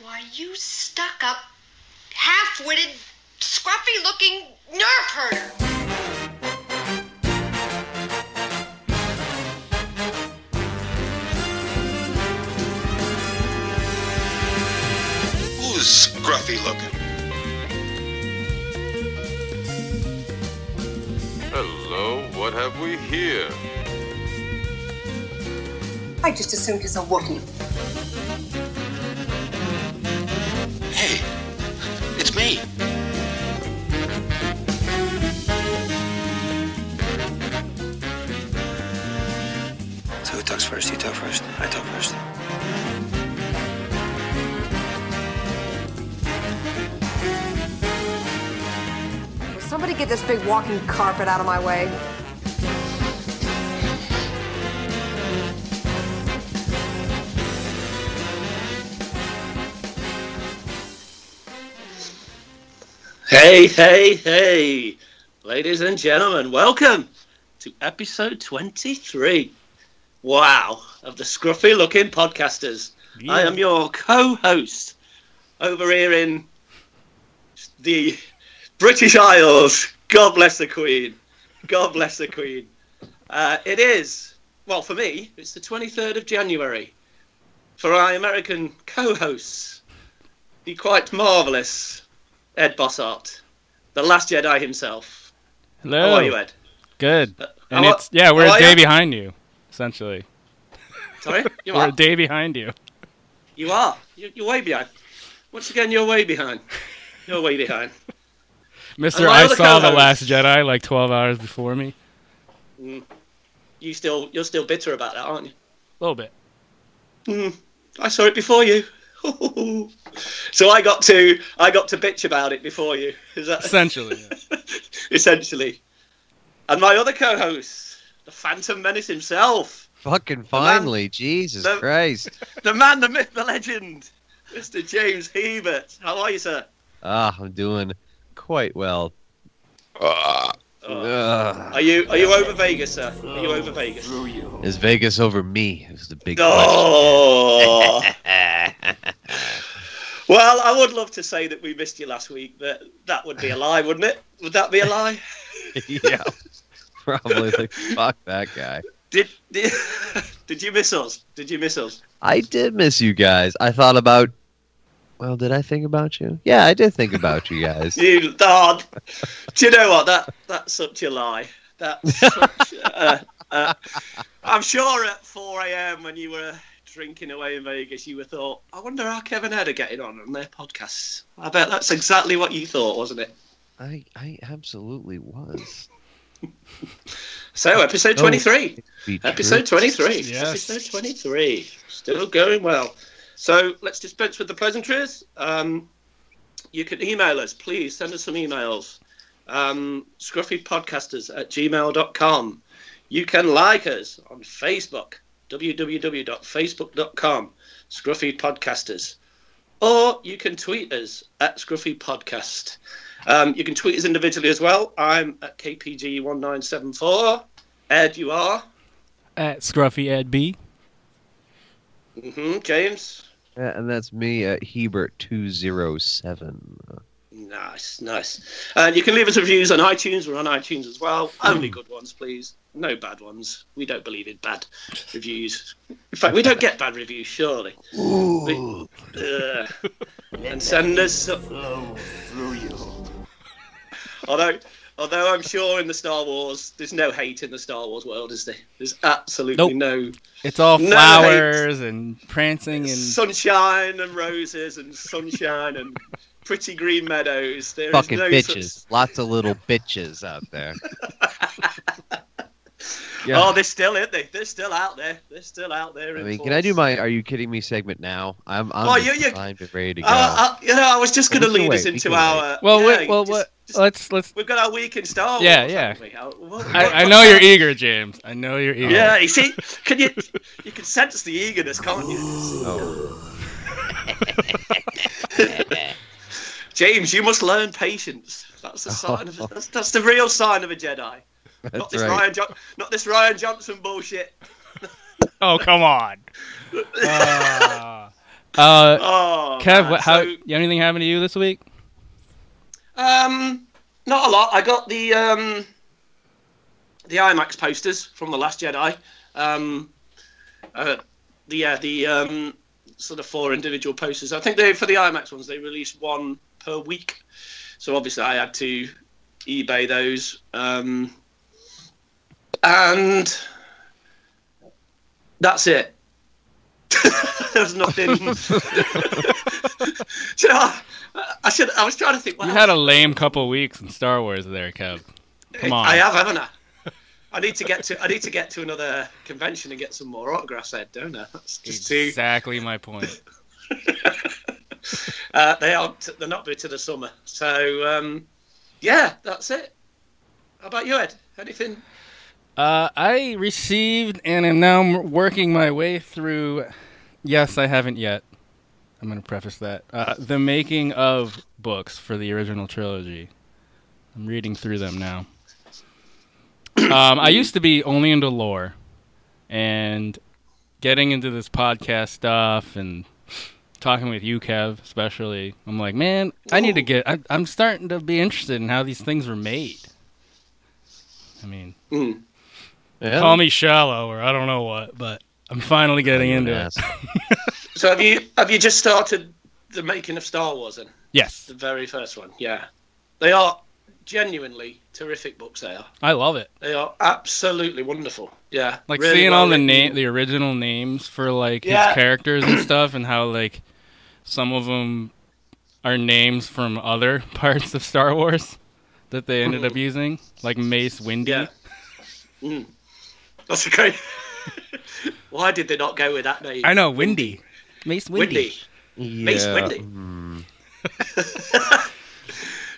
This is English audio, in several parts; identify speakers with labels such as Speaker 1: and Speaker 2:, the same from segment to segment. Speaker 1: Why, you stuck up, half witted, scruffy looking nerve herder.
Speaker 2: Who's scruffy looking?
Speaker 3: Hello, what have we here?
Speaker 4: I just assumed it's a Wookiee.
Speaker 2: Hey, it's me.
Speaker 5: So who talks first? You talk first. I talk first.
Speaker 4: Will somebody get this big walking carpet out of my way?
Speaker 6: Hey, hey, hey, ladies and gentlemen, welcome to episode 23. Wow, of the scruffy looking podcasters. I am your co host over here in the British Isles. God bless the Queen. God bless the Queen. Uh, it is, well, for me, it's the 23rd of January. For our American co hosts, the quite marvellous Ed Bossart, the last Jedi himself.
Speaker 7: Hello.
Speaker 6: How are you, Ed? Uh,
Speaker 7: Good. And
Speaker 6: how are-
Speaker 7: it's yeah, we're
Speaker 6: how
Speaker 7: a
Speaker 6: are
Speaker 7: day
Speaker 6: ya?
Speaker 7: behind you, essentially.
Speaker 6: Sorry, you
Speaker 7: We're
Speaker 6: are.
Speaker 7: a day behind you.
Speaker 6: you are. You're, you're way behind. Once again, you're way behind. You're way behind.
Speaker 7: Mister,
Speaker 6: And
Speaker 7: I
Speaker 6: my other
Speaker 7: saw the Last
Speaker 6: co-host.
Speaker 7: Jedi like twelve hours before me.
Speaker 6: You still, you're still bitter about that, aren't you?
Speaker 7: A little bit.
Speaker 6: I saw it before you. so I got to, I got to bitch about it before you. Is that
Speaker 7: Essentially. yeah.
Speaker 6: essentially? And my other co-host, the Phantom Menace himself,
Speaker 8: Fucking finally, Jesus
Speaker 6: the-
Speaker 8: Christ.
Speaker 6: the man, the myth, the legend, Mr. James Hebert. How are you, sir?
Speaker 8: Ah, I'm doing quite well.
Speaker 9: Uh,
Speaker 2: Ah,
Speaker 6: Oh.
Speaker 8: Ugh.
Speaker 6: Are you are you over Vegas, sir? Are you over Vegas?
Speaker 8: Is Vegas over me? Is the big
Speaker 6: Oh.
Speaker 8: question.
Speaker 6: well, I would love to say that we missed you last week, but that would be a lie, wouldn't it? Would that be a lie?
Speaker 8: yeah. Probably like fuck that guy.
Speaker 6: Did did, did you miss us? Did you miss us?
Speaker 8: I did miss you guys. I thought about well, did I think about you? Yeah, I did think about you guys.
Speaker 6: You oh, Do you know what? That that's such a lie. That's such uh, uh, I'm sure at 4 a.m. when you were drinking away in Vegas, you were thought, I wonder how Kevin Ed are getting on on their podcasts. I bet that's exactly what you thought, wasn't it?
Speaker 8: I I absolutely was.
Speaker 6: So, episode
Speaker 8: Oh.
Speaker 6: 23.
Speaker 8: Be
Speaker 6: Episode
Speaker 8: true.
Speaker 6: 23.
Speaker 7: Yes.
Speaker 6: Episode 23. Still going well. So let's dispense with the pleasantries. Um, you can email us, please send us some emails. Um, scruffypodcasters at gmail.com. You can like us on Facebook, www.facebook.com, Scruffy Podcasters. Or you can tweet us at Scruffy Podcast. Um, you can tweet us individually as well. I'm at KPG1974. Ed, you are.
Speaker 7: At Scruffy Ed B.
Speaker 6: hmm James.
Speaker 8: Yeah, and that's me at Hebert two zero seven.
Speaker 6: Nice, nice. And you can leave us reviews on iTunes. We're on iTunes as well. Only good ones, please. No bad ones. We don't believe in bad reviews. In fact, we don't get bad reviews, surely. Ooh. and send us. Although, although I'm sure in the Star Wars, there's no hate in the Star Wars world, is there? There's absolutely no
Speaker 7: It's all
Speaker 6: No,
Speaker 7: flowers and prancing and
Speaker 6: sunshine and roses and sunshine and pretty green meadows. There is
Speaker 8: Fucking
Speaker 6: no
Speaker 8: bitches.
Speaker 6: Such...
Speaker 8: Lots of little bitches out there. yeah.
Speaker 6: Oh, they're still in there. They're still out there. They're still out there.
Speaker 8: I
Speaker 6: in
Speaker 8: mean, can I do
Speaker 6: force.
Speaker 8: my "Are you kidding me" segment now? I'm I'm
Speaker 6: Oh,
Speaker 8: oh,
Speaker 6: you- you-
Speaker 8: ready to go.
Speaker 6: Uh, I, you know, I was just
Speaker 8: Well,
Speaker 6: going to
Speaker 8: we can
Speaker 6: lead us
Speaker 8: wait, we
Speaker 6: into
Speaker 8: can
Speaker 6: our.
Speaker 7: Well,
Speaker 6: yeah,
Speaker 7: wait, well,
Speaker 6: just-
Speaker 7: what?
Speaker 6: just-
Speaker 7: Let's let's.
Speaker 6: We've got our week in Star Wars.
Speaker 7: Yeah,
Speaker 6: haven't
Speaker 7: yeah.
Speaker 6: we? How- what- what-
Speaker 7: I, I know you're eager, James. I know you're eager.
Speaker 6: Yeah, you see, can you you can sense the eagerness, can't you?
Speaker 8: Oh.
Speaker 6: James, you must learn patience. That's the sign. Of, that's, that's the real sign of a Jedi. not
Speaker 8: That's
Speaker 6: this
Speaker 8: right.
Speaker 6: Ryan, jo- not this Ryan Johnson bullshit.
Speaker 7: Oh come on. Ah. Uh,
Speaker 6: Oh,
Speaker 7: Kev,
Speaker 6: man.
Speaker 7: what, how
Speaker 6: So,
Speaker 7: you anything happen to you this week?
Speaker 6: um, not a lot. I got the um, the IMAX posters from the Last Jedi. Um, uh, the yeah, the um, sort of four individual posters. I think they for the IMAX ones they release one per week. So obviously I had to eBay those. Um, and that's it. There's nothing. so I, I should. I was trying to think. What
Speaker 7: You had a
Speaker 6: else?
Speaker 7: lame couple weeks in Star Wars there, Kev. Come on.
Speaker 6: I have, haven't I? I need to get to. I need to get to another convention and get some more autographs. Ed, don't I? That's just too.
Speaker 7: Exactly my point.
Speaker 6: Uh, they are. T- they're not due to the summer. So um, yeah, that's it. How about you, Ed? Anything?
Speaker 7: Uh, I received and am now m- working my way through. Yes, I haven't yet. I'm going to preface that. Uh, the making of books for the original trilogy. I'm reading through them now. um, I used to be only into lore, and getting into this podcast stuff and talking with you, Kev, especially. I'm like, man, I need to get. I, I'm starting to be interested in how these things were made. I mean,
Speaker 6: Mm.
Speaker 8: Yeah.
Speaker 7: Call me shallow or I don't know what, but I'm finally getting
Speaker 8: You're an
Speaker 7: into it.
Speaker 8: ass.
Speaker 6: So have you? Have you just started the making of Star Wars? Then
Speaker 7: Yes,
Speaker 6: the very first one. Yeah, they are genuinely terrific books. They are.
Speaker 7: I love it.
Speaker 6: They are absolutely wonderful. Yeah.
Speaker 7: Like
Speaker 6: really
Speaker 7: seeing
Speaker 6: well
Speaker 7: all the
Speaker 6: written.
Speaker 7: name, the original names for like
Speaker 6: Yeah.
Speaker 7: his characters and stuff, and how like some of them are names from other parts of Star Wars that they ended up using, like Mace Windu.
Speaker 6: Yeah. Mm. That's a great. Why did they not go with that name?
Speaker 7: I know Windy, Mace Windy.
Speaker 6: Windy. Mace
Speaker 8: Yeah. Mm,
Speaker 6: Windy.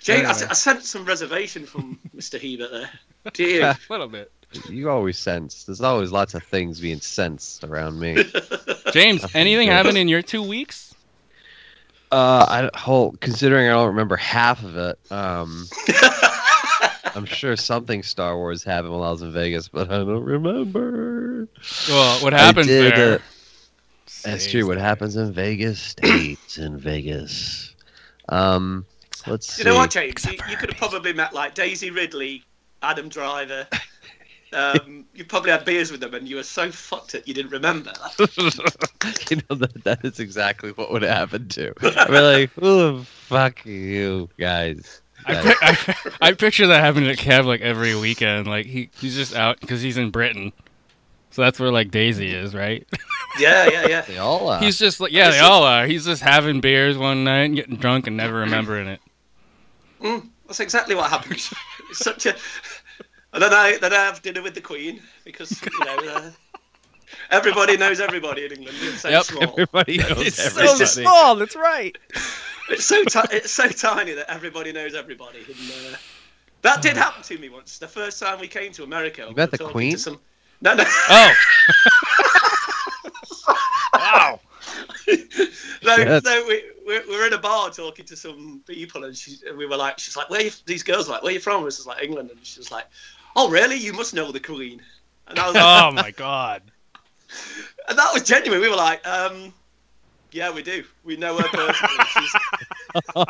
Speaker 6: Jane, I, I sent some reservation from Mr. Hebert there. Do you?
Speaker 7: A little bit.
Speaker 8: You always sense. There's always lots of things being sensed around me.
Speaker 7: James, anything
Speaker 8: good.
Speaker 7: happened in your two weeks?
Speaker 8: Uh, I don't- whole considering I don't remember half of it. Um, I'm sure something Star Wars happened while I was in Vegas, but I don't remember.
Speaker 7: Well, what
Speaker 8: I
Speaker 7: happened
Speaker 8: did,
Speaker 7: there?
Speaker 8: uh, That's true. What happens in Vegas stays in Vegas. Um, let's see.
Speaker 6: you know what, James? You,
Speaker 7: Except for
Speaker 6: you could have probably met like Daisy Ridley, Adam Driver. Um, you probably had beers with them, and you were so fucked up you didn't remember.
Speaker 8: you know that, that is exactly what would happen to. We're like, who the fuck are you guys?
Speaker 7: I,
Speaker 8: That-
Speaker 7: pi- I, I picture that happening to Kev like every weekend. Like he, he's just out because he's in Britain, so that's where like Daisy is, right?
Speaker 6: Yeah, yeah, yeah.
Speaker 8: they all are.
Speaker 7: He's Uh. just like yeah, they
Speaker 6: Obviously-
Speaker 7: all are. He's just having beers one night and getting drunk and never remembering it.
Speaker 6: Mm, that's exactly what happened. It's such a. And then I then I have dinner with the Queen because you know uh, everybody knows everybody in England. It's so
Speaker 7: Yep.
Speaker 6: small.
Speaker 8: everybody knows
Speaker 6: It's so
Speaker 8: everybody.
Speaker 7: small. That's right.
Speaker 6: It's so ti- it's so tiny that everybody knows everybody. And, uh, that did happen to me once. The first time we came to America, you
Speaker 8: Oh. met the Queen?
Speaker 6: Some... No, no,
Speaker 7: Oh. wow.
Speaker 6: no,
Speaker 8: Yes.
Speaker 6: no. We we're, we're in a bar talking to some people, and she and we were like, she's like, where you, these girls were like, where you from? I was just like England, and she was like, oh really? You must know the Queen. And I was like,
Speaker 7: Oh my god.
Speaker 6: And that was genuine. We were like, um, yeah, we do. We know her personally. She's-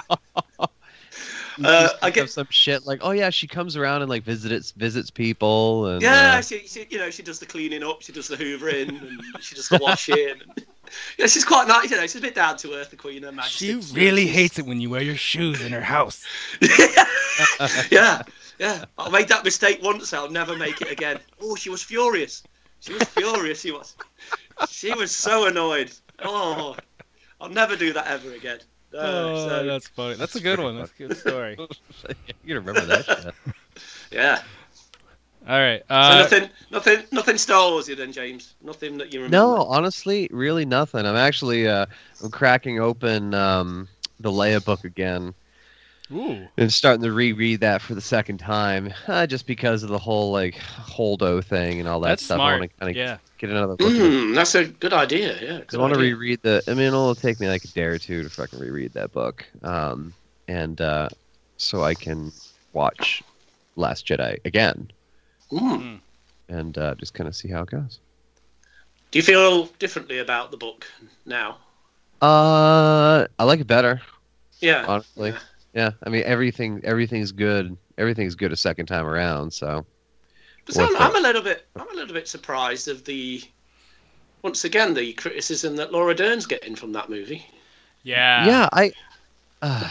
Speaker 8: You
Speaker 6: Uh,
Speaker 8: just
Speaker 6: I
Speaker 8: think
Speaker 6: get-
Speaker 8: of some shit like, oh yeah, she comes around and like visits visits people and
Speaker 6: yeah,
Speaker 8: uh,
Speaker 6: she, she, you know, she does the cleaning up, she does the hoovering, and she does the washing. yeah, she's quite nice. You know, she's a bit down to earth, the Queen, her Majesty.
Speaker 7: She really hates it when you wear your shoes in her house.
Speaker 6: yeah, yeah. I made that mistake once. I'll never make it again. Oh, she was furious. She was furious. She was. She was so annoyed. Oh, I'll never do that ever again. No, so-
Speaker 7: Oh, that's funny. That's a good one. That's a good story. All
Speaker 8: you remember that shit.
Speaker 6: yeah.
Speaker 7: right.
Speaker 6: So
Speaker 7: Uh,
Speaker 6: nothing, nothing, nothing Star Warsy then, James. Nothing that you remember.
Speaker 8: No, honestly, really nothing. I'm actually uh, I'm cracking open um, the Leia book again
Speaker 7: ooh.
Speaker 8: and starting to reread that for the second time, uh, just because of the whole like Holdo thing and all that
Speaker 7: That's
Speaker 8: stuff. I
Speaker 7: smart.
Speaker 8: want to kind of
Speaker 7: Yeah.
Speaker 8: get another look. at it.
Speaker 6: Mm, that's a good idea. Yeah.
Speaker 8: I
Speaker 6: good
Speaker 8: want to
Speaker 6: idea.
Speaker 8: reread the. I mean, it'll take me like a day or two to fucking reread that book, um, and uh, so I can watch Last Jedi again
Speaker 6: Mm.
Speaker 8: and uh, just kind of see how it goes.
Speaker 6: Do you feel differently about the book now?
Speaker 8: Uh, I like it better,
Speaker 6: Yeah.
Speaker 8: honestly. Yeah. I mean everything. Everything's good. Everything's good a second time around. So
Speaker 6: But I'm,
Speaker 8: worth
Speaker 6: I'm a little bit, I'm a little bit surprised of the, once again, the criticism that Laura Dern's getting from that movie.
Speaker 7: Yeah.
Speaker 8: yeah, I. Uh,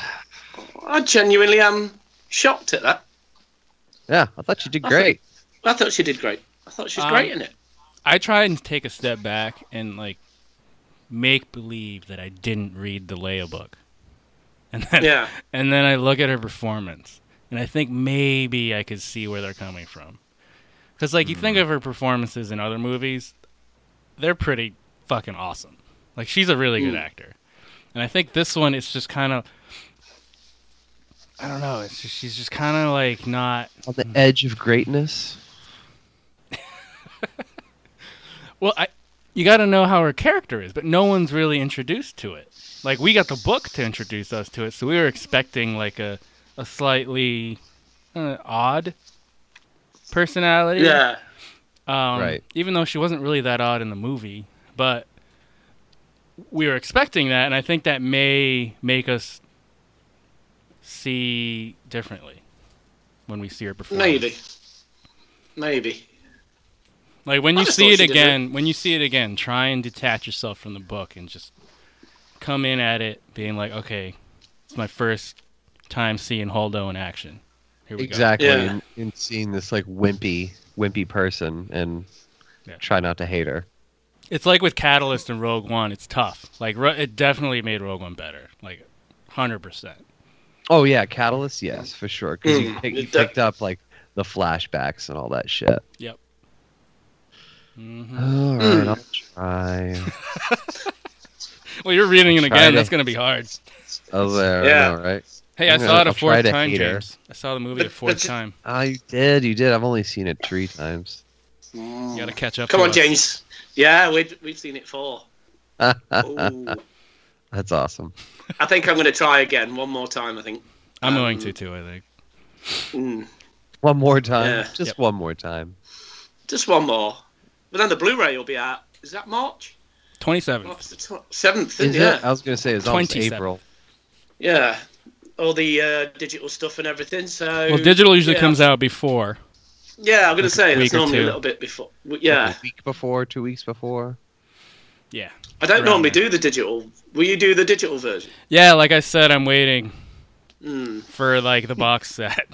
Speaker 6: I genuinely am shocked at that.
Speaker 8: yeah, I thought you did
Speaker 6: I
Speaker 8: great.
Speaker 6: I thought she did great. I thought she was
Speaker 7: Um,
Speaker 6: great in it.
Speaker 7: I try and take a step back and like make believe that I didn't read the Leia book, and then
Speaker 6: Yeah.
Speaker 7: and then I look at her performance, and I think maybe I could see where they're coming from, because like you think of her performances in other movies, they're pretty fucking awesome. Like she's a really good actor, and I think this one it's just kind of. I don't know. It's just, she's just kind of like not
Speaker 8: On the edge of greatness.
Speaker 7: Well, I you got to know how her character is, but no one's really introduced to it. Like we got the book to introduce us to it, so we were expecting like a a slightly uh, odd personality.
Speaker 6: Yeah.
Speaker 7: Um,
Speaker 8: Right.
Speaker 7: Even though she wasn't really that odd in the movie, but we were expecting that, and I think that may make us see differently when we see her perform.
Speaker 6: Maybe. Maybe.
Speaker 7: Like when
Speaker 6: I
Speaker 7: you
Speaker 6: just
Speaker 7: see
Speaker 6: thought
Speaker 7: it
Speaker 6: she did
Speaker 7: again, when you see it again, try and detach yourself from the book and just come in at it being like, okay, it's my first time seeing Holdo in action. Here we
Speaker 8: Exactly.
Speaker 6: Yeah.
Speaker 8: And, and seeing this like wimpy, wimpy person and
Speaker 7: Yeah.
Speaker 8: try not to hate her.
Speaker 7: go. It's like with Catalyst and Rogue One, it's tough. Like Ro- it definitely made Rogue One better, like hundred percent.
Speaker 8: Oh yeah, Catalyst, yes, for sure. Because you,
Speaker 6: Mm.
Speaker 8: pick, you
Speaker 6: It de-
Speaker 8: picked up like the flashbacks and all that shit.
Speaker 7: Yep. hmm
Speaker 8: All right, I'll try.
Speaker 7: Well, you're reading it
Speaker 8: Try
Speaker 7: again.
Speaker 8: to-
Speaker 7: That's gonna be hard.
Speaker 8: Oh, there,
Speaker 6: Yeah.
Speaker 8: yeah. right?
Speaker 7: Hey, I
Speaker 8: I'm
Speaker 7: saw
Speaker 8: gonna-
Speaker 7: it a
Speaker 8: I'll try
Speaker 7: fourth
Speaker 8: to
Speaker 7: time,
Speaker 8: hate her.
Speaker 7: James. I saw the movie a
Speaker 6: But-
Speaker 7: fourth
Speaker 6: but-
Speaker 7: time.
Speaker 8: Oh, you did, you did. I've only seen it three times.
Speaker 7: You gotta catch up.
Speaker 6: Come
Speaker 7: to
Speaker 6: on,
Speaker 7: us.
Speaker 6: James. Yeah, we'd, we've seen it four. Ooh.
Speaker 8: That's awesome.
Speaker 6: I think I'm going to try again one more time. I think.
Speaker 7: I'm
Speaker 6: Um,
Speaker 7: going to too. I think.
Speaker 6: Mm,
Speaker 8: One more time,
Speaker 6: Yeah.
Speaker 8: just
Speaker 7: Yep.
Speaker 8: one more time.
Speaker 6: just one more. But then the Blu-ray will be out. Is that March?
Speaker 7: Twenty seventh.
Speaker 6: March the tw- seventh.
Speaker 8: Is
Speaker 6: yeah.
Speaker 8: it? I was gonna say it's almost
Speaker 7: 27.
Speaker 8: April.
Speaker 6: Yeah. All the uh, digital stuff and everything. So.
Speaker 7: Well, digital usually
Speaker 6: yeah.
Speaker 7: comes out before.
Speaker 6: Yeah, I'm going to say
Speaker 7: week
Speaker 6: it's
Speaker 7: or
Speaker 6: normally
Speaker 7: two.
Speaker 6: a little bit before. w- Yeah,
Speaker 8: a week before, two weeks before.
Speaker 7: Yeah.
Speaker 6: I don't
Speaker 7: Around
Speaker 6: normally
Speaker 7: there.
Speaker 6: do the digital. Will you do the digital version?
Speaker 7: Yeah, like I said, I'm waiting
Speaker 6: Mm.
Speaker 7: for like the box set.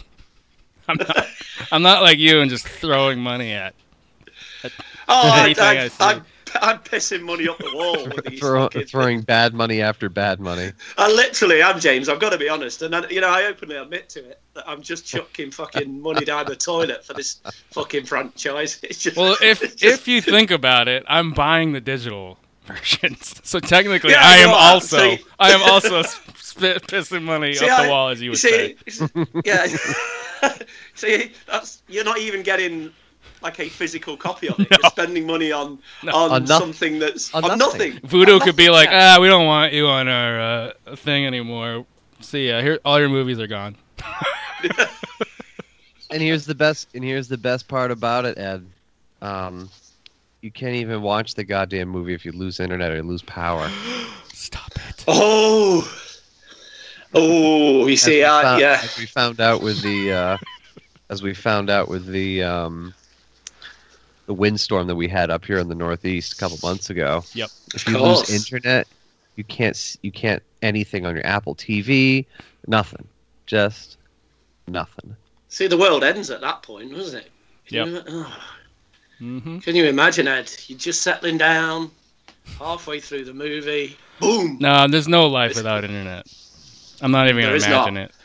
Speaker 7: I'm not, I'm not like you and just throwing money at.
Speaker 6: Oh, I,
Speaker 7: Anything I
Speaker 6: I,
Speaker 7: see.
Speaker 6: I, am I'm pissing money up the wall with these.
Speaker 8: Throw,
Speaker 6: fucking-
Speaker 8: throwing bad money after bad money.
Speaker 6: I literally am James. I've got to be honest, and I, you know I openly admit to it that I'm just chucking fucking money down the toilet for this fucking franchise. It's just
Speaker 7: Well, if
Speaker 6: it's just-
Speaker 7: if you think about it, I'm buying the digital versions. So technically,
Speaker 6: Yeah, I
Speaker 7: I am
Speaker 6: know, I-
Speaker 7: also
Speaker 6: so you-
Speaker 7: I am also sp- pissing money
Speaker 6: See,
Speaker 7: up the
Speaker 6: I-
Speaker 7: wall, as you
Speaker 6: you
Speaker 7: would
Speaker 6: see,
Speaker 7: say.
Speaker 6: yeah, see, that's you're not even getting like a physical copy of it. You're spending money on on,
Speaker 8: On noth-
Speaker 6: something that's
Speaker 8: on
Speaker 6: on
Speaker 8: nothing.
Speaker 6: nothing.
Speaker 7: Voodoo could be like, ah, we don't want you on our uh, thing anymore. See, ya. here all your movies are gone.
Speaker 8: And here's the best. And here's the best part about it, Ed. Um, you can't even watch the goddamn movie if you lose internet or you lose power.
Speaker 7: Stop it.
Speaker 6: Oh, oh, you see,
Speaker 8: as we
Speaker 6: uh,
Speaker 8: found,
Speaker 6: yeah,
Speaker 8: As we found out with the, uh, as we found out with the, um, the windstorm that we had up here in the Northeast a couple months ago.
Speaker 7: Yep.
Speaker 8: If you
Speaker 6: course.
Speaker 8: lose internet, you can't s- you can't anything on your Apple TV, nothing, just nothing.
Speaker 6: see, the world ends at that point, doesn't it? Can you- oh.
Speaker 7: Mm-hmm.
Speaker 6: Can you imagine, Ed? You're just settling down, halfway through the movie, boom.
Speaker 7: No, there's no life without internet. I'm not even
Speaker 6: There
Speaker 7: gonna
Speaker 6: is
Speaker 7: imagine
Speaker 6: not.
Speaker 7: it.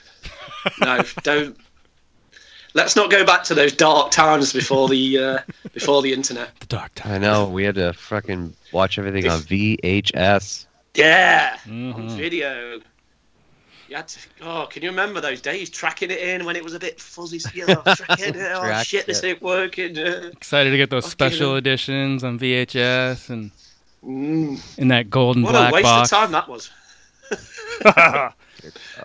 Speaker 6: No, don't. Let's not go back to those dark times before the uh, before the internet.
Speaker 7: The dark time.
Speaker 8: I know we had to fucking watch everything on VHS.
Speaker 6: Yeah, on
Speaker 8: Mm-hmm.
Speaker 7: Mhm.
Speaker 6: video. You had to, oh, can you remember those days tracking it in when it was a bit fuzzy? You know, tracking it. Oh
Speaker 8: Track
Speaker 6: shit, this
Speaker 8: it.
Speaker 6: ain't working. uh,
Speaker 7: Excited to get those
Speaker 6: Fucking
Speaker 7: special
Speaker 6: hell.
Speaker 7: editions on VHS and
Speaker 6: mm.
Speaker 7: in that golden
Speaker 6: What a
Speaker 7: black
Speaker 6: waste
Speaker 7: box.
Speaker 6: of time that was.
Speaker 7: I,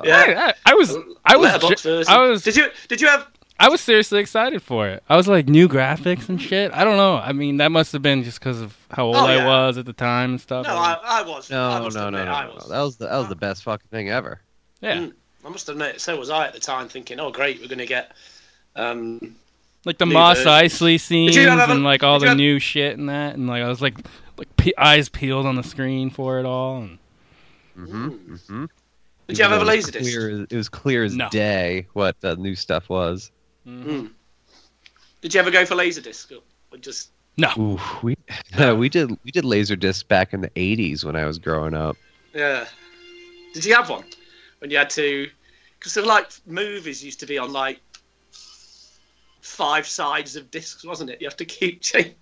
Speaker 6: Yeah,
Speaker 7: I- I was, I was,
Speaker 6: Letterboxd
Speaker 7: ge-
Speaker 6: version.
Speaker 7: I was,
Speaker 6: Did you did you have
Speaker 7: I was seriously excited for it. I was like, new graphics and shit. I don't know. I mean, that must have been just because of how old
Speaker 6: Oh,
Speaker 7: I
Speaker 6: yeah.
Speaker 7: was at the time and stuff.
Speaker 6: No, I, I was. I
Speaker 8: Uh, No,
Speaker 6: must
Speaker 8: no, no, no,
Speaker 6: admit, I
Speaker 8: no.
Speaker 6: was.
Speaker 8: That was the that was the best fucking thing ever.
Speaker 7: yeah,
Speaker 6: Mm. I must admit, so was I at the time, thinking, "Oh, great, we're going to get." Um,
Speaker 7: like the
Speaker 6: Leave
Speaker 7: Moss
Speaker 6: it.
Speaker 7: Eisley scenes
Speaker 6: you not have a-
Speaker 7: and like all
Speaker 6: did you
Speaker 7: the
Speaker 6: have-
Speaker 7: new shit and that, and like I was like, like pe- eyes peeled on the screen for it all. And
Speaker 8: Mm-hmm. Mm-hmm.
Speaker 6: did you have a laser disc?
Speaker 8: Clear, as- it was clear as
Speaker 7: No.
Speaker 8: day what the new stuff was.
Speaker 6: Hmm. Did you ever go for laser disc? Or just
Speaker 8: Ooh, we we did we did laser discs back in the '80s when I was growing up.
Speaker 6: yeah. Did you have one when you had to? Because like movies used to be on like five sides of discs, wasn't it? You have to keep changing.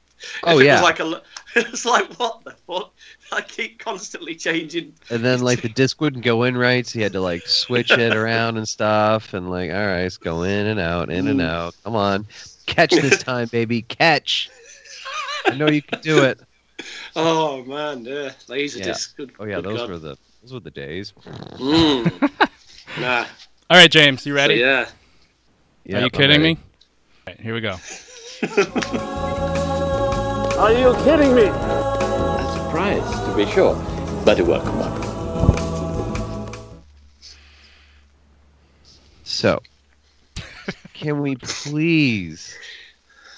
Speaker 8: Oh,
Speaker 6: it Was
Speaker 8: yeah.
Speaker 6: like a, lo- it was like what the fuck? I keep constantly changing.
Speaker 8: And then like the disc wouldn't go in right, so you had to like switch it around and stuff. And like, all right, let's go in and out, in and out. Come on, catch this time, baby, catch. I know you can do it.
Speaker 6: Oh man, yeah, laser
Speaker 8: Yeah.
Speaker 6: disc. Good,
Speaker 8: Oh yeah,
Speaker 6: good
Speaker 8: those
Speaker 6: God.
Speaker 8: were the those were the days.
Speaker 6: Mm. nah.
Speaker 7: all right, James, you ready?
Speaker 6: So, yeah.
Speaker 8: Yeah,
Speaker 7: Are you
Speaker 8: I'm
Speaker 7: kidding
Speaker 8: ready.
Speaker 7: me? All right, here we go.
Speaker 10: surprise, to be sure, but a welcome one.
Speaker 8: So, can we please,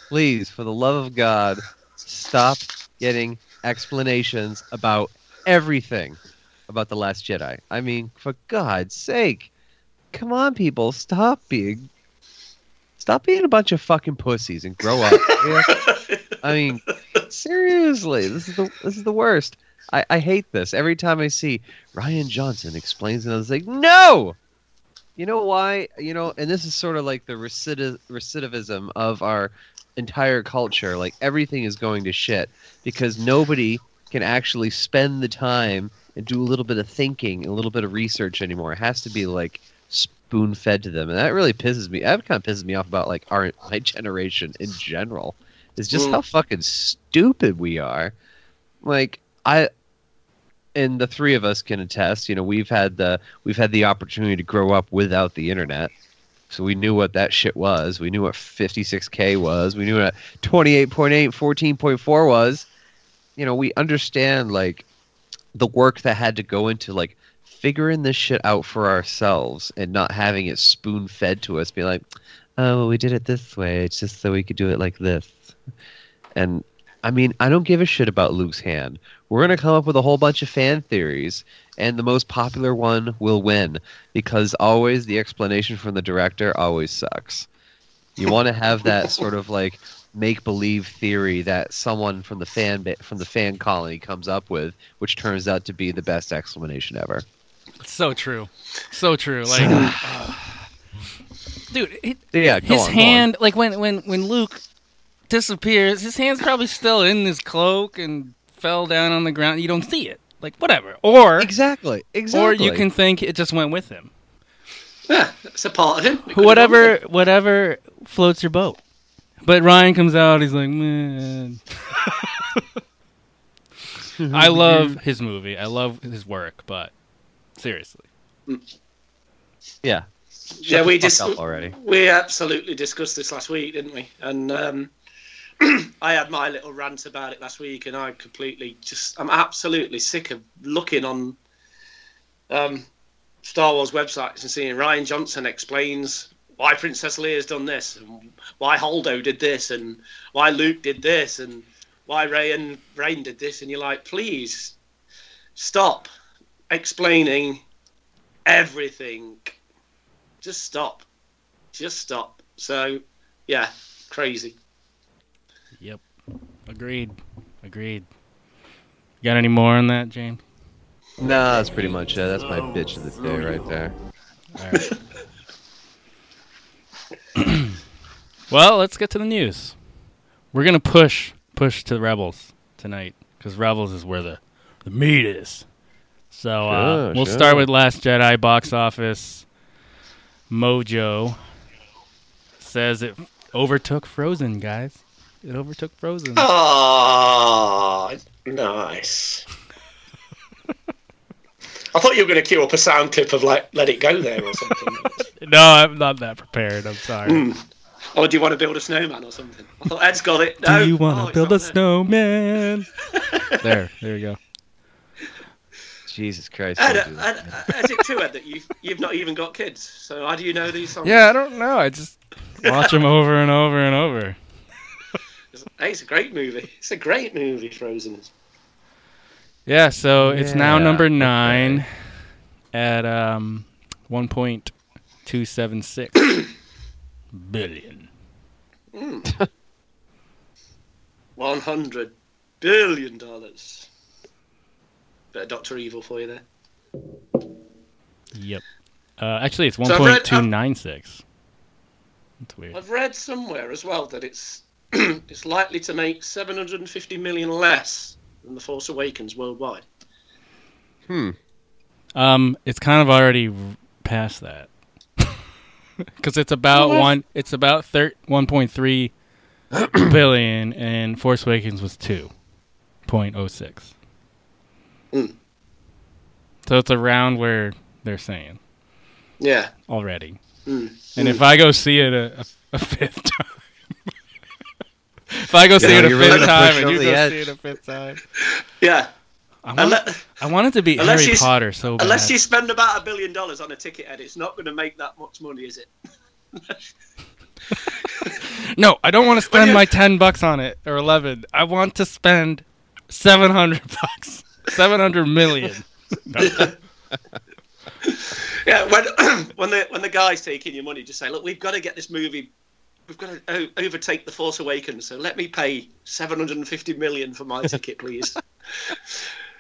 Speaker 8: please, for the love of God, stop getting explanations about everything about The Last Jedi? I mean, for God's sake, come on, people, stop being. Stop being a bunch of fucking pussies and grow up. you know? I mean, seriously, this is the this is the worst. I, I hate this. Every time I see Ryan Johnson explains another thing, no, you know why? You know, and this is sort of like the recidiv- recidivism of our entire culture. Like everything is going to shit because nobody can actually spend the time and do a little bit of thinking, a little bit of research anymore. It has to be like spoon fed to them, and that really pisses me. That kind of pisses me off about like our my generation in general. Is just
Speaker 6: Mm.
Speaker 8: how fucking stupid we are. Like I, and the three of us can attest. You know, we've had the we've had the opportunity to grow up without the internet. So we knew what that shit was. We knew what 56K was. We knew what 28.8, 14.4 was. You know, we understand like the work that had to go into like figuring this shit out for ourselves and not having it spoon fed to us. Be like, oh, well, we did it this way. It's just so we could do it like this. And I mean, I don't give a shit about Luke's hand. We're going to come up with a whole bunch of fan theories, and the most popular one will win because always the explanation from the director always sucks. You want to have that sort of like make believe theory that someone from the fan ba- from the fan colony comes up with, which turns out to be the best explanation ever.
Speaker 7: It's so true, so true. Like, uh, dude, it,
Speaker 8: Yeah, go
Speaker 7: his
Speaker 8: on, go on.
Speaker 7: hand like when when when luke disappears his hand's probably still in his cloak and fell down on the ground you don't see it like whatever or
Speaker 8: Exactly. Exactly.
Speaker 7: or you can think it just went with him
Speaker 6: Yeah, it's a part of him. It could've
Speaker 7: whatever whatever floats your boat but ryan comes out he's like man i love
Speaker 8: Mm-hmm.
Speaker 7: his movie i love his work but seriously
Speaker 8: Yeah.
Speaker 6: gone. Yeah, we
Speaker 8: the fuck
Speaker 6: just
Speaker 8: up already.
Speaker 6: we absolutely discussed this last week, didn't we? And um, I had my little rant about it last week, and I completely just I'm absolutely sick of looking on um, Star Wars websites and seeing Ryan Johnson explains why Princess Leia's done this, and why Holdo did this, and why Luke did this, and why Ray and Rain did this, and you're like, please stop explaining everything. Just stop. Just stop. So, yeah, crazy.
Speaker 7: yep agreed agreed got any more on that james
Speaker 8: No, that's pretty much it. That's my bitch of the day right there.
Speaker 7: All right. well, let's get to the news. We're gonna push push to Rebels tonight because Rebels is where the the meat is. So uh,
Speaker 8: Sure,
Speaker 7: we'll
Speaker 8: sure.
Speaker 7: start with Last Jedi box office. Mojo says it overtook Frozen, guys. It overtook Frozen.
Speaker 6: Oh, nice. I thought you were going to queue up a sound clip of like "Let It Go" there or something.
Speaker 7: No, I'm not that prepared. I'm sorry.
Speaker 6: Or do you want to build a snowman or something? I thought Ed's got it. No.
Speaker 7: Do you want
Speaker 6: Oh,
Speaker 7: to
Speaker 6: he's
Speaker 7: build
Speaker 6: not
Speaker 7: a
Speaker 6: there.
Speaker 7: snowman? there, there you go.
Speaker 8: Jesus Christ.
Speaker 6: Ed,
Speaker 8: don't do that.
Speaker 6: Ed, Ed, is it true, Ed, that you you've not even got kids? So how do you know these songs?
Speaker 7: Yeah, I don't know. I just watch them over and over and over.
Speaker 6: Hey, it's a great movie. It's a great movie, Frozen. is.
Speaker 7: Yeah, so it's now
Speaker 8: Yeah,
Speaker 7: number
Speaker 8: okay.
Speaker 7: nine at um, 1.276 billion.
Speaker 6: 100 billion dollars. Bit of Doctor Evil for you there.
Speaker 7: Yep. Uh, actually, it's
Speaker 6: I've read-
Speaker 7: 1.296. That's weird.
Speaker 6: I've read somewhere as well that it's it's likely to make 750 million less than The Force Awakens worldwide.
Speaker 7: Um, it's kind of already r- past that because it's about one. It's about thir- 1.3 billion, and Force Awakens was 2.06.
Speaker 6: Mm.
Speaker 7: So it's around where they're saying
Speaker 6: Yeah.
Speaker 7: already.
Speaker 6: Mm.
Speaker 7: And if I go see it a, a, a fifth time, if I go see it a
Speaker 8: you're really
Speaker 7: fifth
Speaker 8: gonna
Speaker 7: time,
Speaker 8: push
Speaker 7: and you
Speaker 8: over
Speaker 7: go
Speaker 8: the edge.
Speaker 7: see it a fifth time,
Speaker 6: Yeah.
Speaker 7: I want,
Speaker 6: Unless,
Speaker 7: I want it to be
Speaker 6: unless
Speaker 7: Harry
Speaker 6: you s-
Speaker 7: Potter so bad.
Speaker 6: unless you spend about a billion dollars on a ticket, Ed, it's not going to make that much money, is it?
Speaker 7: No, I don't want to spend
Speaker 6: you-
Speaker 7: my ten bucks on it or eleven. I want to spend seven hundred bucks, seven hundred million.
Speaker 6: Yeah, when when the when the guy's taking your money, just say, look, we've got to get this movie, we've got to o- overtake the Force Awakens. So let me pay seven hundred and fifty million for my ticket, please.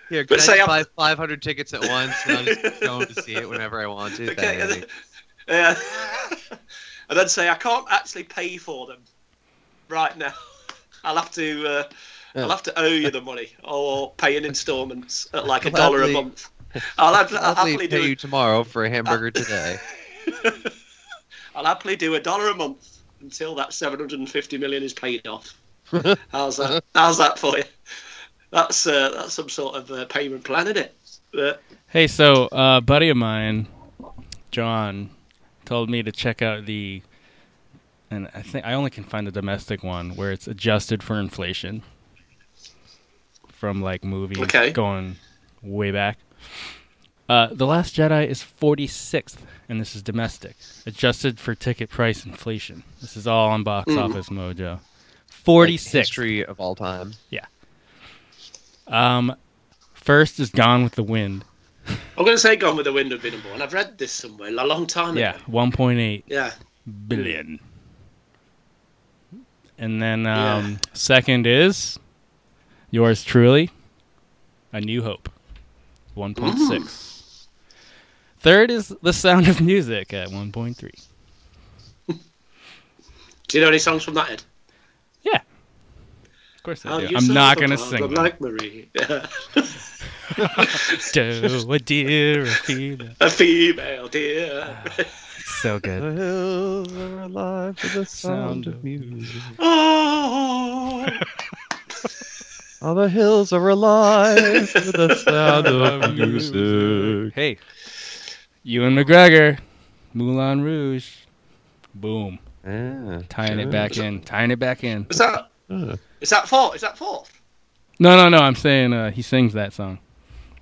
Speaker 8: Here,
Speaker 6: But
Speaker 8: can I
Speaker 6: say
Speaker 8: just
Speaker 6: I'm-
Speaker 8: buy 500 tickets at once and I'll just go to see it whenever I want to?
Speaker 6: okay,
Speaker 8: Thank
Speaker 6: and,
Speaker 8: you.
Speaker 6: yeah. and then say I can't actually pay for them right now. I'll have to uh, I'll have to owe you the money or pay in installments at like a dollar a
Speaker 8: Gladly-
Speaker 6: month. I'll, hap- I'll
Speaker 8: I'll
Speaker 6: happily
Speaker 8: pay
Speaker 6: do Uh,
Speaker 8: you tomorrow for a hamburger today.
Speaker 6: I'll happily do a dollar a month until that 750 million is paid off. how's that? How's that for you? That's uh, that's some sort of uh, payment plan, isn't it? But
Speaker 7: Hey, so uh, a buddy of mine, John, told me to check out the, and I think I only can find the domestic one where it's adjusted for inflation from like movies
Speaker 6: Okay.
Speaker 7: going way back. Uh, the Last Jedi is 46th, and this is domestic, adjusted for ticket price inflation. This is all on Box Office Mojo. 46.
Speaker 8: History of all time.
Speaker 7: um, first is Gone with the Wind.
Speaker 6: I'm going to say Gone with the Wind would be number one. I've read this somewhere a long time
Speaker 7: Yeah,
Speaker 6: ago.
Speaker 7: 1.8.
Speaker 6: Yeah.
Speaker 7: billion. And then
Speaker 6: Yeah.
Speaker 7: um, second is yours truly, A New Hope, 1.6. Mm. Third is The Sound of Music at 1.3.
Speaker 6: Do you know any songs from that? Ed?
Speaker 7: Yeah. Of course I
Speaker 6: How
Speaker 7: do.
Speaker 6: you
Speaker 7: I'm
Speaker 6: sound
Speaker 7: not going to
Speaker 6: sometimes,
Speaker 7: sing.
Speaker 6: I'm
Speaker 7: them.
Speaker 6: like Marie, Yeah.
Speaker 7: do a dear, a feeler.
Speaker 6: a female dear.
Speaker 7: So good.
Speaker 8: hills are alive with the
Speaker 7: sound of
Speaker 8: music.
Speaker 6: oh,
Speaker 8: All the hills are alive with the sound
Speaker 7: of music. Hey, Ewan McGregor, Moulin Rouge. Boom. Tying it back in. Tying it back in.
Speaker 6: is that is that four? Is that fourth?
Speaker 7: No, no, no. I'm saying uh, he sings that song.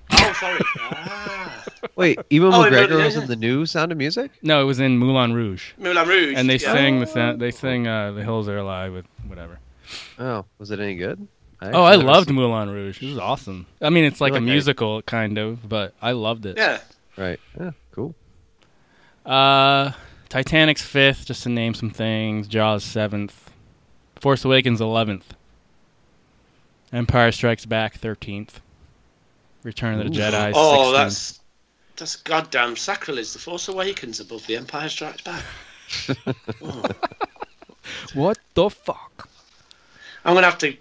Speaker 6: Oh, sorry. ah.
Speaker 8: Wait, Ewan
Speaker 6: Oh, it
Speaker 8: McGregor
Speaker 6: really-
Speaker 8: was in the new Sound of Music?
Speaker 7: No, it was in Moulin Rouge,
Speaker 6: Moulin Rouge.
Speaker 7: and they
Speaker 6: yeah.
Speaker 7: sang the sound, they sang uh, "The Hills Are Alive" with whatever.
Speaker 8: Oh, was it any good?
Speaker 7: Oh, I
Speaker 8: actually never
Speaker 7: loved
Speaker 8: seen-
Speaker 7: Moulin Rouge. It was awesome. I mean, it's like a
Speaker 8: like I-
Speaker 7: musical kind of, but I loved it.
Speaker 6: Yeah.
Speaker 8: Right. Yeah, cool.
Speaker 7: Uh, Titanic's fifth, just to name some things. Jaws seventh, Force Awakens eleventh, Empire Strikes Back thirteenth, Return of the Jedi.
Speaker 6: Oh,
Speaker 7: 16th.
Speaker 6: that's that's goddamn sacrilege. The Force Awakens above The Empire Strikes Back.
Speaker 7: what the fuck.
Speaker 6: I'm gonna have to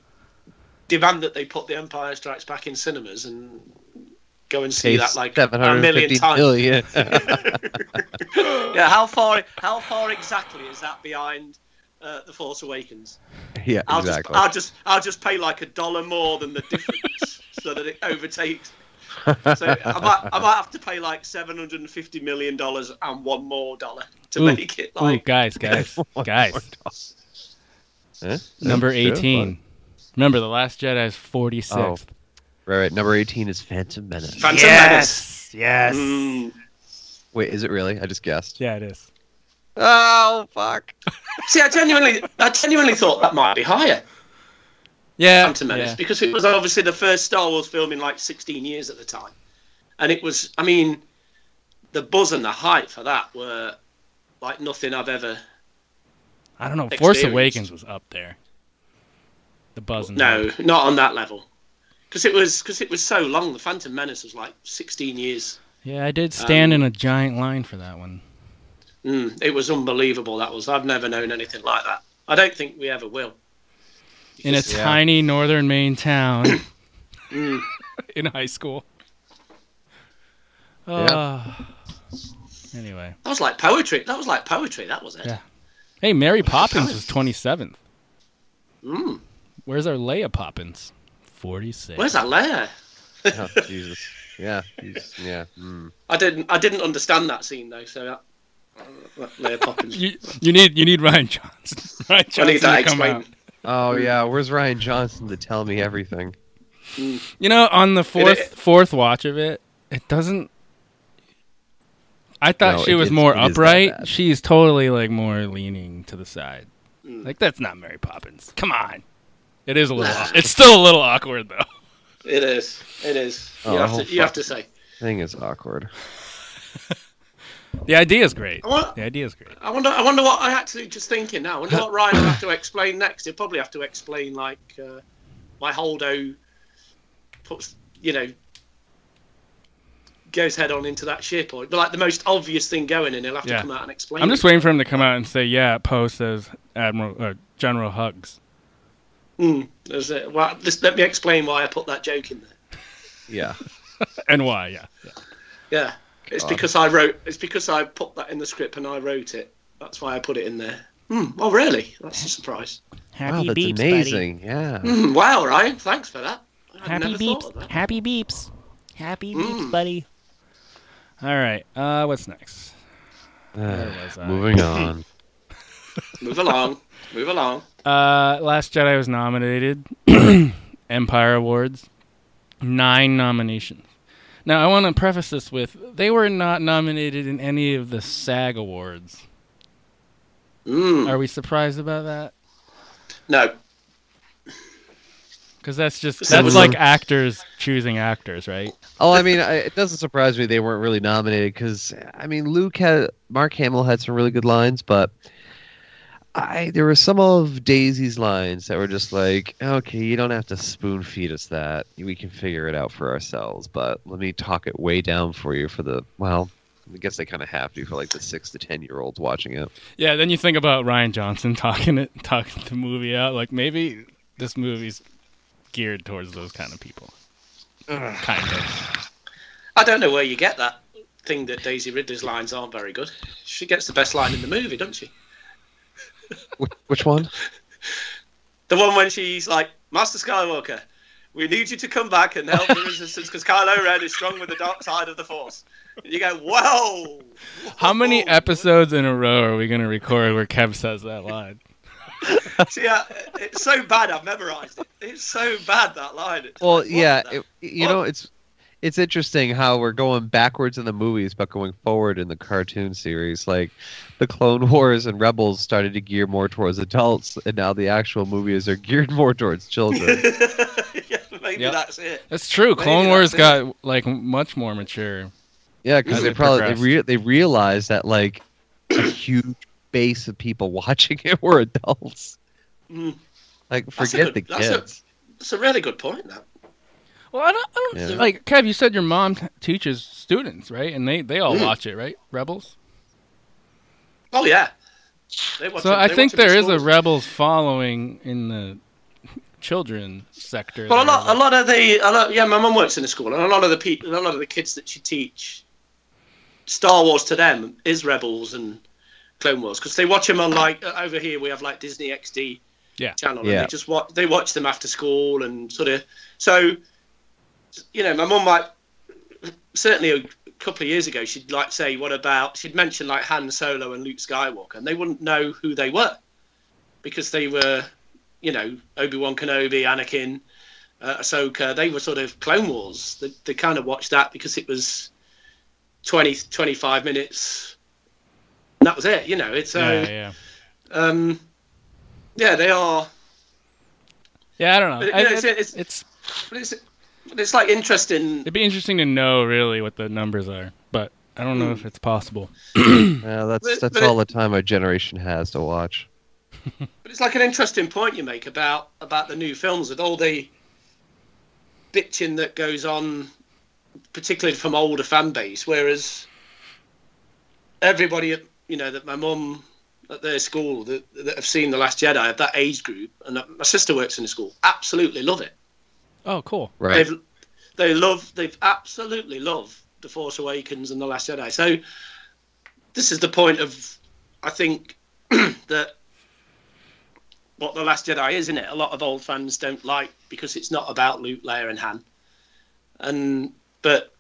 Speaker 6: demand that they put The Empire Strikes Back in cinemas and go and see that like a million
Speaker 8: 750
Speaker 6: times.
Speaker 8: million.
Speaker 6: Yeah, how far how far exactly is that behind uh, The Force Awakens?
Speaker 8: yeah,
Speaker 6: I'll
Speaker 8: exactly.
Speaker 6: just I'll just I'll just pay like a dollar more than the difference so that it overtakes So I might, I might have to pay like seven hundred and fifty million dollars and one more dollar to
Speaker 7: Ooh,
Speaker 6: make it
Speaker 7: Ooh,
Speaker 6: like
Speaker 7: guys, guys, guys.
Speaker 8: Huh?
Speaker 7: Number
Speaker 8: Sure,
Speaker 7: eighteen. Remember, the Last Jedi is forty sixth.
Speaker 8: fine. Right, right. Number eighteen is Phantom Menace.
Speaker 6: Phantom
Speaker 7: yes.
Speaker 6: Menace. Mm.
Speaker 8: Wait, is it really? I just guessed.
Speaker 7: Yeah, it is.
Speaker 8: Oh fuck!
Speaker 6: See, I genuinely, I genuinely thought that might be higher.
Speaker 7: Yeah,
Speaker 6: Phantom Menace
Speaker 7: yeah.
Speaker 6: because it was obviously the first Star Wars film in like 16 years at the time, and it was. I mean, the buzz and the hype for that were like nothing I've ever.
Speaker 7: I don't know. Force
Speaker 6: Experience.
Speaker 7: Awakens was up there. The buzz. and
Speaker 6: No,
Speaker 7: hype.
Speaker 6: not on that level, because it was because it was so long. The Phantom Menace was like 16 years.
Speaker 7: Yeah, I
Speaker 6: Um,
Speaker 7: did stand in a giant line for that one.
Speaker 6: Mm, it was unbelievable. That was. I've never known anything like that. I don't think we ever will.
Speaker 7: In a
Speaker 8: Yeah.
Speaker 7: tiny northern Maine town. in high school. Ah. Anyway.
Speaker 6: That was like poetry. That was like poetry. That was it.
Speaker 7: Yeah. Hey, Mary Poppins was 27th.
Speaker 6: Mm,
Speaker 7: Where's our Leia Poppins? 46.
Speaker 6: where's that layer?
Speaker 8: Oh, Jesus. Yeah. Jesus. Yeah. Mm.
Speaker 6: I didn't. I didn't understand that scene though. So that, that Leia Poppins.
Speaker 7: You, you need you need Ryan Johnson. Ryan
Speaker 6: I
Speaker 7: Johnson
Speaker 6: need that
Speaker 7: to come
Speaker 6: explained.
Speaker 7: out.
Speaker 8: Oh yeah. Where's Ryan Johnson to tell me everything?
Speaker 7: You know, on the fourth
Speaker 6: it-
Speaker 7: fourth watch of it, it doesn't. I thought
Speaker 8: No,
Speaker 7: she
Speaker 8: it
Speaker 7: was
Speaker 8: is-
Speaker 7: more
Speaker 8: it is that
Speaker 7: upright.
Speaker 8: bad.
Speaker 7: She's totally like more leaning to the side. Like that's not Mary Poppins. Come on, it is a little.
Speaker 6: Mm. Nah.
Speaker 7: it's still a little awkward though.
Speaker 6: It is. It is. You,
Speaker 8: Oh,
Speaker 6: have,
Speaker 8: fuck.
Speaker 6: to, you have to say.
Speaker 8: Thing is awkward.
Speaker 7: The idea is great.
Speaker 6: I want-
Speaker 7: The idea is great.
Speaker 6: I wonder. I wonder what I actually just thinking now. I wonder what Ryan will have to explain next. He'll probably have to explain like uh, why Holdo puts you know goes head on into that sheer point. But like the most obvious thing going, and he'll have
Speaker 7: Yeah.
Speaker 6: to come out and explain.
Speaker 7: I'm just waiting for him to come out and say, "Yeah, Poe says Admiral uh, General Hugs."
Speaker 6: Mm, there's a- well, just let me explain why I put that joke in there.
Speaker 8: Yeah.
Speaker 7: And why? Yeah.
Speaker 6: Yeah, it's
Speaker 8: God.
Speaker 6: because I wrote. It's because I put that in the script and I wrote it. That's why I put it in there. Hmm. Oh, really? That's a surprise.
Speaker 8: Wow, that's amazing. Yeah.
Speaker 6: Hmm, wow, Ryan. Thanks for that. I'd never thought of that.
Speaker 7: Happy beeps. Happy
Speaker 6: beeps, Mm.
Speaker 7: buddy. All right. Uh, what's next?
Speaker 8: Uh,
Speaker 7: was I?
Speaker 8: moving on.
Speaker 6: Move along. Move along.
Speaker 7: Uh, Last Jedi was nominated. Empire Awards. Nine nominations. Now, I want to preface this with they were not nominated in any of the SAG Awards.
Speaker 6: Mm,
Speaker 7: Are we surprised about that?
Speaker 6: no.
Speaker 7: Because that's just,
Speaker 6: Some
Speaker 7: that's
Speaker 8: of
Speaker 7: like
Speaker 8: them.
Speaker 7: actors choosing actors, right?
Speaker 8: Oh, I mean, I, it doesn't surprise me they weren't really nominated because I mean, Luke had Mark Hamill had some really good lines, but I there were some of Daisy's lines that were just like, okay, you don't have to spoon feed us that. We can figure it out for ourselves. But let me talk it way down for you for the well. I guess they kind of have to for like the six to ten year olds watching it.
Speaker 7: Yeah, then you think about Ryan Johnson talking it, talking the movie out. Like maybe this movie's geared towards those kind of people. Kind of.
Speaker 6: I don't know where you get that thing that Daisy Ridley's lines aren't very good. She gets the best line in the movie, doesn't she?
Speaker 8: Which, which one?
Speaker 6: The one when she's like, Master Skywalker, we need you to come back and help the resistance because Kylo Ren is strong with the dark side of the Force. And you go, whoa.
Speaker 7: How many
Speaker 6: whoa."
Speaker 7: episodes in a row are we gonna record where Kev says that line?
Speaker 6: See, uh, it's so bad I've memorized it. It's so bad that line. It's
Speaker 8: Well,
Speaker 6: like, what
Speaker 8: yeah,
Speaker 6: the-
Speaker 8: it, you know, it's it's interesting how we're going backwards in the movies, but going forward in the cartoon series. Like the Clone Wars and Rebels started to gear more towards adults, and now the actual movies are geared more towards children.
Speaker 6: yeah, maybe
Speaker 7: Yep.
Speaker 6: that's it.
Speaker 7: That's true.
Speaker 6: Maybe
Speaker 7: Clone
Speaker 6: that's
Speaker 7: Wars
Speaker 6: it.
Speaker 7: got like much more mature.
Speaker 8: yeah, because they
Speaker 7: They
Speaker 8: probably they,
Speaker 7: progressed.
Speaker 8: re- they realized that like a huge base of people watching it were adults.
Speaker 6: Mm.
Speaker 8: Like
Speaker 6: That's a
Speaker 8: forget
Speaker 6: good-
Speaker 8: the
Speaker 6: that's a-
Speaker 8: kids.
Speaker 6: That's a really good point, that.
Speaker 7: Well, I don't, I don't
Speaker 8: Yeah.
Speaker 7: like Kev. You said your mom t- teaches students, right? And they they all
Speaker 6: Mm.
Speaker 7: watch it, right? Rebels.
Speaker 6: Oh, yeah. They watch
Speaker 7: So
Speaker 6: it-
Speaker 7: I
Speaker 6: they
Speaker 7: think
Speaker 6: watch it in
Speaker 7: there is a
Speaker 6: schools.
Speaker 7: Rebels following in the children sector.
Speaker 6: Well, a
Speaker 7: there,
Speaker 6: lot, a lot of the, a lot, yeah, my mum works in a school, and a lot of the people, a lot of the kids that she teach, Star Wars to them is Rebels and Clone Wars because they watch them on like uh, over here we have like Disney XD
Speaker 7: Yeah.
Speaker 6: channel, and
Speaker 8: Yeah.
Speaker 6: they just watch they watch them after school and sort of so, you know, my mum might certainly a couple of years ago, she'd like say, "What about?" She'd mention like Han Solo and Luke Skywalker, and they wouldn't know who they were because they were, you know, Obi Wan Kenobi, Anakin, uh, Ahsoka. They were sort of Clone Wars. They, they kind of watched that because it was 20, 25 minutes. And that was it, you know. It's so
Speaker 7: yeah, yeah.
Speaker 6: um, yeah, they are.
Speaker 7: Yeah, I don't know.
Speaker 6: But, you
Speaker 7: I-
Speaker 6: know,
Speaker 7: I-
Speaker 6: it's- it's-
Speaker 7: it's
Speaker 6: But it's, but it's like interesting.
Speaker 7: it'd be interesting to know really what the numbers are, but I don't
Speaker 6: Hmm.
Speaker 7: know if it's possible.
Speaker 8: Well, that's
Speaker 6: But-
Speaker 8: that's
Speaker 6: but it-
Speaker 8: all the time our generation has to watch.
Speaker 6: But it's like an interesting point you make about about the new films with all the bitching that goes on, particularly from older fan base. Whereas everybody, at- you know, that my mum at their school that, that have seen the Last Jedi of that age group, and that- my sister works in a school, absolutely love it.
Speaker 7: Oh, cool.
Speaker 8: Right.
Speaker 6: They've they love they've absolutely love the Force Awakens and the Last Jedi. So this is the point of I think that what the Last Jedi is, isn't it? A lot of old fans don't like because it's not about Luke, Leia, and Han. And but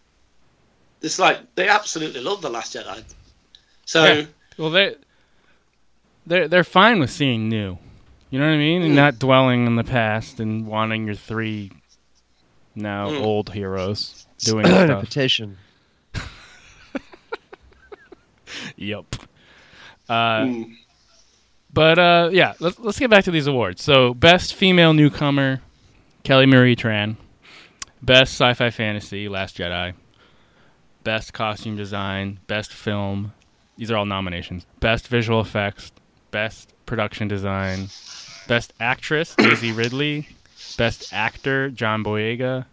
Speaker 6: it's like they absolutely love the Last Jedi. So
Speaker 7: Yeah. Well, they they're they're fine with seeing new. You know what I mean? And not dwelling in the past and wanting your three now old heroes doing stuff.
Speaker 8: petition.
Speaker 7: Yep. Uh, But uh, yeah, let's let's get back to these awards. So, best female newcomer, Kelly Marie Tran. Best sci-fi fantasy, Last Jedi. Best costume design, best film. These are all nominations. Best visual effects, best production design, best actress, Daisy Ridley, best actor, John Boyega,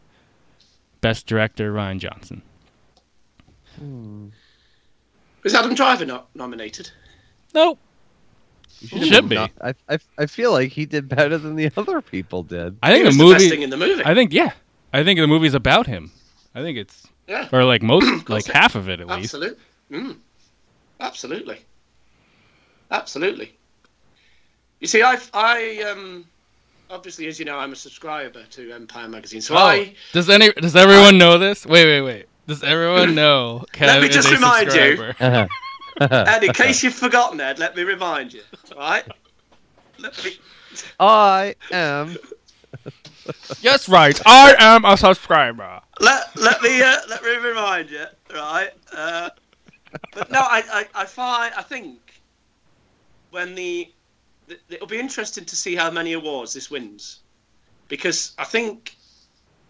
Speaker 7: best director, Ryan Johnson.
Speaker 8: Hmm.
Speaker 6: is Adam Driver not nominated?
Speaker 7: Nope.
Speaker 8: You
Speaker 7: Should be.
Speaker 8: not- I, I, I feel like he did better than the other people did.
Speaker 7: I think
Speaker 6: he was
Speaker 7: the
Speaker 6: the best
Speaker 7: movie.
Speaker 6: thing in the movie.
Speaker 7: I think yeah. I think the movie's about him. I think it's
Speaker 6: yeah,
Speaker 7: or like most like
Speaker 6: it-
Speaker 7: half of it at least.
Speaker 6: absolutely. Mm. Absolutely. Absolutely. You see, I, I um, obviously, as you know, I'm a subscriber to Empire magazine, so
Speaker 7: Oh,
Speaker 6: I
Speaker 7: does any does everyone know this? Wait, wait, wait. Does everyone know? Kev
Speaker 6: me
Speaker 7: is
Speaker 6: just
Speaker 7: a
Speaker 6: remind you.
Speaker 7: subscriber? Uh-huh.
Speaker 6: And in case you've forgotten, Ed, let me remind you. Right? Let me,
Speaker 8: I am.
Speaker 7: Yes, right. I am a subscriber.
Speaker 6: let, let me uh, let me remind you. Right? Uh, but no, I, I, I find I think when the, the it'll be interesting to see how many awards this wins, because I think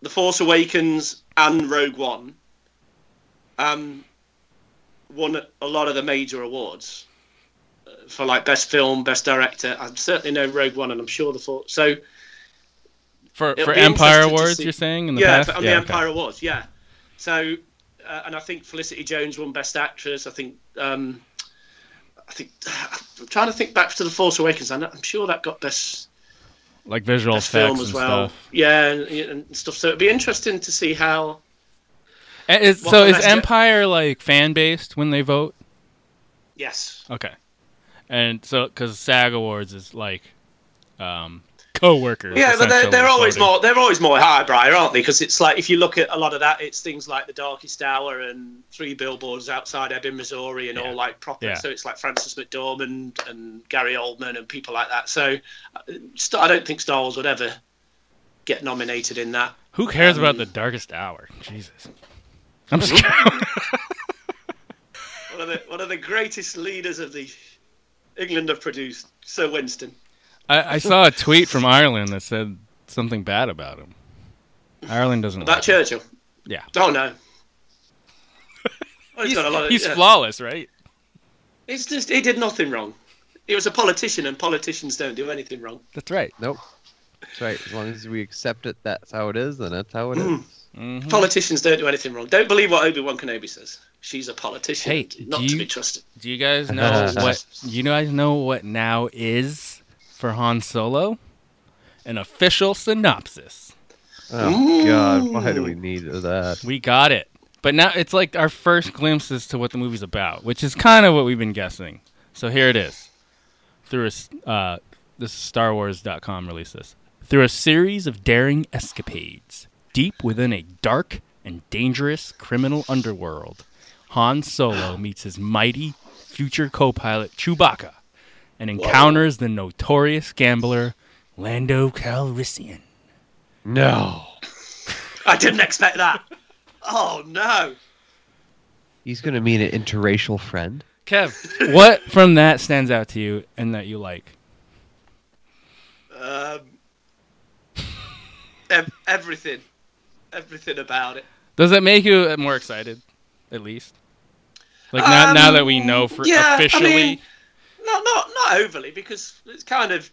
Speaker 6: the Force Awakens and Rogue One um, won a lot of the major awards uh, for like best film, best director. I certainly know Rogue One, and I'm sure the Force. So.
Speaker 7: For
Speaker 6: It'll
Speaker 7: for
Speaker 6: be
Speaker 7: Empire
Speaker 6: interesting to
Speaker 7: Awards,
Speaker 6: see.
Speaker 7: you're saying in the
Speaker 6: yeah,
Speaker 7: past?
Speaker 6: on the
Speaker 7: Yeah, okay.
Speaker 6: Empire Awards, yeah. So, uh, and I think Felicity Jones won Best Actress. I think, um, I think, I'm trying to think back to The Force Awakens. I'm, I'm sure that got Best,
Speaker 7: Like visual
Speaker 6: best
Speaker 7: effects
Speaker 6: Film
Speaker 7: and
Speaker 6: as well.
Speaker 7: stuff.
Speaker 6: Yeah, and, and stuff. So it'd be interesting to see how.
Speaker 7: And Eh, is-
Speaker 6: Well,
Speaker 7: so is
Speaker 6: that's it.
Speaker 7: Empire like fan based when they vote?
Speaker 6: Yes,
Speaker 7: Okay. And so because SAG Awards is like um co-workers.
Speaker 6: yeah, but they're,
Speaker 7: essentially,
Speaker 6: they're always
Speaker 7: voting.
Speaker 6: more they're always more highbrow, aren't they? Because it's like if you look at a lot of that, it's things like The Darkest Hour and Three Billboards Outside Ebbing, Missouri, and all like proper.
Speaker 7: Yeah.
Speaker 6: So it's like Francis McDormand and Gary Oldman and people like that. So uh, Star- I don't think Star Wars would ever get nominated in that.
Speaker 7: Who cares about the darkest hour? Jesus. I'm just kidding.
Speaker 6: One of the one of the greatest leaders of the England have produced, Sir Winston.
Speaker 7: I, I saw a tweet from Ireland that said something bad about him. Ireland doesn't.
Speaker 6: About
Speaker 7: like him.
Speaker 6: Churchill.
Speaker 7: Yeah.
Speaker 6: Oh no. Well,
Speaker 7: He's,
Speaker 6: got a lot of-
Speaker 7: he's
Speaker 6: yeah.
Speaker 7: flawless, right?
Speaker 6: It's just he did nothing wrong. He was a politician, and politicians don't do anything wrong.
Speaker 7: That's right.
Speaker 8: Nope. That's right. As long as we accept it, that's how it is, then that's how it is.
Speaker 7: Mm-hmm. Hmm.
Speaker 6: Politicians don't do anything wrong. Don't believe what Obi Wan Kenobi says. She's a politician,
Speaker 7: Hey,
Speaker 6: not
Speaker 7: do
Speaker 6: to
Speaker 7: you-
Speaker 6: be trusted.
Speaker 7: Do you guys know what? You guys know what now is for Han Solo? An official synopsis.
Speaker 8: Oh God, why do we need that?
Speaker 7: We got it. But now it's like our first glimpse as to what the movie's about, which is kind of what we've been guessing. So here it is. Through a, s- uh, this is StarWars.com released this. Through a series of daring escapades, deep within a dark and dangerous criminal underworld, Han Solo meets his mighty future co pilot Chewbacca and encounters the notorious gambler Lando Calrissian.
Speaker 8: No.
Speaker 6: I didn't expect that. Oh no.
Speaker 8: He's going to meet an interracial friend.
Speaker 7: Kev, what from that stands out to you and that you like?
Speaker 6: Um, ev- everything, everything about it.
Speaker 7: Does that make you more excited, at least? Like now, now
Speaker 6: Um,
Speaker 7: that we know for
Speaker 6: yeah, I
Speaker 7: officially,
Speaker 6: mean- Not not not overly because it's kind of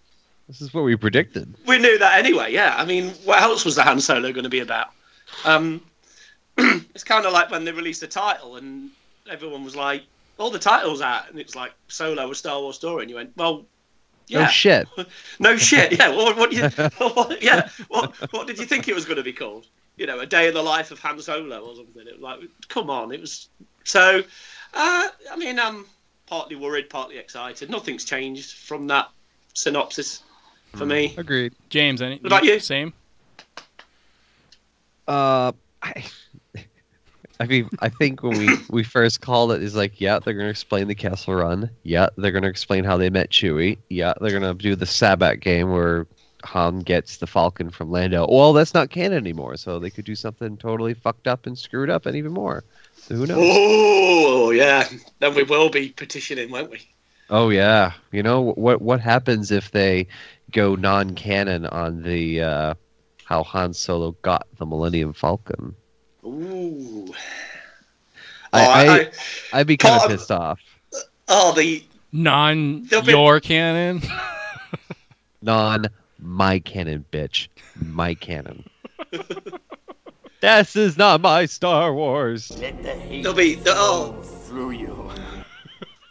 Speaker 8: This is what we predicted.
Speaker 6: we knew that anyway. Yeah, I mean, what else was the Han Solo going to be about? Um, it's kind of like when they released the title and everyone was like, "All the titles out," and it's like Solo, a Star Wars story, and you went, "Well,
Speaker 8: Oh
Speaker 6: yeah,
Speaker 8: shit.
Speaker 6: no shit, yeah. What, what, you, what yeah, what, what did you think it was going to be called? You know, a day in the life of Han Solo or something. It was like, come on, it was so. Uh, I mean, I'm partly worried, partly excited. Nothing's changed from that synopsis for me.
Speaker 8: Agreed.
Speaker 7: James, any,
Speaker 6: What about you?
Speaker 7: Same.
Speaker 8: Uh, I, I mean, I think when we, we first called it, is like, yeah, they're going to explain the Castle Run. Yeah, they're going to explain how they met Chewie. Yeah, they're going to do the Sabat game where Han gets the Falcon from Lando. Well, that's not canon anymore, so they could do something totally fucked up and screwed up and even more. So who knows?
Speaker 6: Oh yeah, then we will be petitioning, won't we?
Speaker 8: Oh yeah, you know what? What happens if they go non-canon on the uh, how Han Solo got the Millennium Falcon?
Speaker 6: Ooh.
Speaker 8: I-
Speaker 6: oh,
Speaker 8: I- I'd be kind
Speaker 6: Paul,
Speaker 8: of
Speaker 6: I'm-
Speaker 8: pissed off.
Speaker 6: oh, the
Speaker 7: Non
Speaker 6: There'll be-
Speaker 7: your canon.
Speaker 8: Non my canon, bitch. My canon. this is not my Star Wars.
Speaker 6: there'll be the, oh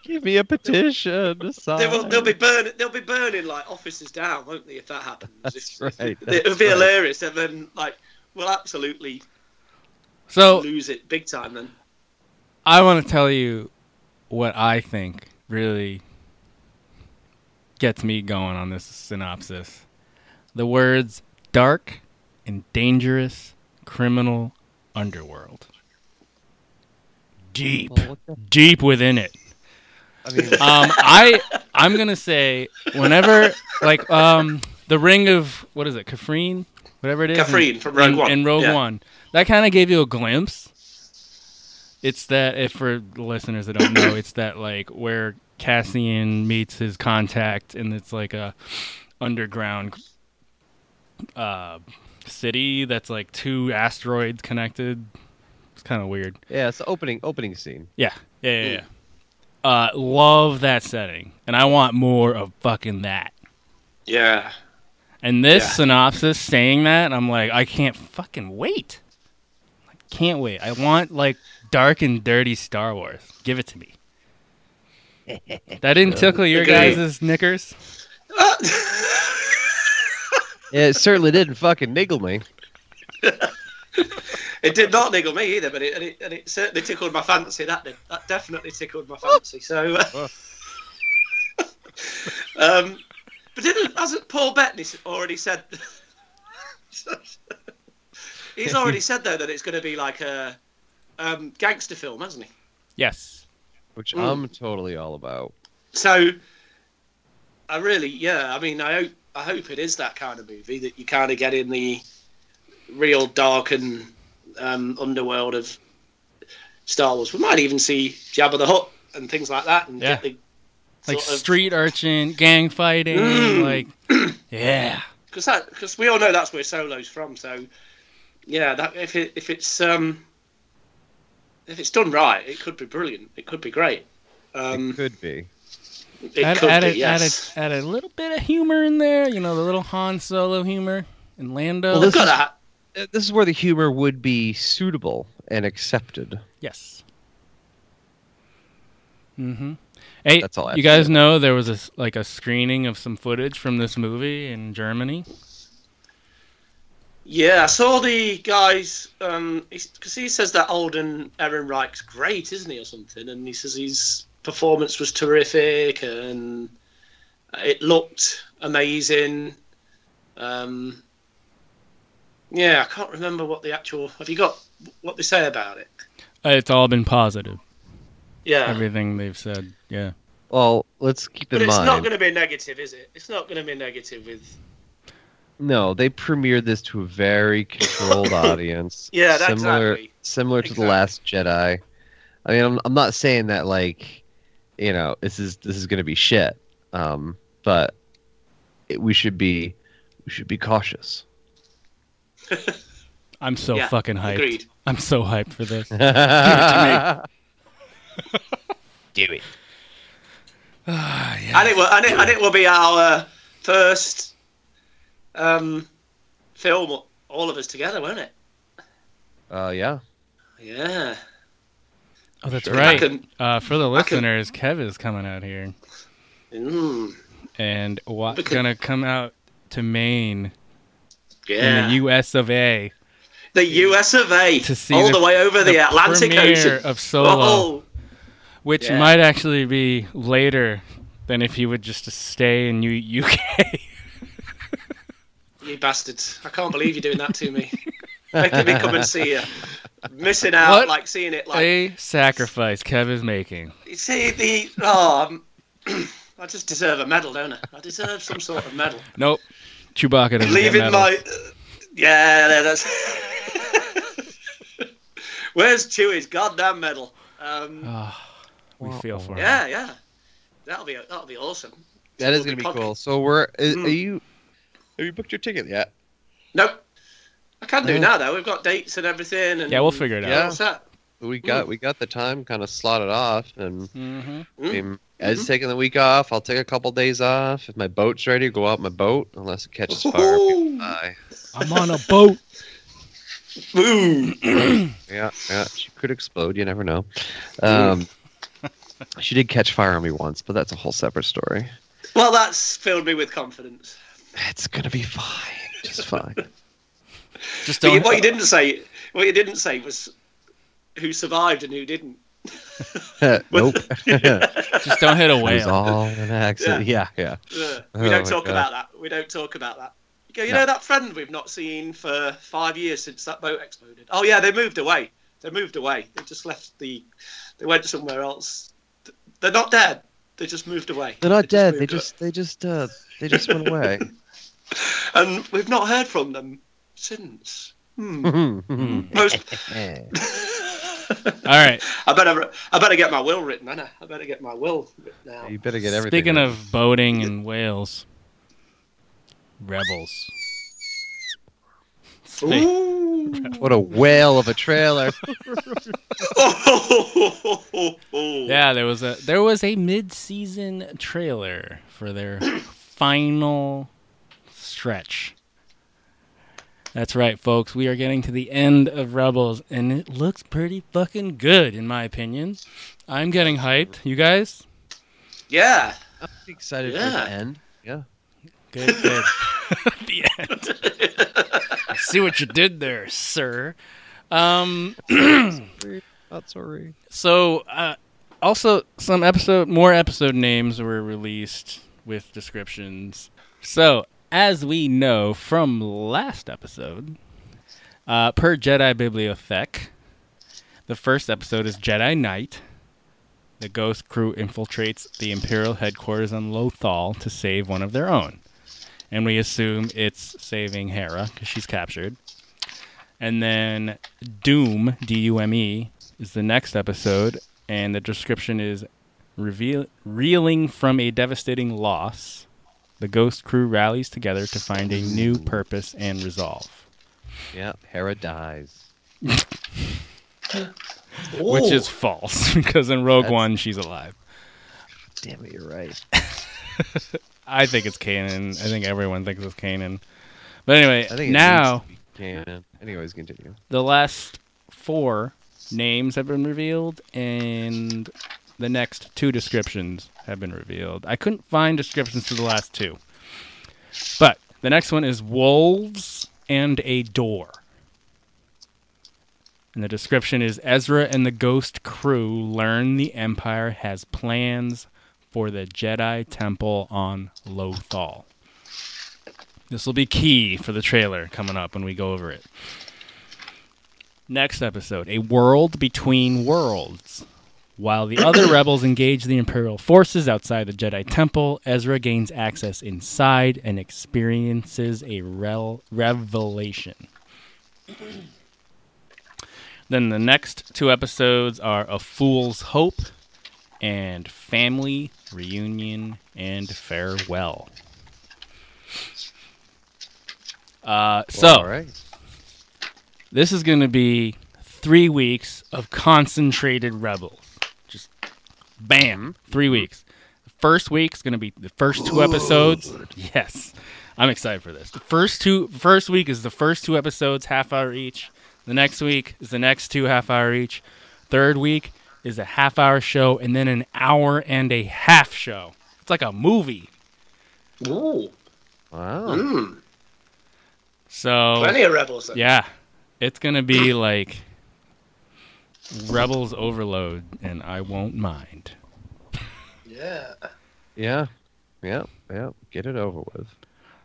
Speaker 8: Give me a petition. to
Speaker 6: they will,
Speaker 8: sign.
Speaker 6: they'll be burning they'll be burning like officers down, won't they? If that happens,
Speaker 8: That's
Speaker 6: If-
Speaker 8: right.
Speaker 6: it'll
Speaker 8: that's
Speaker 6: be
Speaker 8: right.
Speaker 6: hilarious, and then like we'll absolutely
Speaker 7: So
Speaker 8: Oh.
Speaker 6: lose it big time. Then
Speaker 7: I want to tell you what I think really gets me going on this synopsis. The words dark and dangerous criminal underworld. Deep,
Speaker 8: Well, what the-
Speaker 7: deep within it.
Speaker 8: I mean,
Speaker 7: Um, I I'm gonna say whenever like um the ring of what is it, Kafrine, whatever it is, in-
Speaker 6: Kafrine from Rogue
Speaker 7: in,
Speaker 6: One,
Speaker 7: in Rogue
Speaker 6: yeah.
Speaker 7: One, that kind of gave you a glimpse. It's that if for the listeners that don't know, it's that like where Cassian meets his contact, and it's like a underground uh city that's like two asteroids connected. It's kind of weird.
Speaker 8: yeah, it's the opening opening scene.
Speaker 7: Yeah. Yeah,
Speaker 6: Mm.
Speaker 7: yeah, yeah. Uh, love that setting. And I want more of fucking that.
Speaker 6: yeah,
Speaker 7: And this
Speaker 6: Yeah.
Speaker 7: synopsis saying that, I'm like, I can't fucking wait. I can't wait. I want like dark and dirty Star Wars. Give it to me. That didn't tickle your
Speaker 6: Agreed.
Speaker 7: guys' knickers?
Speaker 6: Ah!
Speaker 8: It certainly didn't fucking niggle me.
Speaker 6: it did not niggle me either, but it and it, and it certainly tickled my fancy. That did that definitely tickled my fancy. So, uh, um, but didn't hasn't Paul Bettany s- already said? He's already said though that it's going to be like a um, gangster film, hasn't he?
Speaker 7: Yes.
Speaker 8: which
Speaker 6: Mm.
Speaker 8: I'm totally all about.
Speaker 6: So, I really, yeah. I mean, I hope I hope it is that kind of movie that you kind of get in the real dark and um, underworld of Star Wars. We might even see Jabba the Hutt and things like that, and get
Speaker 7: Yeah.
Speaker 6: the
Speaker 7: Like
Speaker 6: sort of-
Speaker 7: street urchin, gang fighting,
Speaker 6: uh, Mm.
Speaker 7: like yeah.
Speaker 6: because that because we all know that's where Solo's from. So yeah, that if it if it's um if it's done right, it could be brilliant. It could be great. Um,
Speaker 8: it could be.
Speaker 6: it
Speaker 7: add,
Speaker 6: could
Speaker 7: add
Speaker 6: be.
Speaker 7: a,
Speaker 6: yes.
Speaker 7: add, a, add a little bit of humor in there, you know, the little Han Solo humor and Lando.
Speaker 8: Well,
Speaker 6: Look
Speaker 8: this
Speaker 6: at
Speaker 8: is-
Speaker 6: that.
Speaker 8: Uh, This is where the humor would be suitable and accepted.
Speaker 7: Yes. Mm-hmm. Hey,
Speaker 8: That's all I have
Speaker 7: you
Speaker 8: to
Speaker 7: guys
Speaker 8: say.
Speaker 7: know there was a, s- like a screening of some footage from this movie in Germany.
Speaker 6: Yeah, I saw the guys. Um, because he says that Alden Ehrenreich's great, isn't he, or something? And he says his performance was terrific, and it looked amazing. Um, yeah, I can't remember what the actual. Have you got what they say about it.
Speaker 7: Uh, It's all been positive.
Speaker 6: Yeah,
Speaker 7: Everything they've said. Yeah.
Speaker 8: Well, let's keep in
Speaker 6: but it's
Speaker 8: mind.
Speaker 6: not going to be negative, is it? It's not going to be negative with.
Speaker 8: No, they premiered this to a very controlled audience.
Speaker 6: Yeah, that-
Speaker 8: similar,
Speaker 6: exactly.
Speaker 8: Similar to the Last Jedi. I mean, I'm, I'm not saying that like, you know, this is this is going to be shit. Um, but it, we should be we should be cautious.
Speaker 7: I'm so
Speaker 6: Yeah,
Speaker 7: fucking hyped.
Speaker 6: agreed.
Speaker 7: I'm so hyped for this.
Speaker 8: Do it.
Speaker 6: And it will, and it, and it will be our uh, first um, film, all of us together, won't it?
Speaker 8: Uh, yeah.
Speaker 6: Yeah.
Speaker 7: Oh, that's
Speaker 8: Sure.
Speaker 7: right.
Speaker 6: I can-
Speaker 7: uh, for the
Speaker 6: can-
Speaker 7: listeners, Kev is coming out here,
Speaker 6: Mm,
Speaker 7: and what's
Speaker 6: Because-
Speaker 7: gonna come out to Maine
Speaker 6: yeah.
Speaker 7: in the U.S. of A.
Speaker 6: the US of A.
Speaker 7: To see
Speaker 6: all
Speaker 7: the-
Speaker 6: the, way over the,
Speaker 7: the
Speaker 6: Atlantic
Speaker 7: premiere
Speaker 6: Ocean.
Speaker 7: of Solo.
Speaker 6: Oh,
Speaker 7: which
Speaker 6: Yeah.
Speaker 7: might actually be later than if he would just stay in U- UK.
Speaker 6: you bastards. I can't believe you're doing that to me. Making me come and see you. Missing out,
Speaker 7: What
Speaker 6: like seeing it like.
Speaker 7: a sacrifice Kev is making.
Speaker 6: You see, the. Oh, I'm- I just deserve a medal, don't I? I deserve some sort of medal.
Speaker 7: Nope. Chewbacca doesn't get
Speaker 6: leaving
Speaker 7: medals.
Speaker 6: my yeah no, that's where's chewie's goddamn medal um,
Speaker 7: Ah, We feel for him.
Speaker 6: yeah yeah that'll be that'll be awesome
Speaker 8: That
Speaker 6: We'll
Speaker 8: is going to be
Speaker 6: pop-
Speaker 8: cool. So we're is,
Speaker 6: Mm.
Speaker 8: are you have you booked your ticket yet?
Speaker 6: nope i can do
Speaker 8: Yeah.
Speaker 6: now though we've got dates and everything and
Speaker 7: Yeah, we'll figure it out.
Speaker 8: Oh. Yeah.
Speaker 6: what's that
Speaker 8: We got
Speaker 6: Mm.
Speaker 8: we got the time kind of slotted off and.
Speaker 7: Mm-hmm.
Speaker 8: I mean, Ed's taking the week off. I'll take a couple days off. If my boat's ready, go out my boat. Unless it catches fire, people die.
Speaker 7: I'm on a boat.
Speaker 6: Ooh.
Speaker 8: Yeah, yeah. She could explode. You never know. Um, she did catch fire on me once, but that's a whole separate story.
Speaker 6: well that's filled me with confidence
Speaker 8: It's gonna be fine. Just fine.
Speaker 7: Just
Speaker 6: But you-
Speaker 7: don't.
Speaker 6: what you didn't say what you didn't say was who survived and who didn't
Speaker 8: nope. it
Speaker 7: Just don't hit a
Speaker 8: was
Speaker 7: whale.
Speaker 8: all an accident. Yeah, yeah.
Speaker 6: Ugh,
Speaker 8: Oh
Speaker 6: we don't
Speaker 8: my
Speaker 6: talk
Speaker 8: God.
Speaker 6: about that. We don't talk about that. You go, you
Speaker 8: No.
Speaker 6: know that friend we've not seen for five years since that boat exploded. Oh yeah, they moved away. They moved away. They just left the. They went somewhere else. Th- They're not dead. They just moved away.
Speaker 8: They're not dead. They
Speaker 6: moved
Speaker 8: just, they just, uh, they just went away.
Speaker 6: away. And we've not heard from them since. Hmm.
Speaker 8: Mm-hmm. Mm.
Speaker 6: Most.
Speaker 7: All right.
Speaker 6: I better. I better get my will written. Don't I? I better get my will written out.
Speaker 8: you better get everything.
Speaker 7: Speaking
Speaker 8: right.
Speaker 7: of boating and whales, rebels. Spe-
Speaker 6: Ooh.
Speaker 8: what a whale of a trailer.
Speaker 7: Yeah, there was a there was a mid-season trailer for their final stretch. That's right, folks. We are getting to the end of Rebels, and it looks pretty fucking good, in my opinion. I'm getting hyped. You guys?
Speaker 6: Yeah.
Speaker 8: excited
Speaker 6: for the Yeah.
Speaker 8: end. Yeah.
Speaker 7: Good, good. the end. I see what you did there, sir. Um,
Speaker 8: Not sorry.
Speaker 7: So, uh, also some episode, more episode names were released with descriptions. So, as we know from last episode, uh, per Jedi Bibliothek, the first episode is Jedi Knight. The Ghost crew infiltrates the Imperial headquarters on Lothal to save one of their own. And we assume it's saving Hera because she's captured. And then Doom, D U M E, is the next episode. And the description is reveal- reeling from a devastating loss. The Ghost crew rallies together to find a new purpose and resolve.
Speaker 8: Yeah. Hera dies.
Speaker 7: Which is
Speaker 6: Ooh.
Speaker 7: false because in Rogue
Speaker 8: That's-
Speaker 7: One, she's alive.
Speaker 8: Damn it, you're right.
Speaker 7: I think it's Kanan. I think everyone thinks it's Kanan. But anyway,
Speaker 8: I think it
Speaker 7: now
Speaker 8: needs to be canon. Anyways, continue.
Speaker 7: the last four names have been revealed, and the next two descriptions have been revealed. I couldn't find descriptions to the last two, but the next one is wolves and a door. And the description is Ezra and the Ghost crew learn the Empire has plans for the Jedi Temple on Lothal. This will be key for the trailer coming up when we go over it. Next episode A World Between Worlds. While the other rebels engage the Imperial forces outside the Jedi Temple, Ezra gains access inside and experiences a rel- revelation. then the next two episodes are A Fool's Hope and Family Reunion and Farewell. Uh, so,
Speaker 8: all right.
Speaker 7: this is going to be three weeks of concentrated rebels. Just bam, three weeks. The first week's going to be the first two episodes. Yes, I'm excited for this. The first two, first week is the first two episodes, half hour each. The next week is the next two, half hour each. Third week is a half hour show, and then an hour and a half show. It's like a movie.
Speaker 6: Ooh,
Speaker 8: Wow.
Speaker 6: mm,
Speaker 7: So
Speaker 6: plenty of rebels. Then.
Speaker 7: Yeah. It's going to be like Rebels Overload, and I won't mind.
Speaker 6: yeah.
Speaker 8: Yeah. Yeah. Yeah. Get it over with.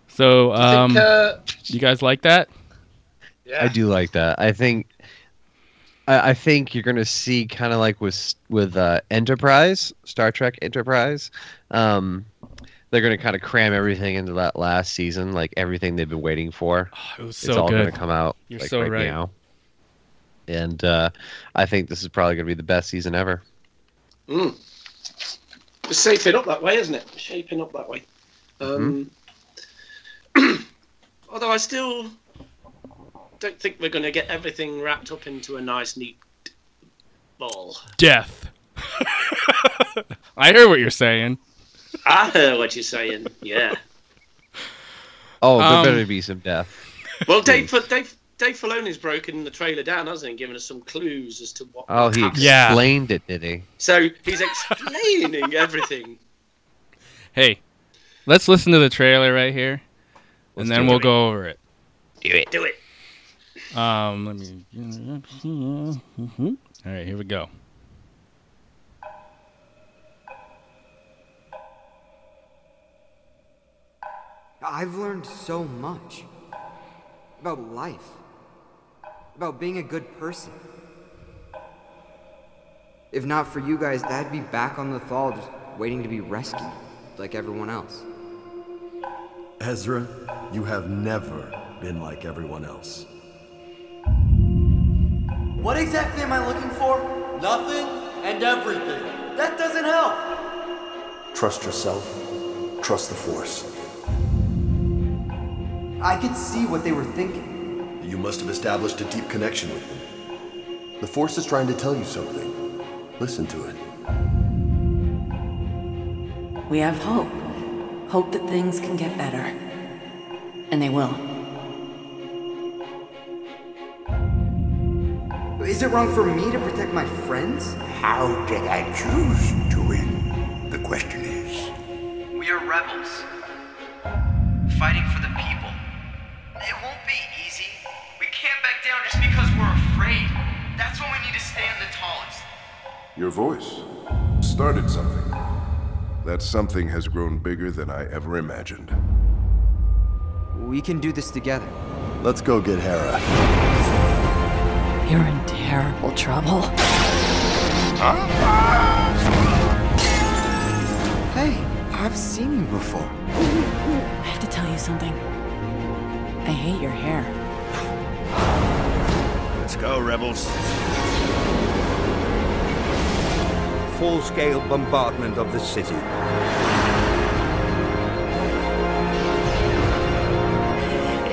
Speaker 7: So,
Speaker 6: I
Speaker 7: um,
Speaker 6: think, uh,
Speaker 7: you guys like that?
Speaker 6: yeah.
Speaker 8: I do like that. I think. I I think you're gonna see kind of like with with uh, Enterprise, Star Trek Enterprise, um, they're gonna kind of cram everything into that last season, like everything they've been waiting for.
Speaker 7: it was
Speaker 8: it's
Speaker 7: Oh, so
Speaker 8: all
Speaker 7: good.
Speaker 8: gonna come out
Speaker 7: You're
Speaker 8: like,
Speaker 7: so
Speaker 8: right,
Speaker 7: right.
Speaker 8: now. And uh, I think this is probably gonna be the best season ever.
Speaker 6: It's shaping up that way, isn't it? Shaping up that way. Um, although I still don't think we're going to get everything wrapped up into a nice, neat ball.
Speaker 7: Death. I hear what you're saying.
Speaker 6: I heard what you're saying. Yeah.
Speaker 8: Oh, there
Speaker 7: Um,
Speaker 8: better be some death.
Speaker 6: Well, Dave, Fa- Dave, Dave Filoni's broken the trailer down, hasn't he? and Given us some clues as to what.
Speaker 8: Oh, he
Speaker 6: happened.
Speaker 7: Yeah.
Speaker 8: explained it, did he?
Speaker 6: So he's explaining everything.
Speaker 7: Hey, let's listen to the trailer right here, and
Speaker 8: Let's
Speaker 7: then
Speaker 8: do
Speaker 7: we'll
Speaker 8: it.
Speaker 7: go over it.
Speaker 6: Do it.
Speaker 7: Um, let me. Mhm. All right, here we go.
Speaker 11: I've learned so much about life, about being a good person. If not for you guys, I'd be back on the Thal just waiting to be rescued, like everyone else.
Speaker 9: Ezra, you have never been like everyone else.
Speaker 11: What exactly am I looking for? Nothing and everything. That doesn't help.
Speaker 9: Trust yourself, trust the Force.
Speaker 11: I could see what they were thinking.
Speaker 9: You must have established a deep connection with them. The Force is trying to tell you something. Listen to it.
Speaker 12: We have hope. Hope that things can get better. And they will.
Speaker 11: Is it wrong for me to protect my friends?
Speaker 9: How did I choose to win? The question is.
Speaker 11: We are rebels, fighting for the people. It won't be easy. We can't back down just because we're afraid. That's when we need to stand the tallest.
Speaker 9: Your voice started something. That something has grown bigger than I ever imagined.
Speaker 11: We can do this together.
Speaker 9: Let's go get Hera.
Speaker 12: You're in terrible trouble.
Speaker 11: Hey, I've seen you before.
Speaker 12: I have to tell you something. I hate your hair.
Speaker 9: Let's go, rebels.
Speaker 5: Full scale bombardment of the city.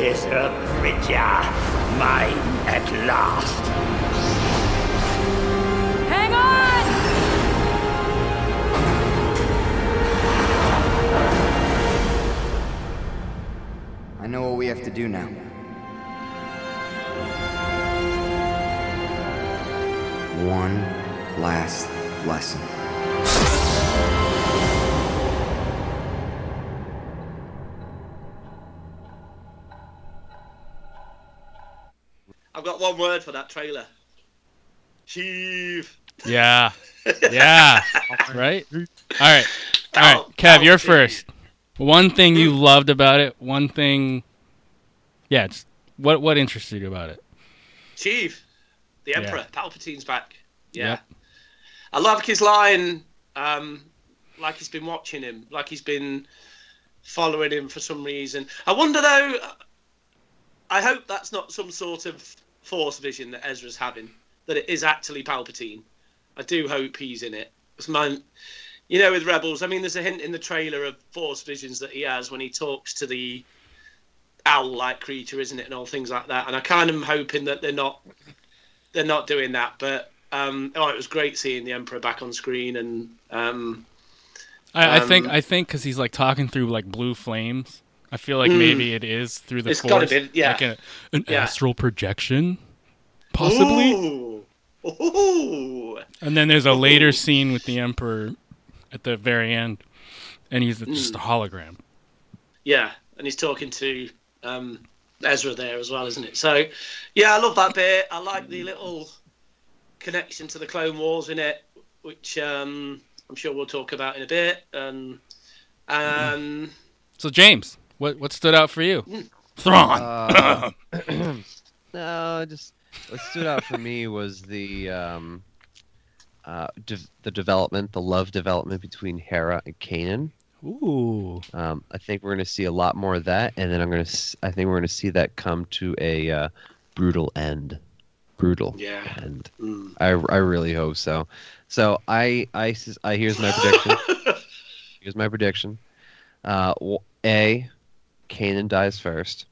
Speaker 9: Is a creature mine at last?
Speaker 12: Hang on!
Speaker 11: I know what we have to do now. One last lesson.
Speaker 6: I've got one word for that trailer. Sheev.
Speaker 7: Yeah. Yeah. right? All right. All right.
Speaker 6: Oh,
Speaker 7: Kev,
Speaker 6: oh,
Speaker 7: you're
Speaker 6: geez.
Speaker 7: first. One thing you loved about it, one thing Yeah, it's what what interested you about it?
Speaker 6: Sheev. The
Speaker 7: Yeah.
Speaker 6: Emperor Palpatine's back. Yeah.
Speaker 7: Yep.
Speaker 6: I like his line. Um, like he's been watching him. Like he's been following him for some reason. I wonder though. I hope that's not some sort of force vision that Ezra's having. That it is actually Palpatine. I do hope he's in it. It's my, you know, with Rebels. I mean, there's a hint in the trailer of force visions that he has when he talks to the owl-like creature, isn't it, and all things like that. And I kind of am hoping that they're not they're not doing that. But um, oh, it was great seeing the Emperor back on screen, and um,
Speaker 7: I, I think
Speaker 6: Um,
Speaker 7: I think because he's like talking through like blue flames. I feel like
Speaker 6: Mm.
Speaker 7: maybe it is through the
Speaker 6: It's gotta
Speaker 7: force.
Speaker 6: be, yeah.
Speaker 7: Like a- an
Speaker 6: Yeah.
Speaker 7: astral projection, possibly.
Speaker 6: Ooh. Ooh.
Speaker 7: And then there's a later scene with the Emperor at the very end, and he's just a
Speaker 6: Hmm.
Speaker 7: hologram.
Speaker 6: Yeah, and he's talking to um, Ezra there as well, isn't it? So, yeah, I love that bit. I like the little connection to the Clone Wars in it, which um, I'm sure we'll talk about in a bit. Um, um,
Speaker 7: So James, what what stood out for you?
Speaker 6: Mm.
Speaker 7: Thrawn.
Speaker 8: Uh, no, just what stood out for me was the um, uh, de- the development, the love development between Hera and Kanan.
Speaker 7: Ooh.
Speaker 8: Um, I think we're going to see a lot more of that, and then I'm going to. I think we're going to see that come to a uh, brutal end. Brutal.
Speaker 6: Yeah.
Speaker 8: End.
Speaker 6: Mm.
Speaker 8: I, I really hope so. So I I sus- I here's my prediction. here's my prediction. Uh, w- a, Kanan dies first.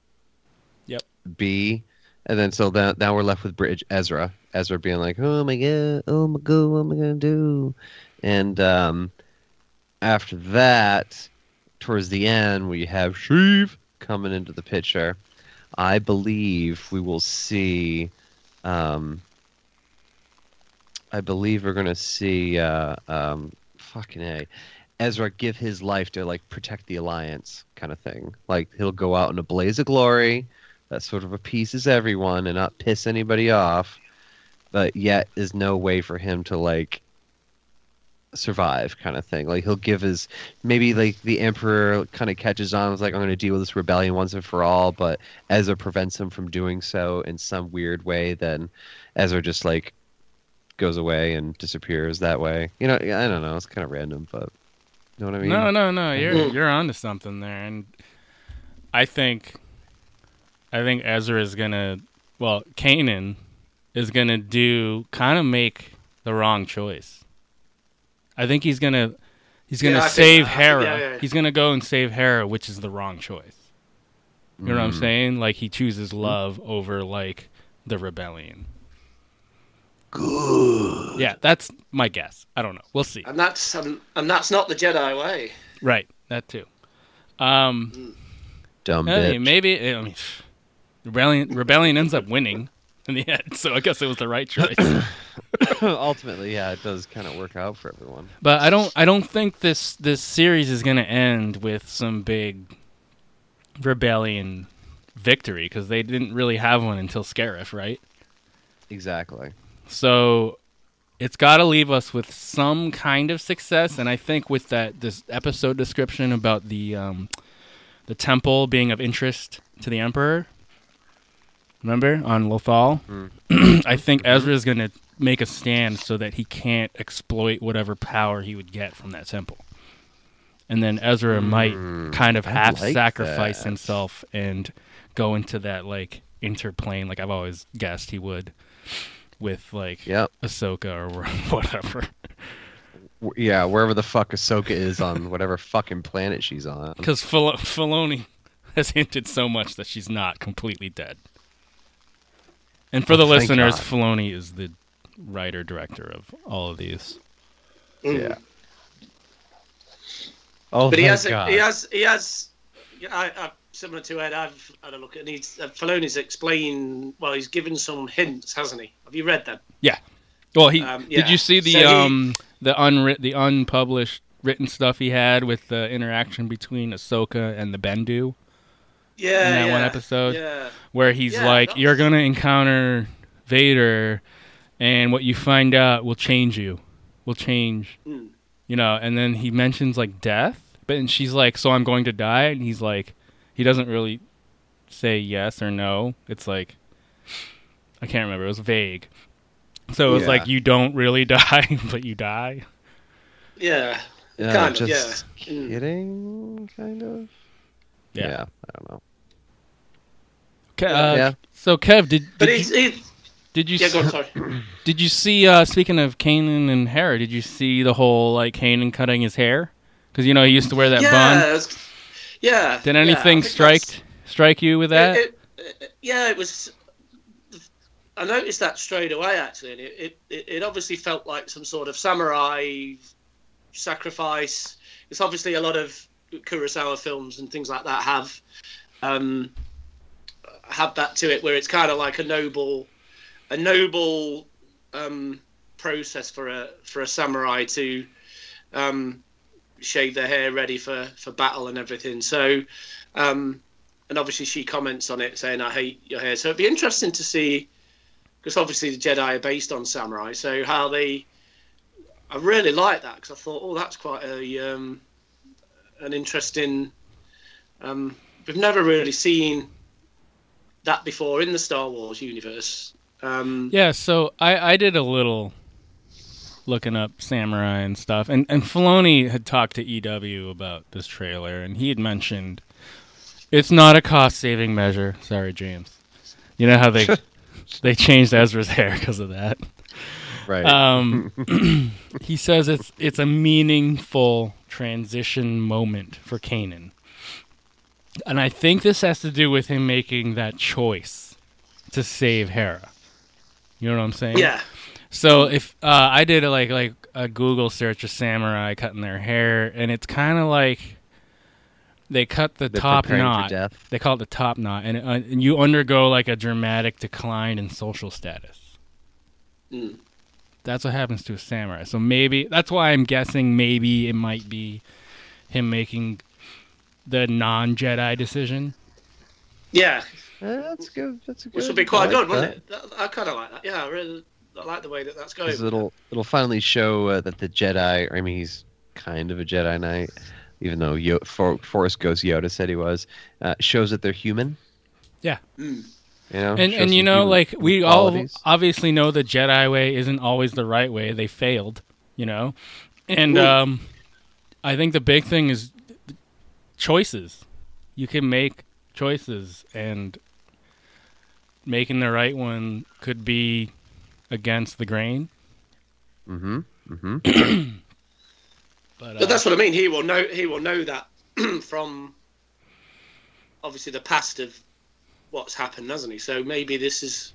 Speaker 7: Yep.
Speaker 8: B, and then so that now we're left with Bridge Ezra. Ezra being like, oh my god, oh my god, what am I gonna do? And um, after that, towards the end, we have Sheev coming into the picture. I believe we will see. Um, I believe we're gonna see. Uh, um, fucking a. Ezra give his life to like protect the alliance kind of thing. Like he'll go out in a blaze of glory that sort of appeases everyone and not piss anybody off, but yet is no way for him to like survive kind of thing. Like he'll give his maybe like the emperor kind of catches on is like I'm going to deal with this rebellion once and for all, but Ezra prevents him from doing so in some weird way then Ezra just like goes away and disappears that way. You know, I don't know, it's kind of random, but you know what I mean?
Speaker 7: No, no, no. You're
Speaker 8: Mm.
Speaker 7: you're onto something there, and I think, I think Ezra is gonna. Well, Kanan is gonna do kind of make the wrong choice. I think he's gonna he's gonna
Speaker 6: Yeah, I think-
Speaker 7: save
Speaker 6: I think-
Speaker 7: Hera.
Speaker 6: yeah, yeah, yeah.
Speaker 7: He's gonna go and save Hera, which is the wrong choice. You know what I'm
Speaker 6: Mm.
Speaker 7: saying? Like he chooses love over like the rebellion. Good. Yeah, that's my guess. I don't know. We'll see.
Speaker 6: and that's um, and that's not the Jedi way.
Speaker 7: Right, that too. Um,
Speaker 8: Dumb
Speaker 7: hey,
Speaker 8: bitch.
Speaker 7: Maybe I mean, rebellion rebellion ends up winning in the end, so I guess it was the right choice.
Speaker 8: Ultimately, yeah, it does kind of work out for everyone.
Speaker 7: but I don't I don't think this this series is going to end with some big rebellion victory because they didn't really have one until Scarif, right?
Speaker 8: Exactly.
Speaker 7: So it's got to leave us with some kind of success, and I think with that this episode description about the um, the temple being of interest to the emperor, remember on Lothal,
Speaker 6: Mm.
Speaker 7: I think Ezra is going to make a stand so that he can't exploit whatever power he would get from that temple. And then Ezra might kind of
Speaker 6: Mm. I
Speaker 7: half
Speaker 6: like
Speaker 7: sacrifice
Speaker 6: that.
Speaker 7: himself and go into that like interplane, like I've always guessed he would, with like
Speaker 8: Yep.
Speaker 7: Ahsoka or whatever.
Speaker 8: W- Yeah, wherever the fuck Ahsoka is on whatever fucking planet she's on.
Speaker 7: Because Fil- Filoni has hinted so much that she's not completely dead. And for
Speaker 8: Oh,
Speaker 7: the
Speaker 8: thank
Speaker 7: listeners,
Speaker 8: God.
Speaker 7: Filoni is the writer director of all of these.
Speaker 8: Yeah. Oh,
Speaker 6: but he
Speaker 8: thank
Speaker 6: has,
Speaker 8: God.
Speaker 6: he has, he has. yeah, I, I, similar to Ed, I've had a look at, and he's uh, Filoni's explained. Well, he's given some hints, hasn't he? Have you read them?
Speaker 7: Yeah. Well, he
Speaker 6: Um,
Speaker 7: did
Speaker 6: yeah.
Speaker 7: you see the
Speaker 6: So he-
Speaker 7: um the unwrit the unpublished written stuff he had with the interaction between Ahsoka and the Bendu?
Speaker 6: Yeah,
Speaker 7: in that one
Speaker 6: yeah,
Speaker 7: episode
Speaker 6: yeah.
Speaker 7: where he's
Speaker 6: Yeah,
Speaker 7: like,
Speaker 6: that
Speaker 7: "You're gonna encounter Vader, and what you find out will change you, will change,
Speaker 6: Mm.
Speaker 7: you know." And then he mentions like death, but and she's like, "So I'm going to die," and he's like, he doesn't really say yes or no. It's like I can't remember. It was vague. So it was
Speaker 6: Yeah.
Speaker 7: like you don't really die, but you die.
Speaker 6: Yeah.
Speaker 8: Yeah,
Speaker 6: kind of,
Speaker 8: just
Speaker 6: yeah. Mm.
Speaker 8: kidding, kind of.
Speaker 7: Yeah.
Speaker 8: I don't know.
Speaker 7: Ke- uh,
Speaker 8: Yeah.
Speaker 7: So Kev, did
Speaker 6: But
Speaker 7: did
Speaker 6: he's-
Speaker 7: you,
Speaker 6: he's-
Speaker 7: did you
Speaker 6: Yeah, go on,
Speaker 7: s-
Speaker 6: sorry.
Speaker 7: did you see? Uh, speaking of Kanan and Hera, did you see the whole like Kanan cutting his hair? Because you know he used to wear that
Speaker 6: yeah,
Speaker 7: bun.
Speaker 6: it was- yeah.
Speaker 7: Did
Speaker 6: yeah, I
Speaker 7: anything
Speaker 6: think
Speaker 7: strike strike you with that?
Speaker 6: It, it- it- yeah, it was. I noticed that straight away, actually, and it, it, it obviously felt like some sort of samurai sacrifice. It's obviously a lot of Kurosawa films and things like that have um, have that to it, where it's kind of like a noble, a noble um, process for a for a samurai to um, shave their hair, ready for for battle and everything. So. Um, and obviously she comments on it saying i hate your hair so it'd be interesting to see because obviously the jedi are based on samurai so how they i really like that because i thought oh that's quite a um, an interesting um, we've never really seen that before in the star wars universe um,
Speaker 7: Yeah, so I, I did a little looking up samurai and stuff, and and Filoni had talked to EW about this trailer, and he had mentioned it's not a cost saving measure. Sorry, James. You know how they they changed Ezra's hair because of that.
Speaker 8: Right.
Speaker 7: Uh, Um, he says it's it's a meaningful transition moment for Kanan. And I think this has to do with him making that choice to save Hera. You know what I'm saying?
Speaker 6: Yeah.
Speaker 7: So if uh, I did a, like like a Google search of samurai cutting their hair, and it's kind of like they cut the
Speaker 8: They're
Speaker 7: top
Speaker 8: preparing for
Speaker 7: knot.
Speaker 8: death.
Speaker 7: They call it the top knot, and, it, uh, and you undergo like a dramatic decline in social status.
Speaker 6: mm.
Speaker 7: That's what happens to a samurai. So maybe that's why I'm guessing maybe it might be him making the non Jedi decision.
Speaker 6: yeah
Speaker 8: that's good that's
Speaker 6: which
Speaker 8: good-
Speaker 6: would be quite
Speaker 8: I like
Speaker 6: good wouldn't it That- i kind of like that yeah i really I like the way that that's going
Speaker 8: 'Cause it'll it'll finally show uh, that the Jedi. I mean, he's kind of a Jedi Knight, even though Yo- For- Forrest Ghost Yoda said he was. Uh, shows that they're human.
Speaker 7: Yeah.
Speaker 6: Mm.
Speaker 8: You know,
Speaker 7: and
Speaker 8: shows
Speaker 7: and you
Speaker 8: some
Speaker 7: know,
Speaker 8: human
Speaker 7: like we
Speaker 8: qualities.
Speaker 7: all uh, obviously know the Jedi way isn't always the right way. They failed, you know, and
Speaker 6: Ooh.
Speaker 7: um, I think the big thing is choices. You can make choices, and making the right one could be against the grain.
Speaker 8: Mm-hmm. Mm-hmm.
Speaker 7: But, uh,
Speaker 6: But that's what I mean. He will know. He will know that from obviously the past of what's happened, doesn't he? So maybe this is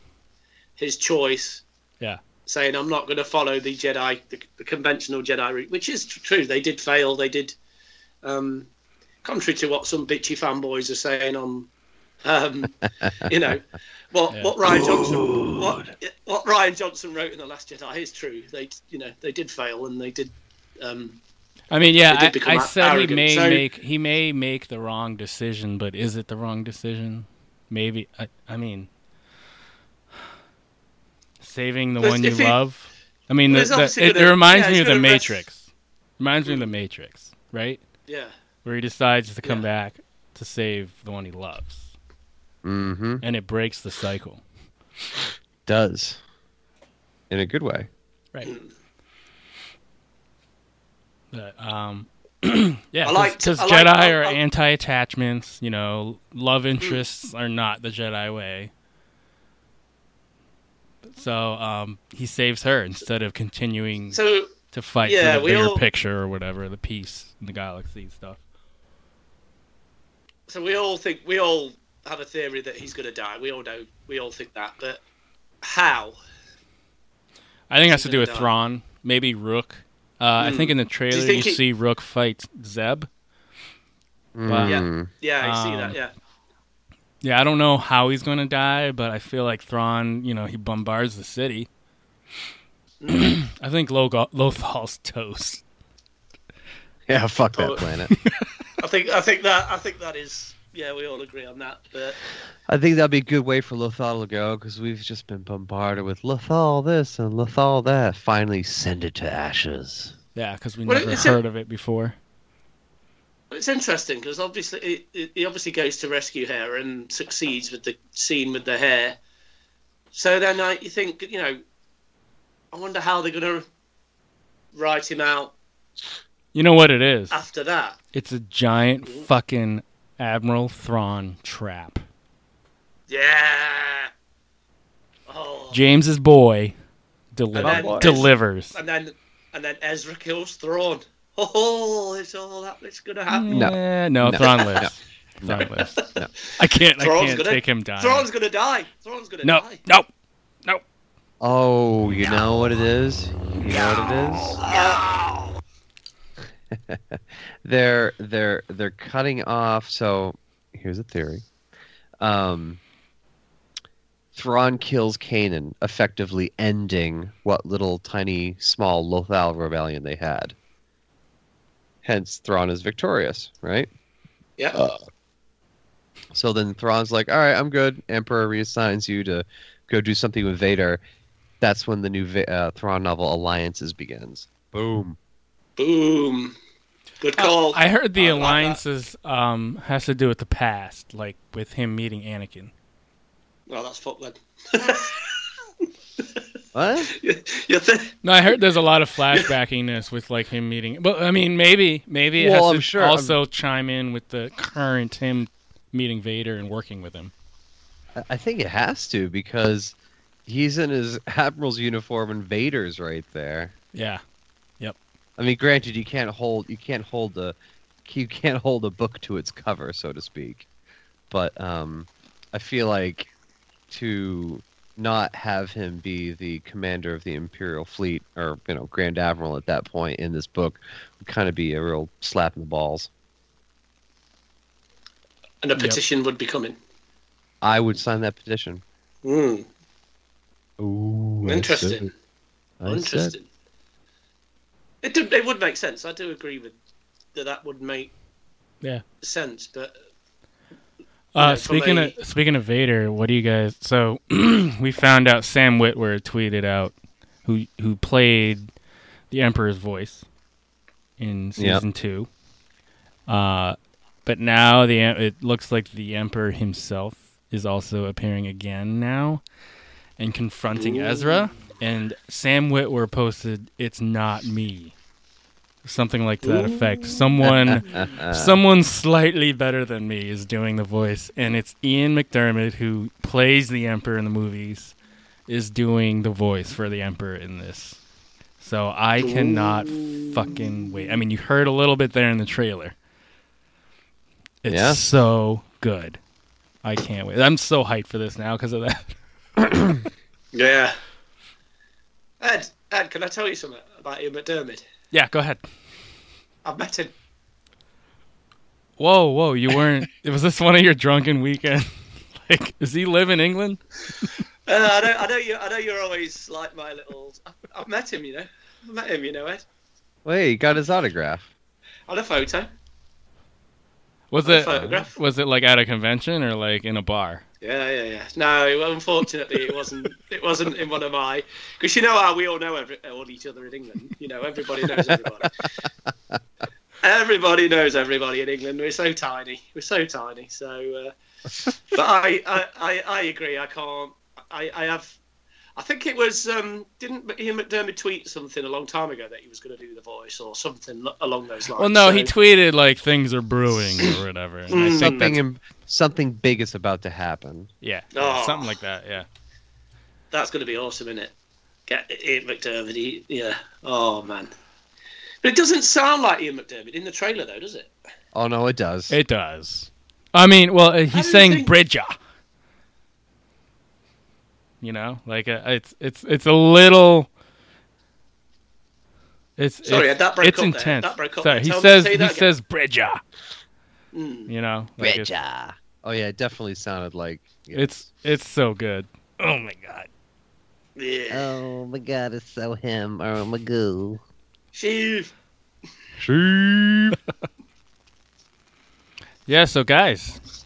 Speaker 6: his choice.
Speaker 7: Yeah.
Speaker 6: Saying I'm not going to follow the Jedi, the, the conventional Jedi route, which is tr- true. They did fail. They did, um, contrary to what some bitchy fanboys are saying on, um, you know, what what Ryan Johnson what what Ryan Johnson wrote in the Last Jedi is true. They you know they did fail and they did. Um,
Speaker 7: I mean,
Speaker 6: they
Speaker 7: yeah,
Speaker 6: did
Speaker 7: I,
Speaker 6: become
Speaker 7: I
Speaker 6: ar-
Speaker 7: said he
Speaker 6: arrogant.
Speaker 7: may
Speaker 6: So-
Speaker 7: make he may make the wrong decision, but is it the wrong decision? Maybe. I, I mean, saving the
Speaker 6: But
Speaker 7: one you
Speaker 6: if he-
Speaker 7: love. I mean, the,
Speaker 6: There's
Speaker 7: the-
Speaker 6: obviously
Speaker 7: it, it
Speaker 6: gonna-
Speaker 7: reminds
Speaker 6: yeah,
Speaker 7: me
Speaker 6: he's
Speaker 7: of the
Speaker 6: gonna Mm-hmm. rest-
Speaker 7: Matrix. Reminds me of the Matrix, right?
Speaker 6: Yeah.
Speaker 7: Where he decides to come back to save the one he loves,
Speaker 8: Mm-hmm.
Speaker 7: and it breaks the cycle.
Speaker 8: Does. In a good way.
Speaker 7: Right.
Speaker 6: Hmm.
Speaker 7: But, um,
Speaker 6: I
Speaker 7: yeah,
Speaker 6: like-
Speaker 7: because
Speaker 6: I
Speaker 7: Jedi
Speaker 6: like- Hmm. I-
Speaker 7: are
Speaker 6: I-
Speaker 7: anti-attachments. You know, love interests are not the Jedi way. So um, he saves her instead of continuing
Speaker 6: Mm. So,
Speaker 7: to fight
Speaker 6: yeah,
Speaker 7: for the
Speaker 6: we
Speaker 7: bigger
Speaker 6: all-
Speaker 7: picture or whatever, the peace in the galaxy and stuff.
Speaker 6: So we all think we all have a theory that he's going to die. We all know. We all think that. But how?
Speaker 7: I think it has to do with
Speaker 6: Done.
Speaker 7: Thrawn, maybe Rook. Uh, I
Speaker 6: Hmm.
Speaker 7: think in the
Speaker 6: Do you
Speaker 7: trailer you,
Speaker 6: think he-
Speaker 7: see Rook fight Zeb. But,
Speaker 8: Mm.
Speaker 6: Yeah. Yeah. I see
Speaker 7: um,
Speaker 6: that. Yeah.
Speaker 7: Yeah, I don't know how he's going to die, but I feel like Thrawn, you know, he bombards the city. I think Log- Lothal's toast.
Speaker 8: Yeah, fuck
Speaker 6: Oh.
Speaker 8: that planet.
Speaker 6: I think. I think that. I think that is. Yeah. We all agree on that. But
Speaker 8: I think that'd be a good way for Lothal to go because we've just been bombarded with Lothal this and Lothal that. Finally, send it to ashes.
Speaker 7: Yeah, because we
Speaker 6: Well,
Speaker 7: never
Speaker 6: it's a-
Speaker 7: heard of it before.
Speaker 6: it's interesting because obviously it, it, he obviously goes to rescue her and succeeds with the scene with the hair. So then I you think you know I wonder how they're going to write him out
Speaker 7: You know what it is?
Speaker 6: after that.
Speaker 7: It's a giant fucking Admiral Thrawn trap.
Speaker 6: Yeah. Oh.
Speaker 7: James's boy deli-
Speaker 6: And then-
Speaker 7: delivers.
Speaker 6: And then and then Ezra kills Thrawn. Oh, it's all that it's going to
Speaker 7: Mm.
Speaker 6: happen.
Speaker 7: Yeah, no, Thrawn lives. Thrawn lives. I can't. I
Speaker 6: Thrawn's
Speaker 7: can't
Speaker 6: gonna-
Speaker 7: take him down.
Speaker 6: Thrawn's going to die. Thrawn's going to
Speaker 7: No,
Speaker 6: die.
Speaker 7: no.
Speaker 8: Oh, you know what it is? You know what it is? they're they're they're cutting off. So here's a theory. Um, Thrawn kills Kanan, effectively ending what little tiny small Lothal rebellion they had. Hence, Thrawn is victorious, right?
Speaker 6: Yeah.
Speaker 8: So then Thrawn's like, "All right, I'm good." Emperor reassigns you to go do something with Vader. That's when the new Va- uh, Thrawn novel Alliances begins. Boom.
Speaker 6: Boom. Good call.
Speaker 7: Oh, I heard the alliances um, has to do with the past, like with him meeting Anakin.
Speaker 6: Well, that's fucked then.
Speaker 8: What?
Speaker 6: You think?
Speaker 7: No, I heard there's a lot of flashbackiness with like him meeting. But I mean, maybe, maybe it
Speaker 8: Well,
Speaker 7: has
Speaker 8: I'm
Speaker 7: to
Speaker 8: sure-
Speaker 7: also chime in with the current him meeting Vader and working with him.
Speaker 8: I- I think it has to because he's in his admiral's uniform and Vader's right there.
Speaker 7: Yeah.
Speaker 8: I mean, granted, you can't hold you can't hold the you can't hold a book to its cover, so to speak. But um, I feel like to not have him be the commander of the Imperial fleet or you know Grand Admiral at that point in this book would kind of be a real slap in the balls.
Speaker 6: And a
Speaker 7: Yep.
Speaker 6: petition would be coming.
Speaker 8: I would sign that petition.
Speaker 6: Hmm.
Speaker 8: Ooh,
Speaker 6: Interesting. Interesting. It, do- it would make sense. I do agree with that. That would make
Speaker 7: Yeah.
Speaker 6: sense. But
Speaker 7: Uh,
Speaker 6: Yeah, from
Speaker 7: speaking
Speaker 6: a-
Speaker 7: of speaking of Vader, what do you guys? So we found out Sam Witwer tweeted out who who played the Emperor's voice in
Speaker 8: Yep.
Speaker 7: season two. Uh, but now the em- it looks like the Emperor himself is also appearing again now and confronting Ezra. And Sam Witwer posted, "It's not me." Something like to that effect. Someone someone slightly better than me is doing the voice, and it's Ian McDermott who plays the Emperor in the movies, is doing the voice for the Emperor in this. So I cannot fucking wait. I mean, you heard a little bit there in the trailer. It's
Speaker 8: Yeah.
Speaker 7: so good. I can't wait. I'm so hyped for this now because of that.
Speaker 6: yeah. Ed, Ed, can I tell you something about Ian McDermott?
Speaker 7: Yeah, go ahead.
Speaker 6: I've met him.
Speaker 7: Whoa, whoa, you weren't. was this one of your drunken weekend? like, does he live in England?
Speaker 6: Uh, I know, I know you. I know you're always like my little. I've, I've met him, you know. I've met him, you know, Ed.
Speaker 8: Wait, he got his autograph.
Speaker 6: On a photo.
Speaker 7: Was
Speaker 6: A
Speaker 7: it
Speaker 6: photograph.
Speaker 7: was it like at a convention or like in a bar?
Speaker 6: Yeah, yeah, yeah. No, well, unfortunately, it wasn't. It wasn't in one of my. Because you know how we all know every, all each other in England. You know, everybody knows everybody. everybody knows everybody in England. We're so tiny. We're so tiny. So, uh, but I, I, I, I agree. I can't. I, I have. I think it was. Um, didn't Ian McDermott tweet something a long time ago that he was going to do the voice or something lo- along those lines?
Speaker 7: Well, no, he
Speaker 6: So-
Speaker 7: tweeted like things are brewing or whatever. And uh, I think
Speaker 8: Something
Speaker 7: that's,
Speaker 8: im- something big is about to happen.
Speaker 7: yeah,
Speaker 6: Oh.
Speaker 7: something like that. Yeah,
Speaker 6: That's going to be awesome, isn't it? Get Ian McDermott. he- yeah. Oh man. But it doesn't sound like Ian McDermott in the trailer, though, does it?
Speaker 8: Oh no, it does.
Speaker 7: it does. I mean, well, uh, he's
Speaker 6: do you
Speaker 7: saying
Speaker 6: think-
Speaker 7: Bridger. You know, like uh, it's it's it's a little. It's
Speaker 6: Sorry,
Speaker 7: it's,
Speaker 6: that broke
Speaker 7: it's
Speaker 6: up there.
Speaker 7: intense.
Speaker 6: That broke up
Speaker 7: Sorry,
Speaker 6: there.
Speaker 7: he
Speaker 6: Tell me-
Speaker 7: says
Speaker 6: say
Speaker 7: he
Speaker 6: that again.
Speaker 7: says Bridger.
Speaker 6: Hmm.
Speaker 7: You know, like it's,
Speaker 8: Oh yeah, it definitely sounded like
Speaker 7: it's it's so good. Oh my god.
Speaker 6: Yeah.
Speaker 8: Oh my god, it's so him or I'm a goo.
Speaker 6: Sheev.
Speaker 7: Yeah, so guys,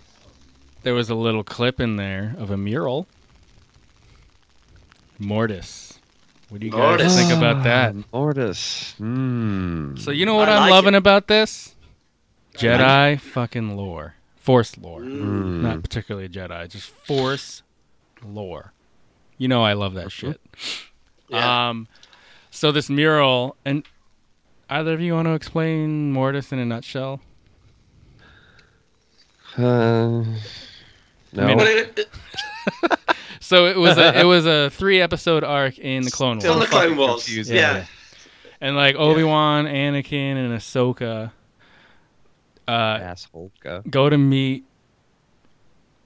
Speaker 7: there was a little clip in there of a mural. Mortis. What do you guys
Speaker 6: Mortis.
Speaker 7: think about that?
Speaker 8: Mortis. Hmm.
Speaker 7: So you know what
Speaker 6: I
Speaker 7: I'm
Speaker 6: like
Speaker 7: loving about this? Jedi fucking lore. Force lore.
Speaker 6: Mm.
Speaker 8: Hmm.
Speaker 7: Not
Speaker 6: Mm-hmm.
Speaker 7: particularly Jedi, just force lore. You know I love that shit. Yeah. Um, so this mural, and either of you want to explain Mortis in a nutshell?
Speaker 8: Uh, no.
Speaker 7: Maybe- so it was a it was a three episode arc in the Clone Wars.
Speaker 6: Still the Clone Wars, yeah.
Speaker 7: And like Obi Wan, Anakin, and Ahsoka, uh, go to meet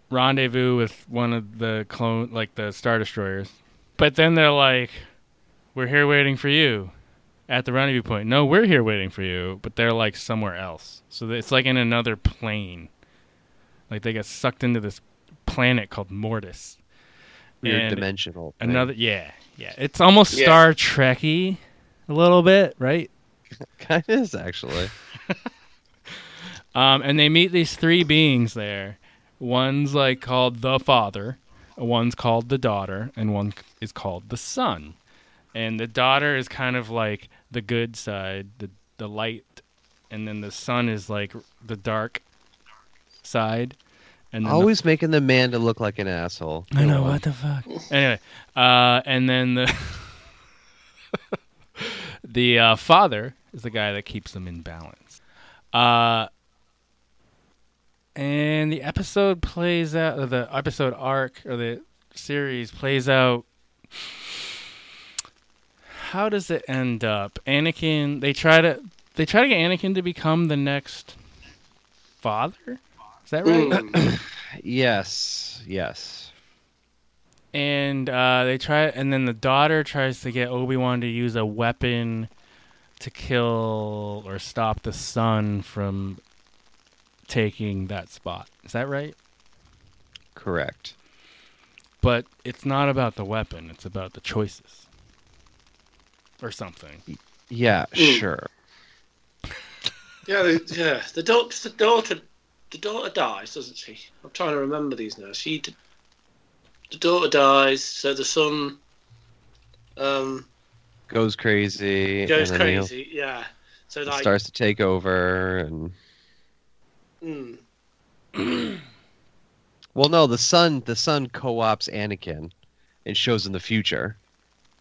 Speaker 7: rendezvous with one of the clone like the star destroyers. But then they're like, "We're here waiting for you." At the rendezvous point, no, we're here waiting for you, but they're like somewhere else. So it's like in another plane. Like they got sucked into this planet called Mortis.
Speaker 8: Weird
Speaker 7: And
Speaker 8: dimensional thing.
Speaker 7: Another, yeah, yeah. It's almost
Speaker 8: Yeah.
Speaker 7: Star Trekky, a little bit, right?
Speaker 8: kind of is actually.
Speaker 7: Um, and they meet these three beings there. One's like called the father, one's called the daughter, and one is called the son. And the daughter is kind of like the good side, the the light, and then the son is like the dark side. And then the
Speaker 8: Always making the man to look like an asshole.
Speaker 7: I know what the fuck. Anyway, uh, and then the the uh, father is the guy that keeps them in balance. Uh, and the episode plays out, or the episode arc or the series plays out. How does it end up? Anakin. They try to they try to get Anakin to become the next father. Is that right?
Speaker 6: Hmm.
Speaker 8: yes, yes.
Speaker 7: and uh, they try and then the daughter tries to get obi-wan to use a weapon to kill or stop the son from taking that spot is that right
Speaker 8: correct
Speaker 7: but it's not about the weapon it's about the choices or something
Speaker 8: Yeah,
Speaker 6: Hmm.
Speaker 7: Mm.
Speaker 8: sure.
Speaker 6: Yeah, the, yeah. The, dau- the daughter, the daughter dies, doesn't she? I'm trying to remember these now. She, d- the daughter dies, so the son, um,
Speaker 8: Goes crazy.
Speaker 6: goes
Speaker 8: and then he-
Speaker 6: crazy. Yeah. So
Speaker 8: it
Speaker 6: like,
Speaker 8: starts to take over and
Speaker 6: mm.
Speaker 8: well no, the son the son co opts Anakin and shows him the future.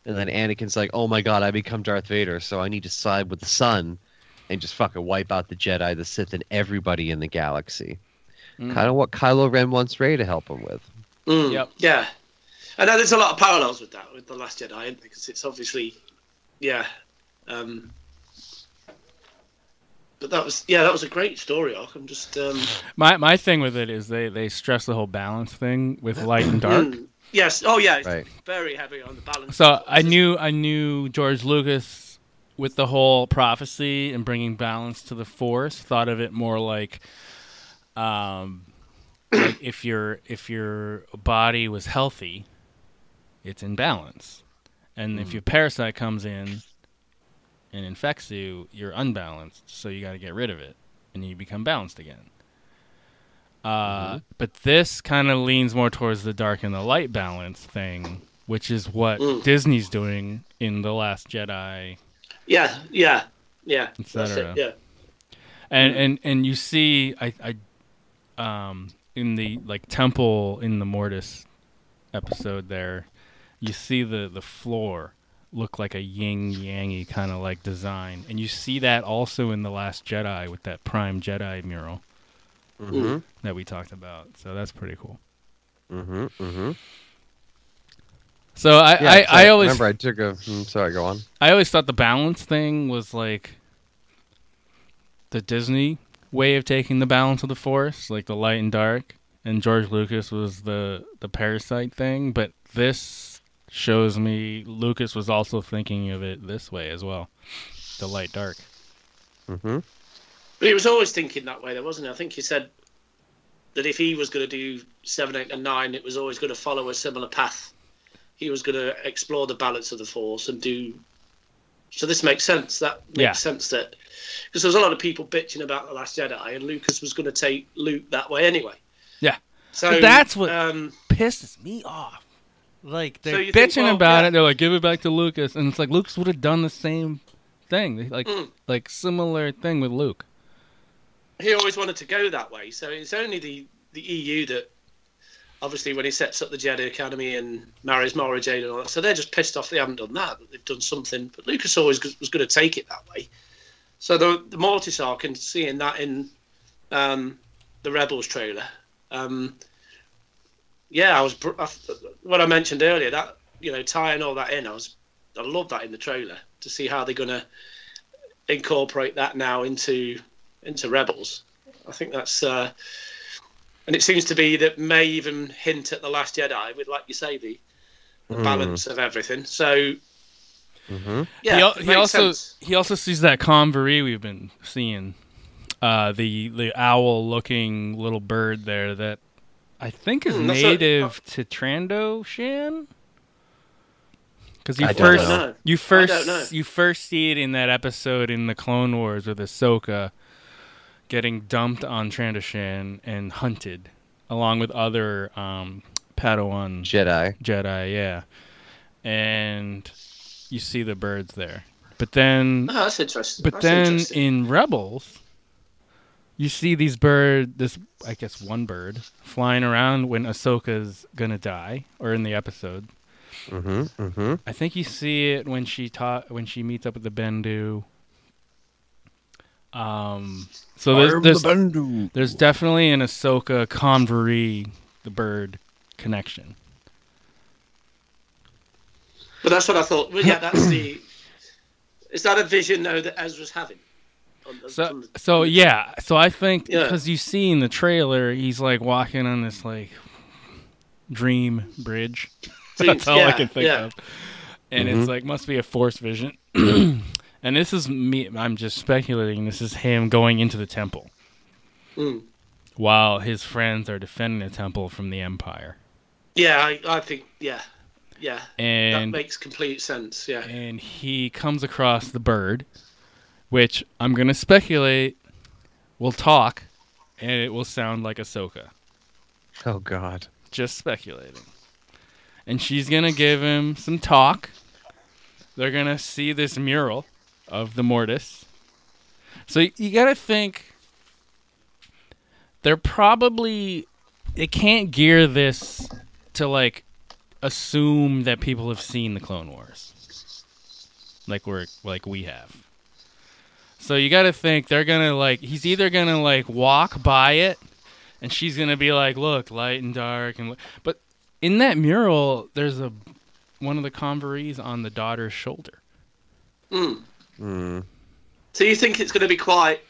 Speaker 8: And then Anakin's like, Oh my god, I become Darth Vader, so I need to side with the son and just fucking wipe out the Jedi, the Sith, and everybody in the galaxy.
Speaker 6: Mm.
Speaker 8: Kinda what Kylo Ren wants Ray to help him with.
Speaker 6: Mm, Yeah. I know there's a lot of parallels with that, with The Last Jedi, isn't there? Because it's obviously, yeah. Um, but that was, yeah, that was a great story arc. I'm just, um,
Speaker 7: my my thing with it is they they stress the whole balance thing with light and dark
Speaker 6: mm, yes. Oh, yeah. It's
Speaker 7: Right.
Speaker 6: very heavy on the balance.
Speaker 7: So I knew I knew George Lucas with the whole prophecy and bringing balance to the force thought of it more like um like if your if your body was healthy it's in balance and if your parasite comes in and infects you you're unbalanced so you got to get rid of it and you become balanced again uh, But this kind of leans more towards the dark and the light balance thing, which is what
Speaker 6: Mm.
Speaker 7: Disney's doing in The Last Jedi,
Speaker 6: Yeah, yeah, yeah. That's
Speaker 7: etc.
Speaker 6: it, yeah.
Speaker 7: And and and you see, I, I, um, in the like temple in the Mortis episode there, you see the the floor look like a yin yangy kind of like design, and you see that also in The Last Jedi with that Prime Jedi mural
Speaker 8: Mhm.
Speaker 7: that we talked about. So that's pretty cool.
Speaker 8: Mm-hmm. Mm-hmm.
Speaker 7: So I,
Speaker 8: Yeah,
Speaker 7: I,
Speaker 8: so
Speaker 7: I always
Speaker 8: remember I took a mm, sorry, go on.
Speaker 7: I always thought the balance thing was like the Disney way of taking the balance of the force, like the light and dark, and George Lucas was the the parasite thing, but this shows me Lucas was also thinking of it this way as well. The light dark.
Speaker 8: Mm-hmm.
Speaker 6: But he was always thinking that way, though, wasn't he? I think he said that if he was going to do seven, eight, and nine, it was always going to follow a similar path. He was going to explore the balance of the force and do. So this makes sense. That makes
Speaker 7: Yeah.
Speaker 6: sense that because there was a lot of people bitching about the Last Jedi, and Lucas was going to take Luke that way anyway.
Speaker 7: Yeah.
Speaker 6: So
Speaker 7: that's what
Speaker 6: um,
Speaker 7: pisses me off. Like
Speaker 6: So
Speaker 7: they're
Speaker 6: you
Speaker 7: bitching
Speaker 6: think, well,
Speaker 7: about
Speaker 6: yeah.
Speaker 7: it. They're like, give it back to Lucas, and it's like Lucas would have done the same thing, They- like
Speaker 6: Mm.
Speaker 7: like similar thing with Luke.
Speaker 6: he always wanted to go E that way. So it's only the the EU that obviously when he sets up the Jedi Academy and marries Mara Jade and all that. So they're just pissed off they haven't done that, but they've done something. But Lucas always g- was going to take it that way. So the the Mortis arc and seeing that in um, the Rebels trailer, um, yeah, I was br- I, what I mentioned earlier that you know tying all that in, I was I love that in the trailer to see how they're going to incorporate that now into into Rebels. I think that's. Uh, and it seems to be that may even hint at the Last Jedi with, like you say, the, the
Speaker 7: Hmm.
Speaker 6: balance of everything. So yeah,
Speaker 7: he, al-
Speaker 6: it
Speaker 7: he
Speaker 6: makes
Speaker 7: also
Speaker 6: sense.
Speaker 7: he also sees that converie we've been seeing, uh, the the owl looking little bird there that I think is
Speaker 6: Hmm, that's a-
Speaker 7: native to Trando Shan. Because you
Speaker 6: I don't
Speaker 7: first
Speaker 6: know.
Speaker 7: you
Speaker 6: I don't know.
Speaker 7: first you first see it in that episode in the Clone Wars with Ahsoka getting dumped on Trandoshan and hunted, along with other um, Padawan
Speaker 8: Jedi.
Speaker 7: Jedi, yeah. And you see the birds there, but then
Speaker 6: Oh, that's interesting.
Speaker 7: But
Speaker 6: That's
Speaker 7: then
Speaker 6: interesting.
Speaker 7: in Rebels, you see these bird, this I guess one bird flying around when Ahsoka's gonna die, or in the episode.
Speaker 8: Mm-hmm. Mm-hmm.
Speaker 7: I think you see it when she taught when she meets up with the Bendu. Um,
Speaker 13: I
Speaker 7: so
Speaker 13: am
Speaker 7: there's
Speaker 13: the
Speaker 7: there's,
Speaker 13: Bendu.
Speaker 7: there's definitely an Ahsoka Convery, the bird connection.
Speaker 6: But that's what I thought. Well, yeah, that's the. Is that a vision though that Ezra's having? On-
Speaker 7: So so yeah, so I think
Speaker 6: Yeah.
Speaker 7: because you see in the trailer, he's like walking on this like dream bridge.
Speaker 6: Dreams,
Speaker 7: That's all I
Speaker 6: yeah,
Speaker 7: can think
Speaker 6: yeah.
Speaker 7: of. And
Speaker 6: Mhm.
Speaker 7: it's like must be a force vision. and this is me. I'm just speculating. This is him going into the temple
Speaker 6: Mm.
Speaker 7: while his friends are defending the temple from the Empire.
Speaker 6: Yeah, I, I think yeah, yeah.
Speaker 7: And-
Speaker 6: that makes complete sense. Yeah.
Speaker 7: And he comes across the bird, which I'm gonna speculate will talk, and it will sound like Ahsoka.
Speaker 8: Oh God.
Speaker 7: Just speculating. And she's gonna give him some talk. They're gonna see this mural of the Mortis. So y- you gotta think they're probably they can't gear this to like assume that people have seen the Clone Wars. Like we're like we have. So you got to think they're gonna like he's either gonna like walk by it, and she's gonna be like, "Look, light and dark," and li-" but in that mural, there's a one of the converies on the daughter's shoulder.
Speaker 6: Mm.
Speaker 8: Mm.
Speaker 6: So you think it's going to be quite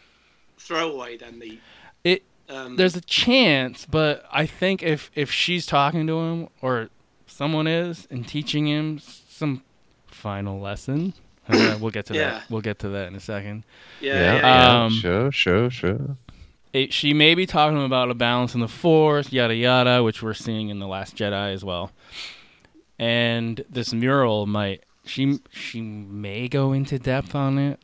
Speaker 6: throwaway then? The
Speaker 7: It
Speaker 6: Um,
Speaker 7: there's a chance, but I think if if she's talking to him or someone is and teaching him s- some final lesson, Uh, we'll get to
Speaker 6: Yeah.
Speaker 7: that. We'll get to that in a second. Um,
Speaker 8: sure. Sure. Sure.
Speaker 7: it, she may be talking about a balance in the force, yada yada, which we're seeing in the Last Jedi as well. And this mural might she she may go into depth on it,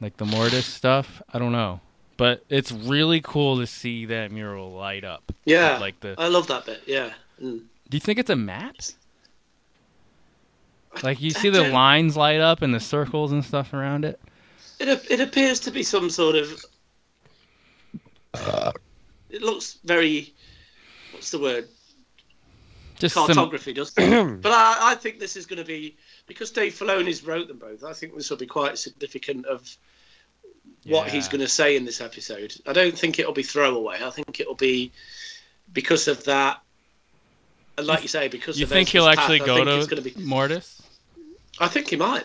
Speaker 7: like the Mortis stuff. I don't know, but it's really cool to see that mural light up.
Speaker 6: yeah,
Speaker 7: Uh, like the.
Speaker 6: I love that bit. Yeah. Mm.
Speaker 7: do you think it's a map? Like you see
Speaker 6: I
Speaker 7: the
Speaker 6: don't-
Speaker 7: lines light up and the circles and stuff around it.
Speaker 6: It ap- it appears to be some sort of. It looks very. What's the word?
Speaker 7: Just some-
Speaker 6: cartography, doesn't it? but I, I think this is going to be because Dave Filoni's wrote them both. I think this will be quite significant of what he's
Speaker 7: Yeah.
Speaker 6: going to say in this episode. I don't think it'll be throwaway. I think it'll be because of that. And like you say, because
Speaker 7: You
Speaker 6: of
Speaker 7: think
Speaker 6: Ezra's
Speaker 7: he'll actually
Speaker 6: path, I
Speaker 7: go
Speaker 6: think it's
Speaker 7: to
Speaker 6: gonna be-
Speaker 7: Mortis?
Speaker 6: I think he might.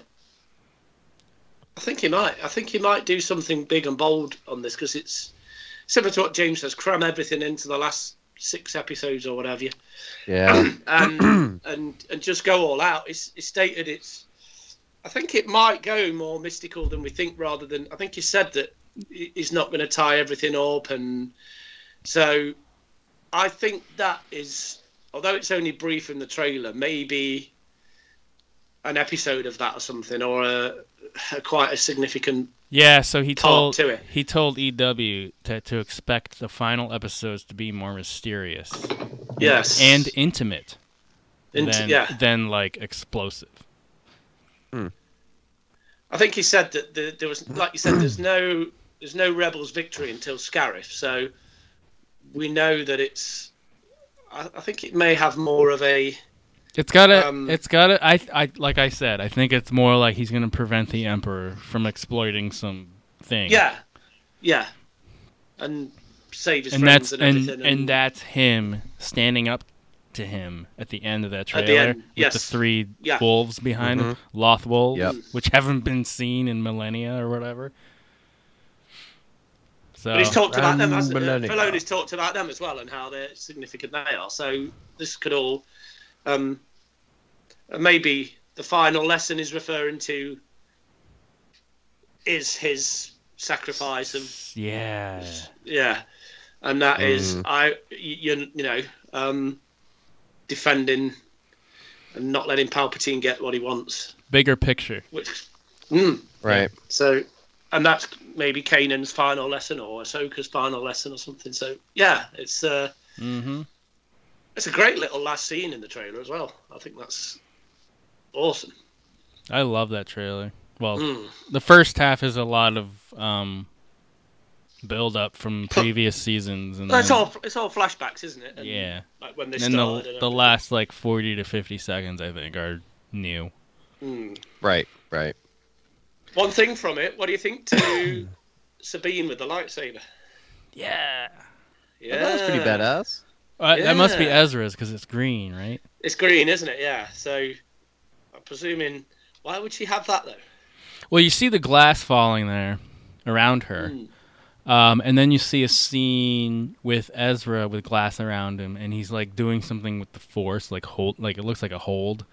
Speaker 6: I think he might. I think he might do something big and bold on this because it's similar to what James says. Cram everything into the last six episodes or whatever. you-
Speaker 8: Yeah.
Speaker 6: and Um, and and just go all out. It's, it's stated it's. I think it might go more mystical than we think, rather than I think he said that he- he's not going to tie everything up, and so I think that is, although it's only brief in the trailer, maybe an episode of that or something, or a, a quite a significant.
Speaker 7: Yeah, so he
Speaker 6: Talk
Speaker 7: told
Speaker 6: to it.
Speaker 7: he told EW to to expect the final episodes to be more mysterious.
Speaker 6: Yes.
Speaker 7: And intimate.
Speaker 6: Inti-
Speaker 7: than,
Speaker 6: yeah.
Speaker 7: than like explosive.
Speaker 6: I think he said that the, there was, like you said, there's no there's no rebels victory until Scarif, so we know that it's I, I think it may have more of a.
Speaker 7: It's got to
Speaker 6: Um,
Speaker 7: it's got to I I like I said, I think it's more like he's going to prevent the emperor from exploiting some thing.
Speaker 6: Yeah, yeah, and save his
Speaker 7: and
Speaker 6: friends
Speaker 7: that's
Speaker 6: and
Speaker 7: and,
Speaker 6: everything.
Speaker 7: and uh, that's him standing up to him at the end of that
Speaker 6: At the
Speaker 7: trailer
Speaker 6: end,
Speaker 7: with the
Speaker 6: yes.
Speaker 7: three
Speaker 6: Yeah.
Speaker 7: wolves behind him,
Speaker 6: Mhm.
Speaker 7: Loth wolves,
Speaker 6: Yep.
Speaker 7: which haven't been seen in millennia or whatever. So
Speaker 6: but he's talked about them, hasn't he?
Speaker 7: Millennia.
Speaker 6: Filoni's talked about them as well and how they're significant they are. So this could all, um, uh, maybe the final lesson is referring to is his sacrifice of
Speaker 7: yeah.
Speaker 6: yeah, and that is
Speaker 7: Mm.
Speaker 6: I you you know um, defending and not letting Palpatine get what he wants,
Speaker 7: Bigger picture.
Speaker 6: which mm,
Speaker 8: Right.
Speaker 6: so, and that's maybe Kanan's final lesson or Ahsoka's final lesson or something. So, yeah, it's uh,
Speaker 7: Mm-hmm.
Speaker 6: it's a great little last scene in the trailer as well. I think that's awesome.
Speaker 7: I love that trailer. Well,
Speaker 6: Mm.
Speaker 7: the first half is a lot of um, build up from previous seasons, and
Speaker 8: Mm.
Speaker 6: Well, it's
Speaker 7: then-
Speaker 6: all it's all flashbacks, isn't it? And,
Speaker 7: yeah.
Speaker 6: like when they
Speaker 7: and
Speaker 6: started.
Speaker 7: the,
Speaker 6: and
Speaker 7: the
Speaker 6: everything.
Speaker 7: last like forty to fifty seconds, I think, are new.
Speaker 6: Mm.
Speaker 8: Right. Right.
Speaker 6: One thing from it. What do you think to Sabine with the lightsaber?
Speaker 7: Yeah.
Speaker 6: Yeah.
Speaker 8: That was pretty badass.
Speaker 7: Uh, That must be
Speaker 6: Yeah.
Speaker 7: Ezra's because it's green, right?
Speaker 6: It's green, isn't it? Yeah. So, I'm presuming. Why would she have that though?
Speaker 7: Well, you see the glass falling there around her.
Speaker 6: Mm.
Speaker 7: Um, and then you see a scene with Ezra with glass around him, and he's like doing something with the force, like hold, like it looks like a hold,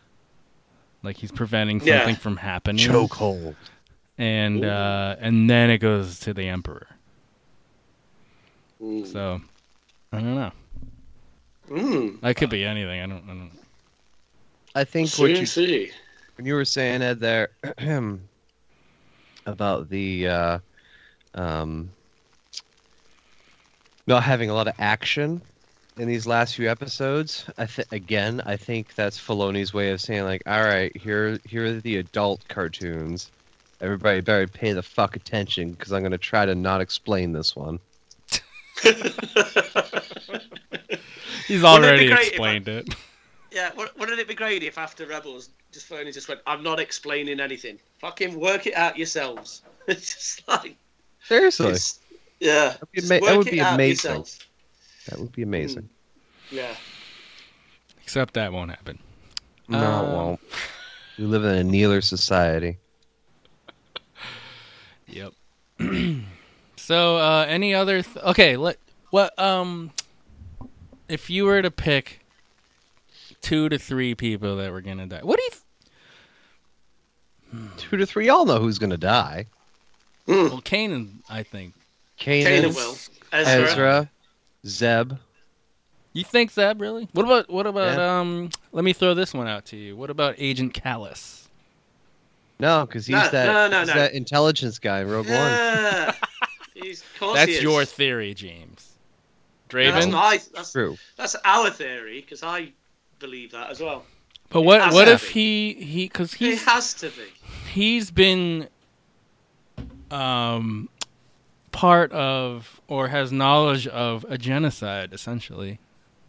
Speaker 7: like he's preventing something
Speaker 8: Yeah.
Speaker 7: from happening.
Speaker 8: Chokehold.
Speaker 7: And uh, and then it goes to the Emperor.
Speaker 6: Hmm.
Speaker 7: So I don't know.
Speaker 6: Mm.
Speaker 7: That could be anything. I don't. I don't.
Speaker 8: I think what you when you were saying Ed there about the uh, um, not having a lot of action in these last few episodes. I th- again, I think that's Filoni's way of saying like, all right, here here are the adult cartoons. Everybody better pay the fuck attention because I'm gonna try to not explain this one.
Speaker 7: He's
Speaker 6: Wouldn't it be
Speaker 7: already
Speaker 6: great if I-
Speaker 7: explained it.
Speaker 6: Yeah, wou- wouldn't it be great if after Rebels, just Filoni just went, "I'm not explaining anything. Fucking work it out yourselves." it's just like,
Speaker 8: Seriously,
Speaker 6: It's- yeah,
Speaker 8: be
Speaker 6: just
Speaker 8: ama- that
Speaker 6: work
Speaker 8: would
Speaker 6: it
Speaker 8: be
Speaker 6: out
Speaker 8: amazing.
Speaker 6: yourselves.
Speaker 8: that would be amazing.
Speaker 6: Yeah,
Speaker 7: Except that won't happen.
Speaker 8: No,
Speaker 7: Um,
Speaker 8: it won't. We live in a kneeler society.
Speaker 7: Yep. so, uh, any other? Th- okay, let what um, if you were to pick two to three people that were gonna die, what do you?
Speaker 8: Two to three, all know who's gonna die.
Speaker 7: Well, Kanan, I think.
Speaker 8: Kanan,
Speaker 7: Kanan will. Ezra.
Speaker 8: Ezra. Zeb.
Speaker 7: You think Zeb really? What about what about um? Let me throw this one out to you. What about Agent Callus?
Speaker 8: No, because he's
Speaker 7: No,
Speaker 8: that
Speaker 7: no, no,
Speaker 8: he's
Speaker 7: no.
Speaker 8: that intelligence guy in Rogue One.
Speaker 6: yeah. He's, of course he
Speaker 7: That's
Speaker 6: Oh, is.
Speaker 7: your theory, James.
Speaker 6: No,
Speaker 7: Draven.
Speaker 6: that's, my, that's,
Speaker 8: True.
Speaker 6: that's our theory because I believe that as well.
Speaker 7: But what
Speaker 6: has
Speaker 7: what
Speaker 6: to
Speaker 7: if he he because
Speaker 6: It
Speaker 7: he's
Speaker 6: has to be.
Speaker 7: he's been um part of or has knowledge of a genocide essentially,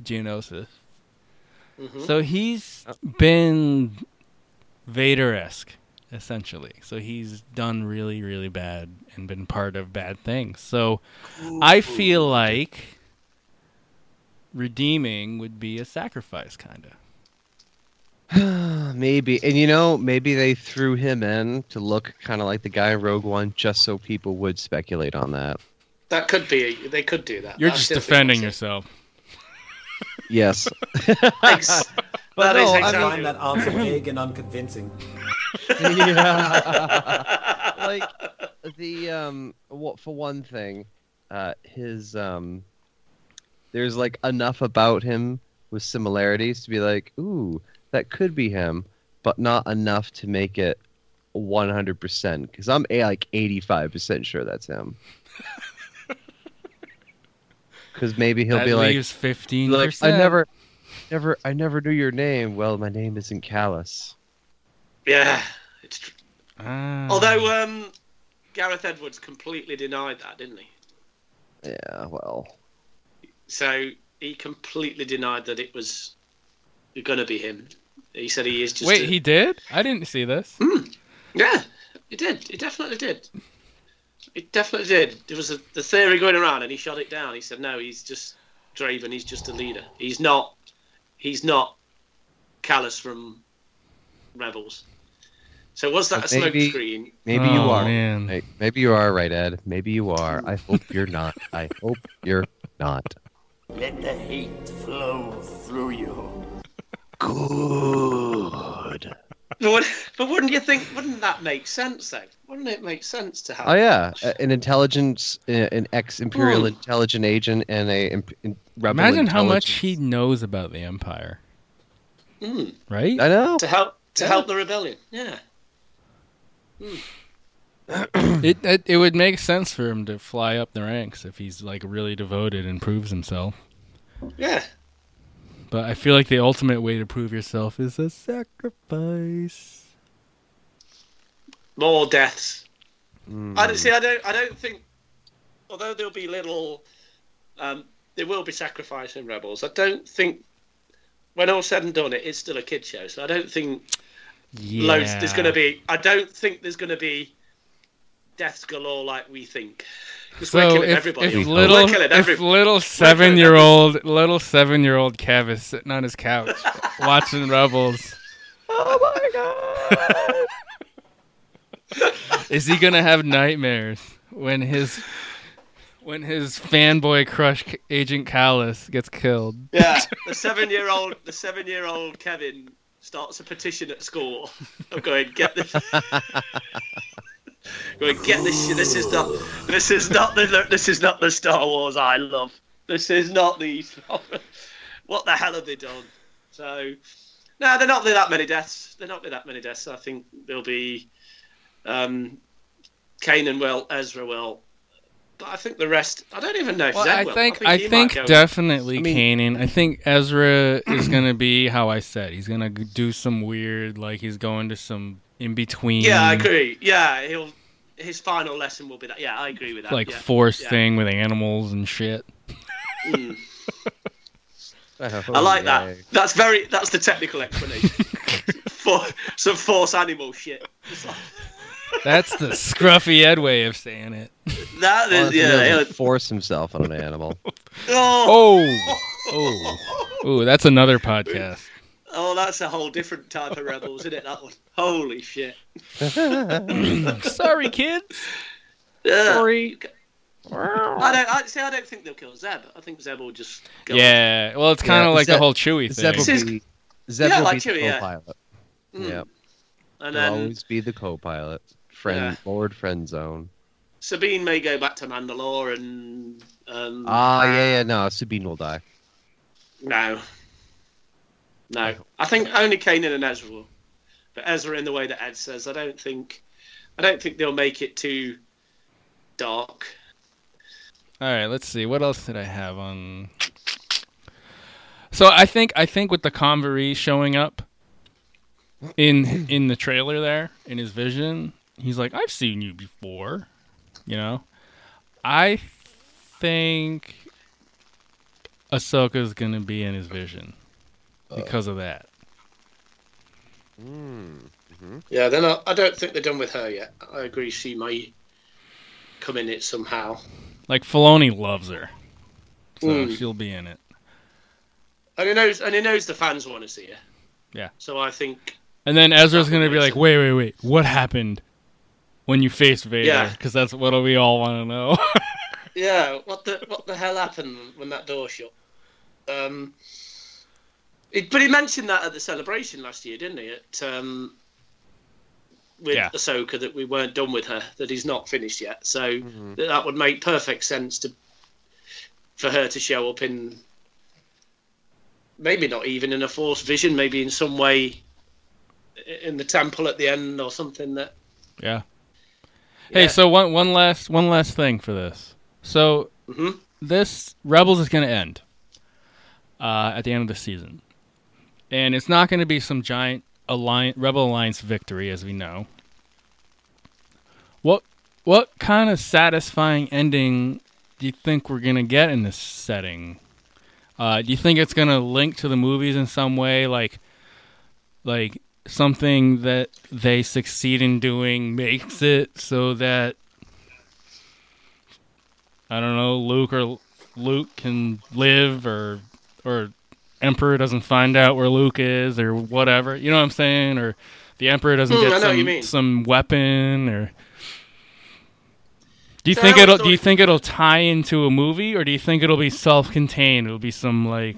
Speaker 7: genosis.
Speaker 6: Mhm.
Speaker 7: So he's been Vader esque, essentially. So he's done really, really bad and been part of bad things. So I feel like redeeming would be a sacrifice, kind of.
Speaker 8: maybe, and you know, maybe they threw him in to look kind of like the guy in Rogue One, just so people would speculate on that.
Speaker 6: That could be. They could do that.
Speaker 7: You're
Speaker 6: I
Speaker 7: just
Speaker 6: still think
Speaker 7: defending yourself.
Speaker 8: Yes.
Speaker 6: Thanks.
Speaker 13: But
Speaker 6: That is
Speaker 13: no, I
Speaker 6: exactly-
Speaker 13: find that answer vague and unconvincing.
Speaker 8: Yeah. like the um what for one thing uh his um there's like enough about him with similarities to be like ooh that could be him but not enough to make it 100% because i'm a, like 85% sure that's him because maybe he'll
Speaker 7: That
Speaker 8: be like
Speaker 7: leaves 15%.
Speaker 8: like i never never i never knew your name well my name isn't callus
Speaker 6: Yeah.
Speaker 7: Ah.
Speaker 6: Although um, Gareth Edwards completely denied that, didn't he?
Speaker 8: yeah well
Speaker 6: So he completely denied that it was going to be him. He said he is just.
Speaker 7: Wait,
Speaker 6: a-
Speaker 7: he did? I didn't see this.
Speaker 6: Yeah, it did. It definitely did. It definitely did. There was a, the theory going around, and he shot it down. He said, "No, he's just Draven. He's just a leader. He's not. He's not Callus from Rebels." So was that a
Speaker 8: But
Speaker 6: smoke
Speaker 8: maybe-
Speaker 6: screen?
Speaker 8: Maybe
Speaker 7: Oh,
Speaker 8: you are. Hey, Maybe you are right, Ed. Maybe you are. I hope you're not. I hope you're not.
Speaker 14: Let the hate flow through you.
Speaker 8: Good.
Speaker 6: But, would, but wouldn't you think? Wouldn't that make sense though? Wouldn't it make sense to have?
Speaker 8: Oh yeah, A- an intelligence, uh, an ex-imperial
Speaker 6: Hmm.
Speaker 8: intelligent agent, and a imp- in- rebel
Speaker 7: Imagine how much
Speaker 8: intelligence-
Speaker 7: he knows about the Empire,
Speaker 6: Hmm.
Speaker 7: right?
Speaker 8: I know.
Speaker 6: to help to help the rebellion. Yeah. Hmm.
Speaker 8: Mm.
Speaker 7: it, it it would make sense for him to fly up the ranks if he's like really devoted and proves himself.
Speaker 6: Yeah.
Speaker 7: But I feel like the ultimate way to prove yourself is a sacrifice.
Speaker 6: More deaths.
Speaker 7: Mm.
Speaker 6: I don't see. I don't. I don't think. Although there'll be little, um, there will be sacrifice in rebels. I don't think. When all said and done, it is still a kid show. So I don't think
Speaker 7: Yeah.
Speaker 6: loads. There's going to be. I don't think there's going to be deaths galore like we think. 'Cause we're
Speaker 7: So
Speaker 6: killing
Speaker 7: if,
Speaker 6: everybody.
Speaker 7: if
Speaker 6: We're
Speaker 7: little
Speaker 6: killing
Speaker 7: if
Speaker 6: every-
Speaker 7: little seven year old little seven year old Kev is sitting on his couch watching Rebels,
Speaker 6: Oh my god.
Speaker 7: is he gonna have nightmares when his when his fanboy crush C- Agent Callus gets killed?
Speaker 6: Yeah, the seven-year-old, the seven-year-old Kevin starts a petition at school. I'm going get this, going get this. shit. This is not, this is not the, this is not the Star Wars I love. This is not the, what the hell have they done? So, no, they're not be that many deaths. They're not be that many deaths. I think there'll be, um, Kanan will, Ezra will. But I think the rest. I don't even know if
Speaker 7: Well,
Speaker 6: Zed
Speaker 7: I
Speaker 6: will.
Speaker 7: think
Speaker 6: I
Speaker 7: I
Speaker 6: he might
Speaker 7: think
Speaker 6: go.
Speaker 7: definitely
Speaker 6: I mean-
Speaker 7: Kanan. I think Ezra is gonna be how I said. He's gonna g- do some weird, like he's going to some in between.
Speaker 6: Yeah,
Speaker 8: Mm.
Speaker 6: I agree. Yeah, he'll his final lesson will be that. Yeah, I agree with that.
Speaker 7: Like
Speaker 6: Uh, yeah.
Speaker 7: force
Speaker 6: Yeah.
Speaker 7: thing with animals and shit.
Speaker 6: Mm. I like that. That's very. That's the technical explanation. For some force animal shit. It's like-
Speaker 7: That's the scruffy Ed way of saying it.
Speaker 6: That
Speaker 8: Well,
Speaker 6: is
Speaker 8: he
Speaker 6: yeah.
Speaker 8: doesn't
Speaker 6: yeah.
Speaker 8: force himself on an animal.
Speaker 7: Oh, oh, ooh, that's another podcast.
Speaker 6: Oh, that's a whole different type of rebels, isn't it? That one. Holy shit.
Speaker 7: Sorry, kids.
Speaker 6: Yeah.
Speaker 8: Sorry.
Speaker 6: I don't. I, see, I don't think they'll kill Zeb. I think Zeb will just. Go
Speaker 7: Yeah, well, it's kind of
Speaker 8: Yeah,
Speaker 7: like the
Speaker 8: Zeb-
Speaker 7: whole Chewy
Speaker 8: Zeb
Speaker 7: thing.
Speaker 8: will be, Zeb
Speaker 6: Yeah,
Speaker 8: will
Speaker 6: like
Speaker 8: be
Speaker 6: Chewie,
Speaker 8: the
Speaker 6: yeah.
Speaker 8: co-pilot.
Speaker 6: Mm.
Speaker 8: Yeah,
Speaker 6: And
Speaker 8: he'll
Speaker 6: then
Speaker 8: always be the co-pilot. Friend, Lord, friend zone.
Speaker 6: Sabine may go back to Mandalore, and um,
Speaker 8: Ah, yeah, yeah. No, Sabine will die.
Speaker 6: No. No. I think only Kanan and Ezra will. But Ezra in the way that Ed says, I don't think I don't think they'll make it too dark.
Speaker 7: All right, let's see. What else did I have on? So I think I think with the convery showing up in in the trailer there in his vision, he's like, "I've seen you before," you know. I think Ahsoka's gonna be in his vision because of that.
Speaker 8: Mm-hmm.
Speaker 6: Yeah, they're not I don't think they're done with her yet. I agree she may come in it somehow.
Speaker 7: Like Filoni loves her, so
Speaker 6: Mm.
Speaker 7: she'll be in it.
Speaker 6: And he knows and he knows the fans want to see her.
Speaker 7: Yeah.
Speaker 6: So I think
Speaker 7: And then Ezra's gonna be like, "Wait, wait, wait! What happened when you faced Vader?
Speaker 6: Yeah.
Speaker 7: Because that's what we all want to know."
Speaker 6: Yeah, what the what the hell happened when that door shut? Um, it, but he mentioned that at the celebration last year, didn't he? At um, with
Speaker 7: Yeah.
Speaker 6: Ahsoka that we weren't done with her, that he's not finished yet. So
Speaker 7: Mm-hmm.
Speaker 6: that, that would make perfect sense to for her to show up in maybe not even in a Force vision, maybe in some way i- in the temple at the end or something. That
Speaker 7: yeah. Hey, so one one last one last thing for this. So
Speaker 6: Mhm.
Speaker 7: this Rebels is gonna end uh, at the end of the season, and it's not gonna be some giant alliance Rebel Alliance victory as we know. What what kind of satisfying ending do you think we're gonna get in this setting? Uh, do you think it's gonna link to the movies in some way, like, like something that they succeed in doing makes it so that I don't know, Luke or Luke can live, or or Emperor doesn't find out where Luke is, or whatever. You know what I'm saying? Or the Emperor doesn't
Speaker 6: Hmm, I
Speaker 7: get
Speaker 6: know what you
Speaker 7: some,
Speaker 6: mean.
Speaker 7: some weapon, or do you
Speaker 6: So
Speaker 7: think
Speaker 6: I
Speaker 7: it'll
Speaker 6: always
Speaker 7: do you
Speaker 6: thought-
Speaker 7: think it'll tie into a movie, or do you think it'll be self-contained? It'll be some like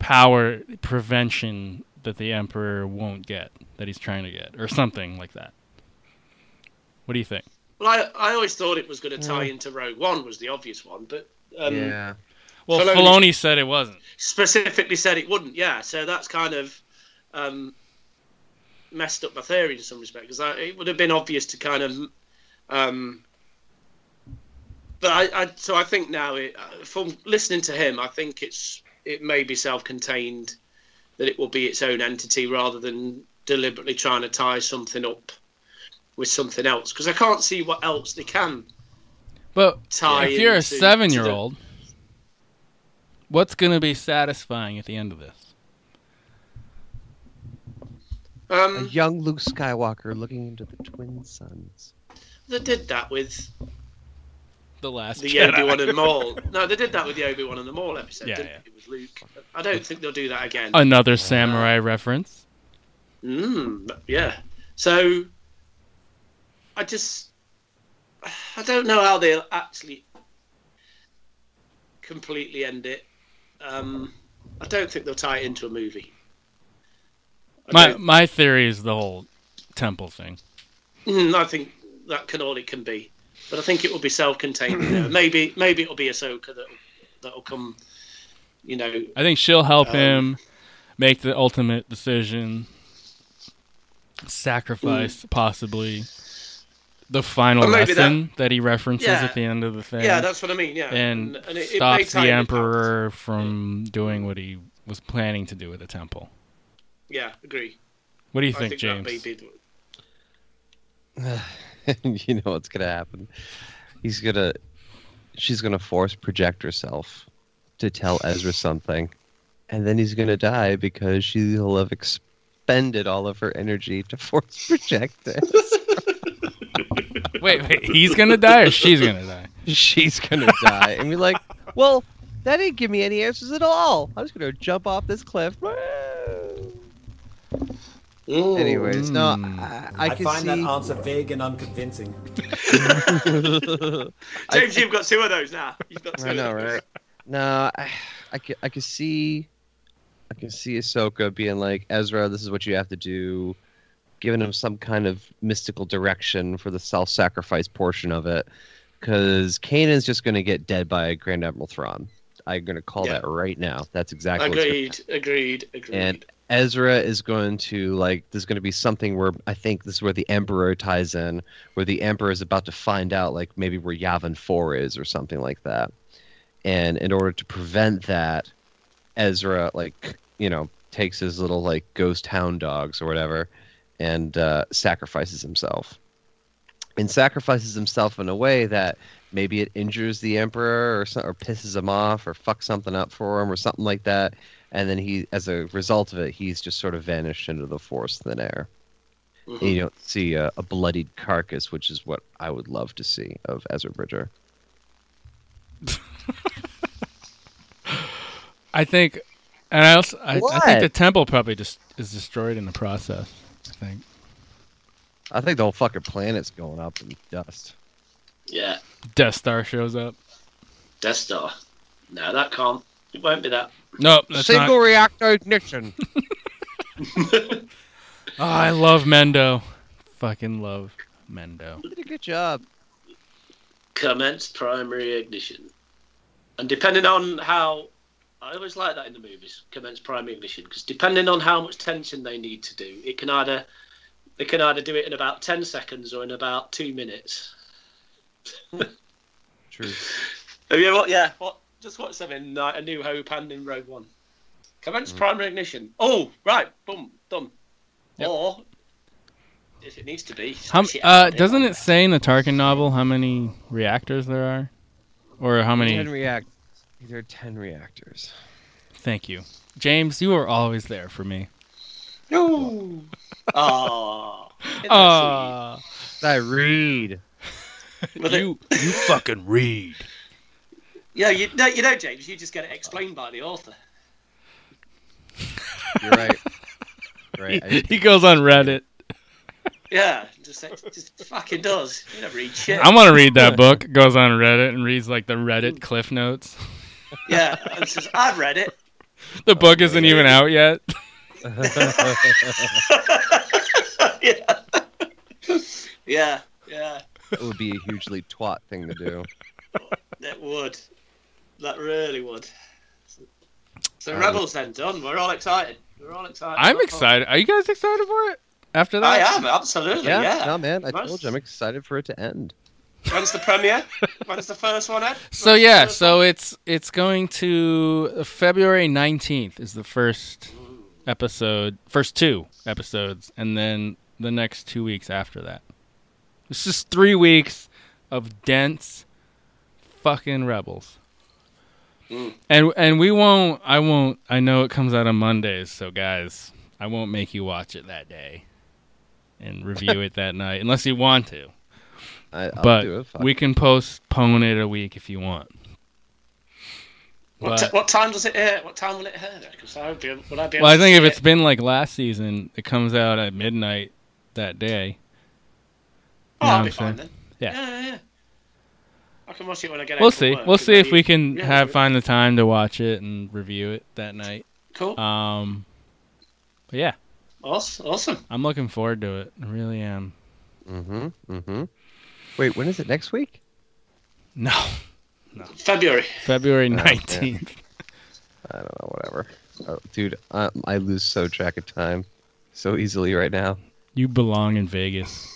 Speaker 7: power prevention that the Emperor won't get that he's trying to get, or something like that. What do you think?
Speaker 6: Well, I, I always thought it was going to tie into Rogue One was the obvious one, but um,
Speaker 7: Yeah. Well,
Speaker 6: Filoni-
Speaker 7: Filoni said it wasn't.
Speaker 6: specifically said it wouldn't. Yeah, so that's kind of um, messed up my theory in some respect because it would have been obvious to kind of. Um, but I, I so I think now it, uh, from listening to him, I think it's it may be self-contained that it will be its own entity rather than deliberately trying to tie something up with something else because I can't see what else they can
Speaker 7: But
Speaker 6: tie
Speaker 7: if you're a
Speaker 6: into- to the-
Speaker 7: seven-year-old, what's going to be satisfying at the end of this?
Speaker 6: Um,
Speaker 8: a young Luke Skywalker looking into the twin suns.
Speaker 6: They did that with
Speaker 7: the last
Speaker 6: the
Speaker 8: Jedi.
Speaker 6: Obi Wan and Maul. No, they did that with the Obi Wan and the Maul episode,
Speaker 7: Yeah,
Speaker 6: didn't they, with Luke? I don't think they'll do that again.
Speaker 7: Another samurai reference.
Speaker 6: Mm, yeah. So I just I don't know how they'll actually completely end it. Um, I don't think they'll tie it into a movie. I
Speaker 7: My
Speaker 6: don't-
Speaker 7: my theory is the whole temple thing.
Speaker 6: Mm, I think that can all it can be, but I think it will be self-contained. you know. Maybe maybe it'll be Ahsoka that that'll come. You know,
Speaker 7: I think she'll help
Speaker 6: Um,
Speaker 7: him make the ultimate decision, sacrifice possibly the final
Speaker 6: Mm. Or maybe that-
Speaker 7: lesson that, he references
Speaker 6: Yeah.
Speaker 7: at the end of the thing.
Speaker 6: Yeah, that's what I mean, yeah.
Speaker 7: and,
Speaker 6: And- and it- it may
Speaker 7: stops
Speaker 6: tie
Speaker 7: the
Speaker 6: into
Speaker 7: emperor from doing what he was planning to do at the temple.
Speaker 6: yeah, agree.
Speaker 7: What do you
Speaker 6: I
Speaker 7: think,
Speaker 6: that
Speaker 7: James?
Speaker 6: may be the-
Speaker 8: you know what's gonna happen. He's gonna, she's gonna force project herself to tell Ezra something, and then he's gonna die because she'll have expended all of her energy to force project this.
Speaker 7: Wait, wait, he's gonna die or she's gonna die?
Speaker 8: She's gonna die, and we're like, well, that didn't give me any answers at all. I'm just gonna jump off this cliff. Anyways, no, I, I,
Speaker 13: I,
Speaker 8: can
Speaker 13: find
Speaker 8: see.
Speaker 13: that answer vague and unconvincing.
Speaker 6: James, you've got two of those now. You've got two
Speaker 8: I
Speaker 6: of
Speaker 8: know,
Speaker 6: those.
Speaker 8: right? No, I, I could, I could see, I could see Ahsoka being like Ezra. This is what you have to do, giving him some kind of mystical direction for the self-sacrifice portion of it, because Kanan's just going to get dead by Grand Admiral Thrawn. I'm going to call
Speaker 6: Yeah.
Speaker 8: that right now. That's exactly. what's gonna
Speaker 6: Agreed, agreed, agreed.
Speaker 8: and Ezra is going to like there's going to be something where I think this is where the Emperor ties in, where the Emperor is about to find out like maybe where Yavin Four is or something like that. And in order to prevent that, Ezra like you know takes his little like ghost hound dogs or whatever, and uh, sacrifices himself. And sacrifices himself in a way that maybe it injures the emperor or so, or pisses him off or fucks something up for him or something like that. And then he, as a result of it, he's just sort of vanished into the force thin air. And
Speaker 6: Mhm.
Speaker 8: you don't see a, a bloodied carcass, which is what I would love to see of Ezra Bridger.
Speaker 7: I think, and I also I, I think
Speaker 8: What?
Speaker 7: the temple probably just is destroyed in the process. I think.
Speaker 8: I think the whole fucking planet's going up in dust.
Speaker 6: Yeah,
Speaker 7: Death Star shows up.
Speaker 6: Death Star. No, that can't. It won't be that.
Speaker 7: No, that's
Speaker 8: Single
Speaker 7: not.
Speaker 8: reactor ignition.
Speaker 7: Oh, I love Mendo. Fucking love Mendo.
Speaker 8: You did a good job.
Speaker 6: Commence primary ignition. And depending on how. I always like that in the movies, commence primary ignition, because depending on how much tension they need to do, it can either. They can either do it in about 10 seconds or in about two minutes.
Speaker 8: True.
Speaker 6: Have you ever, yeah, what, just watch them in uh, A New Hope and in Rogue One. Commence
Speaker 7: Mm.
Speaker 6: primary ignition. Oh, right, boom, done. Or, if it needs to be.
Speaker 7: How,
Speaker 6: shit,
Speaker 7: uh,
Speaker 6: I'll do
Speaker 7: doesn't it say in the Tarkin novel how many reactors there are, or how
Speaker 8: Ten
Speaker 7: many?
Speaker 8: react. There are ten reactors.
Speaker 7: Thank you. James, you are always there for me.
Speaker 6: No. Aww.
Speaker 7: Aww.
Speaker 8: I read.
Speaker 7: Ah, you, you fucking read.
Speaker 6: Yeah, you know, you know, James, you just get it explained by the author.
Speaker 8: You're right. right. I-
Speaker 7: He, he goes on Reddit.
Speaker 6: Yeah, just just fucking does. You don't read shit.
Speaker 7: I'm gonna read that book. Goes on Reddit and reads like the Reddit cliff notes.
Speaker 6: Yeah, it's just, I've read it.
Speaker 7: The book isn't even out yet.
Speaker 6: yeah. yeah, yeah,
Speaker 8: It would be a hugely twat thing to do.
Speaker 6: that would. That really would. So
Speaker 8: Um,
Speaker 6: Rebels then done. We're all excited. We're all excited.
Speaker 7: I'm excited. Are you guys excited for it? After
Speaker 6: I
Speaker 7: that,
Speaker 6: am absolutely. Yeah.
Speaker 8: no, man. I told
Speaker 6: Nice.
Speaker 8: you, I'm excited for it to end.
Speaker 6: When's the premiere? When's the first one, Ed?
Speaker 7: So yeah, so it's it's going to uh, February 19th is the first episode, first two episodes, and then the next two weeks after that. This is three weeks of dense fucking rebels. And and we won't. I won't. I know it comes out on Mondays, so guys, I won't make you watch it that day, and review it that night, unless you want to
Speaker 8: I, I'll
Speaker 7: but
Speaker 8: do it. Fuck.
Speaker 7: we can postpone it a week if you want.
Speaker 6: What,
Speaker 7: But-
Speaker 6: t- what time does it air? What time will it air? Because I would be, would I be
Speaker 7: Well, I
Speaker 6: able to
Speaker 7: think if
Speaker 6: see
Speaker 7: it's
Speaker 6: it?
Speaker 7: been like last season, it comes out at midnight that day.
Speaker 6: oh,
Speaker 7: You know
Speaker 6: I'll
Speaker 7: what
Speaker 6: be
Speaker 7: I'm
Speaker 6: fine then.
Speaker 7: saying? Yeah.
Speaker 6: yeah, yeah. I can watch it when I get.
Speaker 7: We'll
Speaker 6: out from
Speaker 7: see.
Speaker 6: work,
Speaker 7: We'll
Speaker 6: 'cause
Speaker 7: see
Speaker 6: I
Speaker 7: if we
Speaker 6: need-
Speaker 7: can
Speaker 6: Yeah,
Speaker 7: have
Speaker 6: yeah.
Speaker 7: find the time to watch it and review it that night.
Speaker 6: Cool.
Speaker 7: Um, but yeah,
Speaker 6: Awesome. Awesome.
Speaker 7: I'm looking forward to it. I really am.
Speaker 8: Mm-hmm. Mm-hmm. Wait, when is it next week?
Speaker 7: No,
Speaker 6: February.
Speaker 7: February
Speaker 8: Oh, yeah.
Speaker 7: 19th.
Speaker 8: I don't know. Whatever. Oh, dude, I, I lose so track of time so easily right now.
Speaker 7: You belong in Vegas.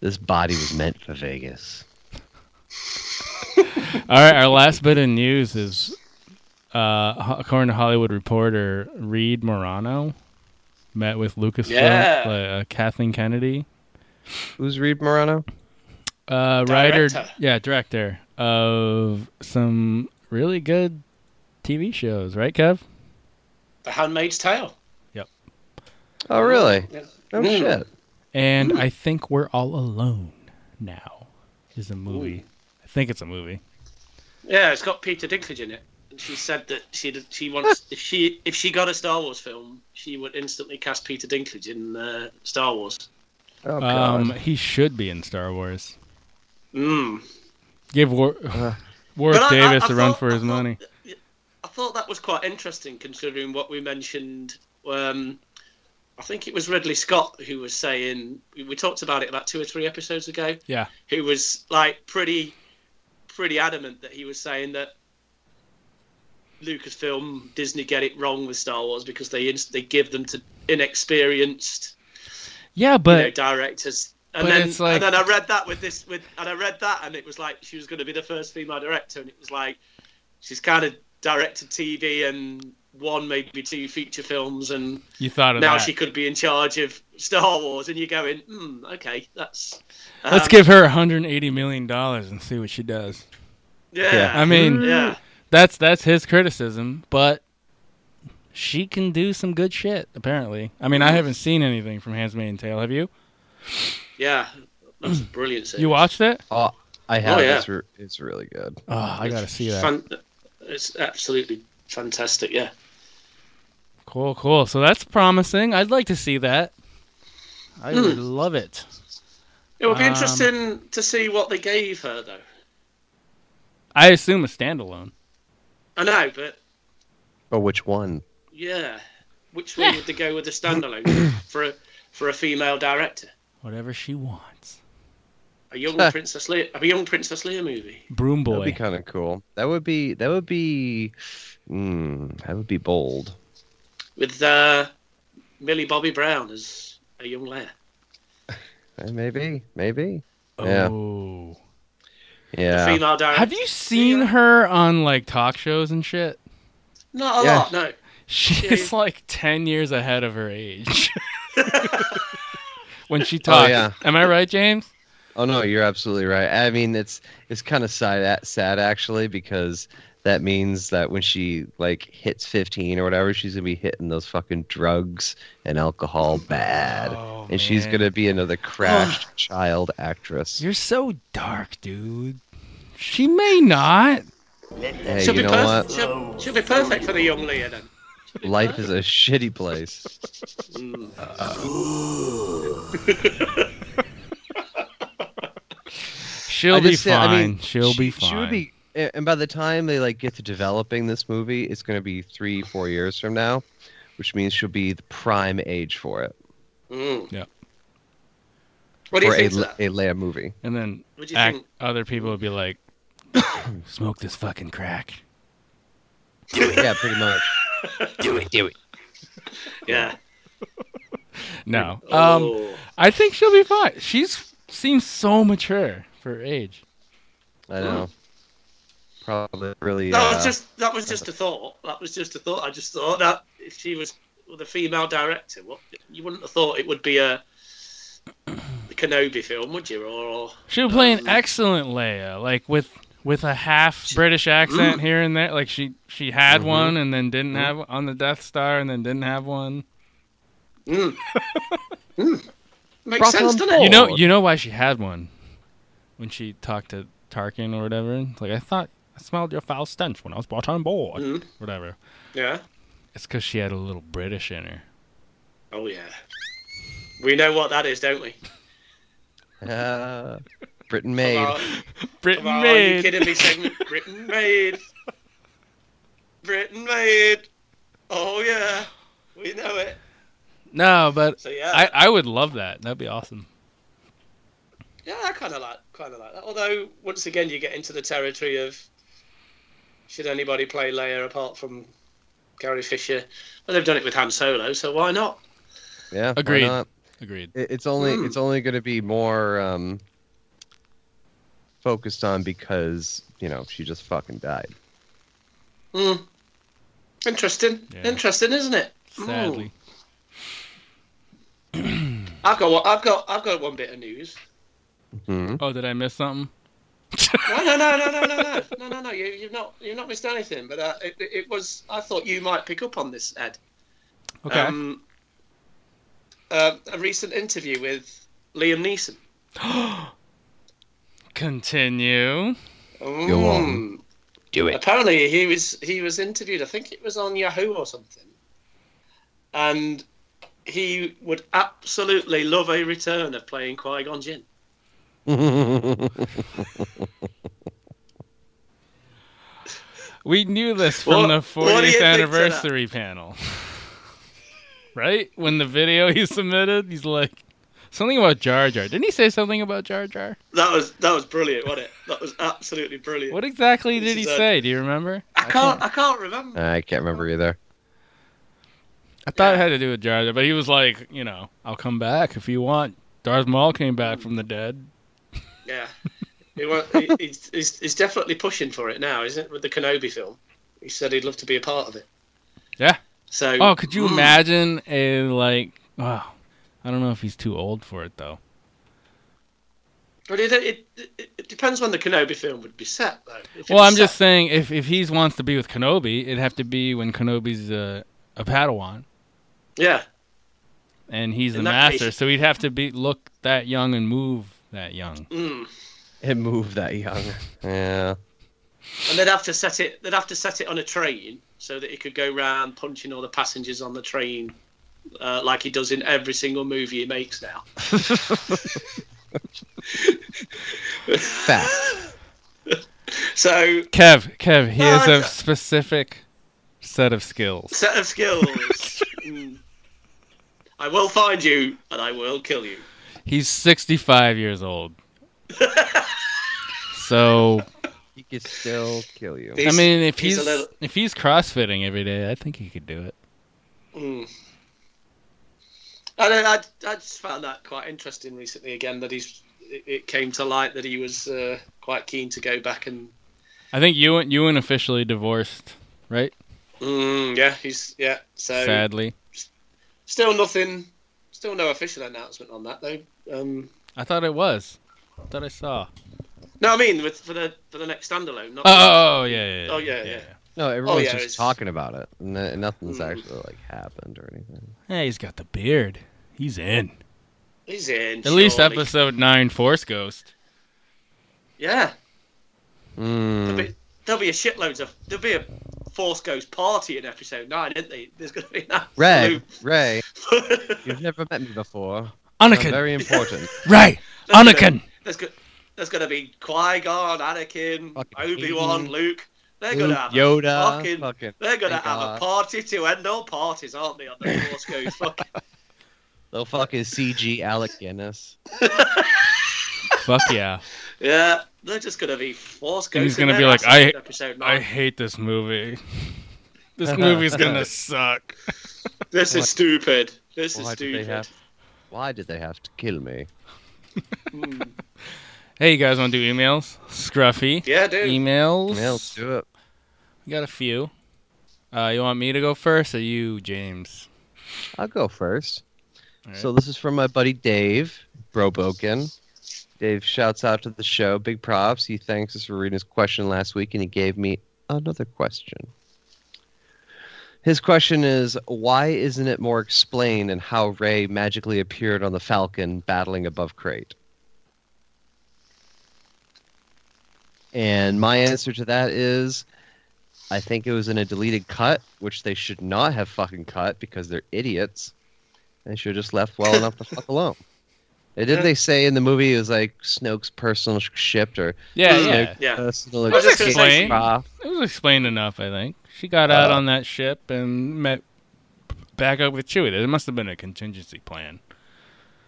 Speaker 8: This body was meant for Vegas.
Speaker 7: All right, our last bit of news is, uh, ho- according to Hollywood Reporter, Reed Morano met with Lucasfilm,
Speaker 8: Yeah.
Speaker 7: uh, Kathleen Kennedy,
Speaker 8: Who's Reed Morano?
Speaker 7: uh, writer,
Speaker 8: Director.
Speaker 7: yeah, director of some really good TV shows, right, Kev?
Speaker 6: The Handmaid's Tale.
Speaker 8: Oh, really? Oh,
Speaker 6: Mm.
Speaker 8: shit.
Speaker 7: And I think we're all alone now. Is a movie. I think it's a movie.
Speaker 6: Yeah, it's got Peter Dinklage in it. And she said that she did- she wants if she if she got a Star Wars film, she would instantly cast Peter Dinklage in uh, Star Wars.
Speaker 8: Oh, God.
Speaker 7: um, he should be in Star Wars.
Speaker 6: Mm.
Speaker 7: Give War-
Speaker 6: Uh.
Speaker 7: Warwick
Speaker 6: But I- I-
Speaker 7: Davis
Speaker 6: I
Speaker 7: a run
Speaker 6: thought-
Speaker 7: for his money.
Speaker 6: I thought that was quite interesting considering what we mentioned. Um, I think it was Ridley Scott who was saying we we talked about it about two or three episodes ago.
Speaker 7: Yeah.
Speaker 6: Who was like pretty, pretty adamant that he was saying that Lucasfilm, Disney get it wrong with Star Wars because they inst- they give them to inexperienced
Speaker 7: Yeah,
Speaker 6: you
Speaker 7: but
Speaker 6: know, directors. And
Speaker 7: but
Speaker 6: then,
Speaker 7: it's like-
Speaker 6: and then I read that with this, with and I read that, and it was like she was going to be the first female director, and it was like she's kind of directed TV and one maybe two feature films, and
Speaker 7: you thought
Speaker 6: now
Speaker 7: of that.
Speaker 6: she could be in charge of Star Wars, and you're going, hmm, okay, that's.
Speaker 7: Let's
Speaker 6: um,
Speaker 7: give her 180 million dollars and see what she does.
Speaker 6: Yeah. Yeah.
Speaker 7: I mean,
Speaker 6: Yeah.
Speaker 7: that's that's his criticism, but she can do some good shit apparently. I mean, I
Speaker 8: Mm-hmm.
Speaker 7: haven't seen anything from Handmaid's Tale. Have you?
Speaker 6: Yeah, that's a brilliant. Series.
Speaker 7: You watched it?
Speaker 8: Oh, I have.
Speaker 6: yeah.
Speaker 8: It's, re- it's really good.
Speaker 7: Oh, I gotta see that.
Speaker 6: Fan- it's absolutely fantastic. Yeah.
Speaker 7: Cool, cool. So that's promising. I'd like to see that. I
Speaker 6: Hmm.
Speaker 7: would love it.
Speaker 6: It would be
Speaker 7: Um,
Speaker 6: interesting to see what they gave her, though.
Speaker 7: I assume a standalone.
Speaker 6: I know, but
Speaker 8: But which one?
Speaker 6: Yeah. Which way would they go with the standalone for a for a female director?
Speaker 7: Whatever she wants.
Speaker 6: A young Princess Leia, a young Princess Leia movie.
Speaker 7: Broom
Speaker 8: That'd be
Speaker 7: boy.
Speaker 8: kind of cool. That would be. That would be. Mm, that would be bold.
Speaker 6: with uh, Millie Bobby Brown as a young Leia.
Speaker 8: Eh, Maybe. Maybe. Yeah. Uh,
Speaker 7: Oh.
Speaker 8: Yeah.
Speaker 6: Female director.
Speaker 7: Have you seen her on like talk shows and shit?
Speaker 6: Not a
Speaker 8: Yeah.
Speaker 6: lot, no.
Speaker 7: She's like 10 years ahead of her age. when she
Speaker 8: Oh
Speaker 7: talks.
Speaker 8: yeah.
Speaker 7: Am I right, James?
Speaker 8: Oh no, you're absolutely right. I mean, it's it's kind of sad, sad actually because that means that when she like hits 15 or whatever she's gonna be hitting those fucking drugs and alcohol bad and she's
Speaker 7: Oh, man.
Speaker 8: gonna be another crashed child actress
Speaker 7: You're so dark, dude. She may not.
Speaker 8: Hey,
Speaker 6: she'll,
Speaker 8: you
Speaker 6: be
Speaker 8: know
Speaker 6: perfect.
Speaker 8: what?
Speaker 6: She'll, she'll be perfect for the young Leah then.
Speaker 8: life is a shitty place
Speaker 6: Mm.
Speaker 7: She'll
Speaker 8: I
Speaker 7: be
Speaker 8: just say- I mean,
Speaker 7: fine. She'll be
Speaker 8: she would
Speaker 7: fine.
Speaker 8: be a- and by the time they like get to developing this movie it's gonna be three four years from now which means she'll be the prime age for it
Speaker 6: Mm.
Speaker 7: Yeah.
Speaker 6: What do you
Speaker 8: for
Speaker 6: think?
Speaker 8: a,
Speaker 6: to that?
Speaker 8: a Leia movie
Speaker 7: And then
Speaker 6: What do you
Speaker 7: act,
Speaker 6: think?
Speaker 7: other people would be like, smoke this fucking crack.
Speaker 8: yeah pretty much
Speaker 6: do it, do it. Yeah.
Speaker 7: No.
Speaker 6: Oh.
Speaker 7: Um, I think she'll be fine. She's seems so mature for her age.
Speaker 8: I know. Probably really.
Speaker 6: That
Speaker 8: uh,
Speaker 6: was just that was just a thought. That was just a thought. I just thought that if she was with a female director, what you wouldn't have thought it would be a the Kenobi film, would you? Or
Speaker 7: She'll play an excellent Leia, like with with a half British accent here and there. Like she she had
Speaker 6: Mhm.
Speaker 7: one and then didn't
Speaker 6: Mhm.
Speaker 7: have one on the Death Star and then didn't have one.
Speaker 6: Mm. Mm. makes
Speaker 8: Brock
Speaker 6: sense,
Speaker 8: on
Speaker 6: doesn't it?
Speaker 7: You know you know why she had one when she talked to Tarkin or whatever. It's Like I thought I smelled your foul stench when I was brought on board.
Speaker 6: Mhm.
Speaker 7: Whatever.
Speaker 6: Yeah.
Speaker 7: It's because she had a little British in her.
Speaker 6: Oh yeah. We know what that is, don't we?
Speaker 8: uh, Britain made.
Speaker 6: About-
Speaker 7: Britain
Speaker 6: about, Are you
Speaker 7: made.
Speaker 6: kidding me? Segment. Britain made. Britain made. Oh yeah. We know it.
Speaker 7: No, but
Speaker 6: So, yeah.
Speaker 7: I I would love that. That'd be awesome.
Speaker 6: Yeah, I kind of like, kind of like that. Although, once again, you get into the territory of should anybody play Leia apart from Gary Fisher? Well, they've done it with Han Solo, so why not?
Speaker 8: Yeah. why
Speaker 7: Agreed.
Speaker 8: not?
Speaker 7: Agreed.
Speaker 8: It- It's only
Speaker 6: Mm.
Speaker 8: it's only going to be more um, focused on because you know she just fucking died.
Speaker 6: Hmm. Interesting.
Speaker 7: Yeah.
Speaker 6: Interesting, isn't it? Hmm.
Speaker 7: Sadly.
Speaker 6: I've got one, I've got I've got one bit of news.
Speaker 8: hmm
Speaker 7: Oh, did I miss something?
Speaker 6: No, no, no, no, no, no, no, no, no, no. You, you've not you've not missed anything. But uh, it, it was I thought you might pick up on this, Ed.
Speaker 7: Okay.
Speaker 6: Um, uh, a recent interview with Liam Neeson.
Speaker 7: Continue.
Speaker 8: Go on.
Speaker 6: Mm.
Speaker 8: Do
Speaker 6: Apparently, he was he was interviewed. I think it was on Yahoo or something. And he would absolutely love a return of playing Qui Gon Jinn.
Speaker 7: We knew this from
Speaker 6: What-
Speaker 7: the
Speaker 6: what do you
Speaker 7: 40th
Speaker 6: think to that?
Speaker 7: anniversary panel. right? When the video he submitted, he's like, something about Jar Jar. Didn't he say something about Jar Jar?
Speaker 6: That was that was brilliant, wasn't it? That was absolutely brilliant.
Speaker 7: What exactly
Speaker 6: This
Speaker 7: did he
Speaker 6: is a-
Speaker 7: say? Do you remember?
Speaker 6: I can't I can't remember.
Speaker 8: I can't remember either.
Speaker 7: I thought it had to do with Jar Jar, but he was like, you know, I'll come back if you want. Darth Maul came back from the dead.
Speaker 6: Yeah, he, wa- he, he's, he's, he's definitely pushing for it now, isn't it? With the Kenobi film, he said he'd love to be a part of it.
Speaker 7: Yeah.
Speaker 6: So.
Speaker 7: Oh, could you
Speaker 6: Mm.
Speaker 7: imagine a like? Wow, I don't know if he's too old for it though.
Speaker 6: But it, it, it, it depends when the Kenobi film would be set, though. If it
Speaker 7: Well,
Speaker 6: was
Speaker 7: I'm just
Speaker 6: set-
Speaker 7: saying if if he wants to be with Kenobi, it'd have to be when Kenobi's a, a Padawan
Speaker 6: Yeah.
Speaker 7: and he's
Speaker 6: In
Speaker 7: the
Speaker 6: that case-
Speaker 7: master, so he'd have to be look that young and move that young.
Speaker 6: Mm.
Speaker 8: It moved that young. Yeah.
Speaker 6: And they'd have to set it. They'd have to set it on a train so that he could go round punching all the passengers on the train, uh, like he does in every single movie he makes now.
Speaker 8: Fact.
Speaker 6: So
Speaker 7: Kev, Kev, he
Speaker 6: No,
Speaker 7: has a
Speaker 6: I-
Speaker 7: specific set of skills.
Speaker 6: set of skills. Mm. I will find you and I will kill you.
Speaker 7: He's 65 years old. so
Speaker 8: He could still kill you.
Speaker 7: I
Speaker 6: He's-
Speaker 7: mean, if he's,
Speaker 6: he's a little-
Speaker 7: if he's crossfitting every day, I think he could do it.
Speaker 6: Mm. I, don't, I, I just found that quite interesting recently again that he's it, it came to light that he was uh, quite keen to go back and
Speaker 7: I think you and Ewan officially divorced, right?
Speaker 6: mm, yeah he's yeah so
Speaker 7: Sadly,
Speaker 6: still nothing still no official announcement on that though um,
Speaker 7: I thought it was. I thought I saw.
Speaker 6: No, I mean with for the for the next standalone. Not
Speaker 7: Oh, yeah, yeah,
Speaker 6: oh yeah, yeah.
Speaker 8: No,
Speaker 6: oh,
Speaker 8: everyone's
Speaker 6: yeah,
Speaker 8: just
Speaker 6: it's-
Speaker 8: talking about it. and no- nothing's
Speaker 6: Mm.
Speaker 8: actually like happened or anything.
Speaker 7: Hey, he's got the beard. He's in.
Speaker 6: He's in.
Speaker 7: At least
Speaker 6: surely.
Speaker 7: episode nine, Force Ghost.
Speaker 6: Yeah,
Speaker 8: Mm.
Speaker 6: But there'll be a shitloads of there'll be a Force Ghost party in episode nine, isn't there? There's gonna be an
Speaker 8: Ray,
Speaker 6: absolute-
Speaker 8: Ray, you've never met me before.
Speaker 7: Anakin.
Speaker 8: I'm very important.
Speaker 7: Ray,
Speaker 6: There's gonna-
Speaker 7: Anakin.
Speaker 6: There's go- there's gonna be Qui Gon, Anakin,
Speaker 8: Fucking
Speaker 6: Obi Wan,
Speaker 8: Aiden,
Speaker 6: Luke. They're
Speaker 8: Luke,
Speaker 6: gonna have
Speaker 8: Yoda,
Speaker 6: A fucking,
Speaker 8: fucking
Speaker 6: they're gonna have
Speaker 8: Hagar.
Speaker 6: a party to end all parties, aren't they? On the Force Ghost. Fucking,
Speaker 8: They'll fucking CG Alec Guinness.
Speaker 7: Fuck yeah.
Speaker 6: yeah, they're just gonna be Force Ghost.
Speaker 7: And he's
Speaker 6: in
Speaker 7: gonna be
Speaker 6: their
Speaker 7: like,
Speaker 6: asses
Speaker 7: I,
Speaker 6: in episode
Speaker 7: I
Speaker 6: nine.
Speaker 7: hate this movie. This movie's gonna suck.
Speaker 6: This
Speaker 8: Why-
Speaker 6: is stupid. This is
Speaker 8: Why did they
Speaker 6: stupid.
Speaker 8: have? Why did they have to kill me?
Speaker 7: Hey, you guys want to do emails? Scruffy.
Speaker 6: Yeah, dude.
Speaker 7: Emails.
Speaker 8: Let's do it.
Speaker 7: We got a few. Uh, you want me to go first or you, James?
Speaker 8: I'll go first.
Speaker 7: All right.
Speaker 8: So this is from my buddy Dave Broboken. Dave shouts out to the show. Big props. He thanks us for reading his question last week, and he gave me another question. His question is, why isn't it more explained in how Ray magically appeared on the Falcon battling above Crate? And my answer to that is, I think it was in a deleted cut, which they should not have fucking cut because they're idiots. They should have just left well enough the fuck alone. And didn't they say in the movie it was like Snoke's personal sh- ship or
Speaker 7: Yeah,
Speaker 8: Snoke's
Speaker 7: yeah.
Speaker 6: Yeah.
Speaker 8: personal
Speaker 7: It was
Speaker 8: escape
Speaker 7: explained.
Speaker 8: craft?
Speaker 7: It was explained enough, I think. She got out on that ship and met back up with Chewie. There must have been a contingency plan.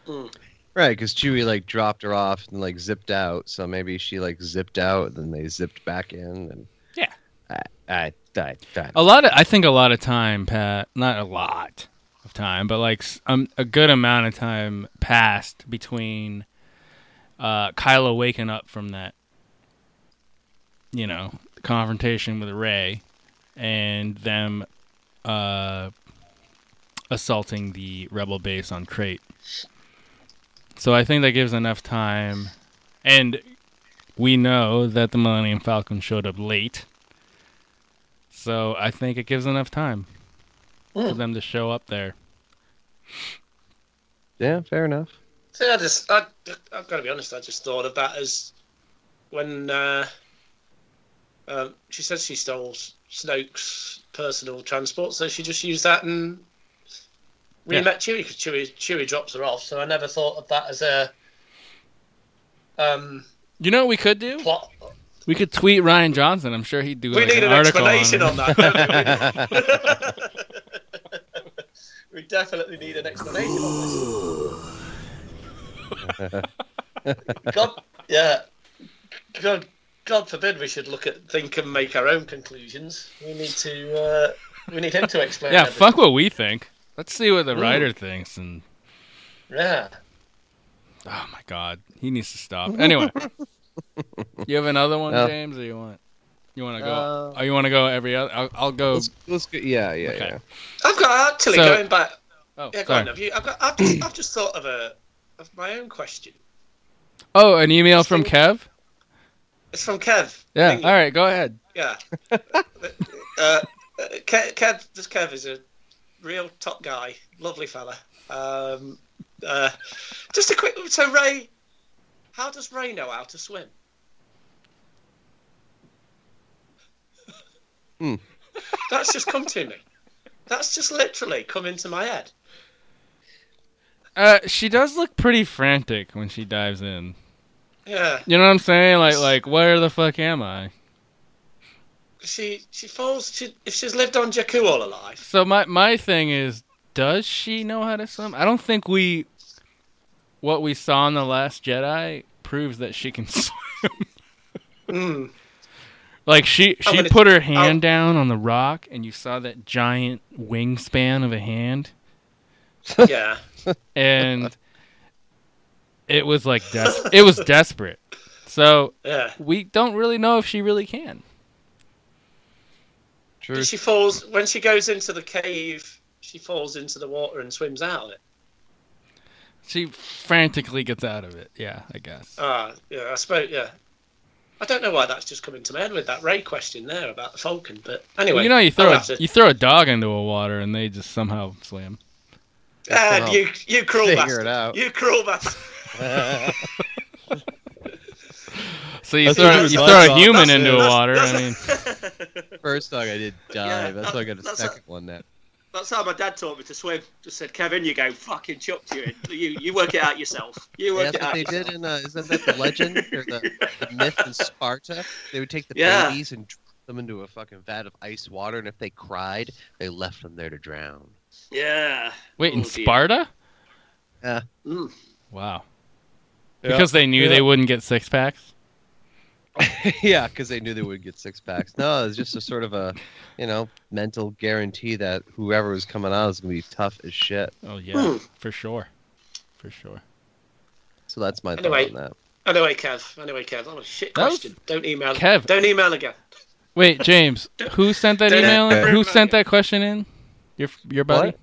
Speaker 8: Right, because Chewie like dropped her off and like zipped out. So maybe she like zipped out, and then they zipped back in, and
Speaker 7: Yeah.
Speaker 8: I, I, I, I
Speaker 7: A lot of, I think a lot of time, Pat, not a lot of time, but like s- um, a good amount of time passed between uh, Kylo waking up from that, you know, confrontation with Ray and them uh, assaulting the rebel base on Crate. So I think that gives enough time. And we know that the Millennium Falcon showed up late. So I think it gives enough time
Speaker 6: Hmm.
Speaker 7: for them to show up there.
Speaker 8: yeah, fair enough.
Speaker 6: See, I just, I, I've got to be honest. I just thought of that as when uh, um, she said she stole Snoke's personal transport, so she just used that and we
Speaker 7: Yeah.
Speaker 6: met Chewie because Chewie, Chewie drops her off. So I never thought of that as a um,
Speaker 7: You know what we could do?
Speaker 6: plot.
Speaker 7: We could tweet Ryan Johnson. I'm sure he'd do
Speaker 6: we
Speaker 7: like,
Speaker 6: need
Speaker 7: an,
Speaker 6: an,
Speaker 7: article
Speaker 6: explanation on,
Speaker 7: it.
Speaker 6: that. Don't we? we definitely need an explanation on this. God, yeah. God, God forbid we should look at think and make our own conclusions. We need to. Uh, we need him to explain.
Speaker 7: yeah,
Speaker 6: everything.
Speaker 7: fuck what we think. Let's see what the
Speaker 6: Mm.
Speaker 7: writer thinks. And
Speaker 6: Yeah.
Speaker 7: oh my god, he needs to stop. Anyway, you have another one,
Speaker 8: No.
Speaker 7: James, or you want you want to go?
Speaker 8: Uh,
Speaker 7: oh, you want to go every other? I'll, I'll go.
Speaker 8: Let's, let's go. Yeah, yeah,
Speaker 7: Okay.
Speaker 8: yeah.
Speaker 6: I've got actually
Speaker 7: So-
Speaker 6: going back.
Speaker 7: Oh,
Speaker 6: Yeah, go
Speaker 7: sorry.
Speaker 6: on, have you, I've got. I've just, I've just thought of a of my own question.
Speaker 7: oh, an email from Kev.
Speaker 6: It's from Kev.
Speaker 7: Yeah.
Speaker 6: England.
Speaker 7: All right, go ahead.
Speaker 6: Yeah. uh, Kev, Kev, this Kev is a real top guy, lovely fella. Um, uh, just a quick. So Ray, how does Ray know how to swim?
Speaker 8: Hmm.
Speaker 6: That's just come to me. That's just literally come into my head.
Speaker 7: Uh, she does look pretty frantic when she dives in.
Speaker 6: Yeah.
Speaker 7: You know what I'm saying? Like, like, where the fuck am I?
Speaker 6: She she falls. She, if she's lived on Jakku all her life.
Speaker 7: So my my thing is, does she know how to swim? I don't think we, what we saw in the Last Jedi proves that she can swim.
Speaker 6: Mm.
Speaker 7: Like she
Speaker 6: I'm
Speaker 7: she
Speaker 6: gonna-
Speaker 7: put her hand
Speaker 6: I'll-
Speaker 7: down on the rock, and you saw that giant wingspan of a hand,
Speaker 6: Yeah.
Speaker 7: and it was like des- it was desperate. So
Speaker 6: Yeah.
Speaker 7: we don't really know if she really can.
Speaker 8: True.
Speaker 6: She falls when she goes into the cave. She falls into the water and swims out of it.
Speaker 7: She frantically gets out of it. Yeah, I guess.
Speaker 6: Ah, yeah, I suppose. Yeah, I don't know why that's just coming to my head with that Ray question there about the Falcon, but anyway.
Speaker 7: you know, you throw
Speaker 6: I'll
Speaker 7: a,
Speaker 6: have to-
Speaker 7: you throw a dog into a water and they just somehow swim.
Speaker 6: Ah, you, you cruel
Speaker 8: Figure
Speaker 6: bastard.
Speaker 8: it out.
Speaker 6: You cruel bastard.
Speaker 7: So you
Speaker 8: That's
Speaker 7: throw
Speaker 8: what
Speaker 7: you throw
Speaker 8: it was.
Speaker 7: a
Speaker 8: That's-
Speaker 7: human
Speaker 8: that's-
Speaker 7: into
Speaker 8: that's-
Speaker 7: water. I mean,
Speaker 8: that's- First dog I did die.
Speaker 6: Yeah,
Speaker 8: that's why I got a
Speaker 6: that's-
Speaker 8: second one. That
Speaker 6: That's how my dad taught me to swim. Just said, Kevin, you go fucking chucked you in. You, you work it out yourself. You work
Speaker 8: that's
Speaker 6: it
Speaker 8: what
Speaker 6: out.
Speaker 8: they did in uh, isn't that the legend or the, the myth in Sparta? They would take the
Speaker 6: Yeah.
Speaker 8: babies and drop them into a fucking vat of ice water, and if they cried, they left them there to drown.
Speaker 6: Yeah.
Speaker 7: wait, in
Speaker 8: Oh, dear.
Speaker 7: Sparta?
Speaker 8: Yeah.
Speaker 6: Mm.
Speaker 7: Wow.
Speaker 8: Yeah.
Speaker 7: Because they knew
Speaker 8: Yeah.
Speaker 7: they wouldn't get six packs.
Speaker 8: yeah, because they knew they would get six packs. No, it's just a sort of a, you know, mental guarantee that whoever was coming out is gonna be tough as shit.
Speaker 7: Oh yeah,
Speaker 8: Mm.
Speaker 7: for sure, for sure.
Speaker 8: So that's my
Speaker 6: Anyway.
Speaker 8: thought on that.
Speaker 6: Anyway, Kev. Anyway, Kev. That was a shit
Speaker 7: That was-
Speaker 6: question. Don't email.
Speaker 7: Kev.
Speaker 6: Don't email again.
Speaker 7: Wait, James, who sent that
Speaker 6: Don't
Speaker 7: email? In?
Speaker 6: ever
Speaker 7: Who
Speaker 6: remind
Speaker 7: sent that question in? Your your buddy?
Speaker 8: What?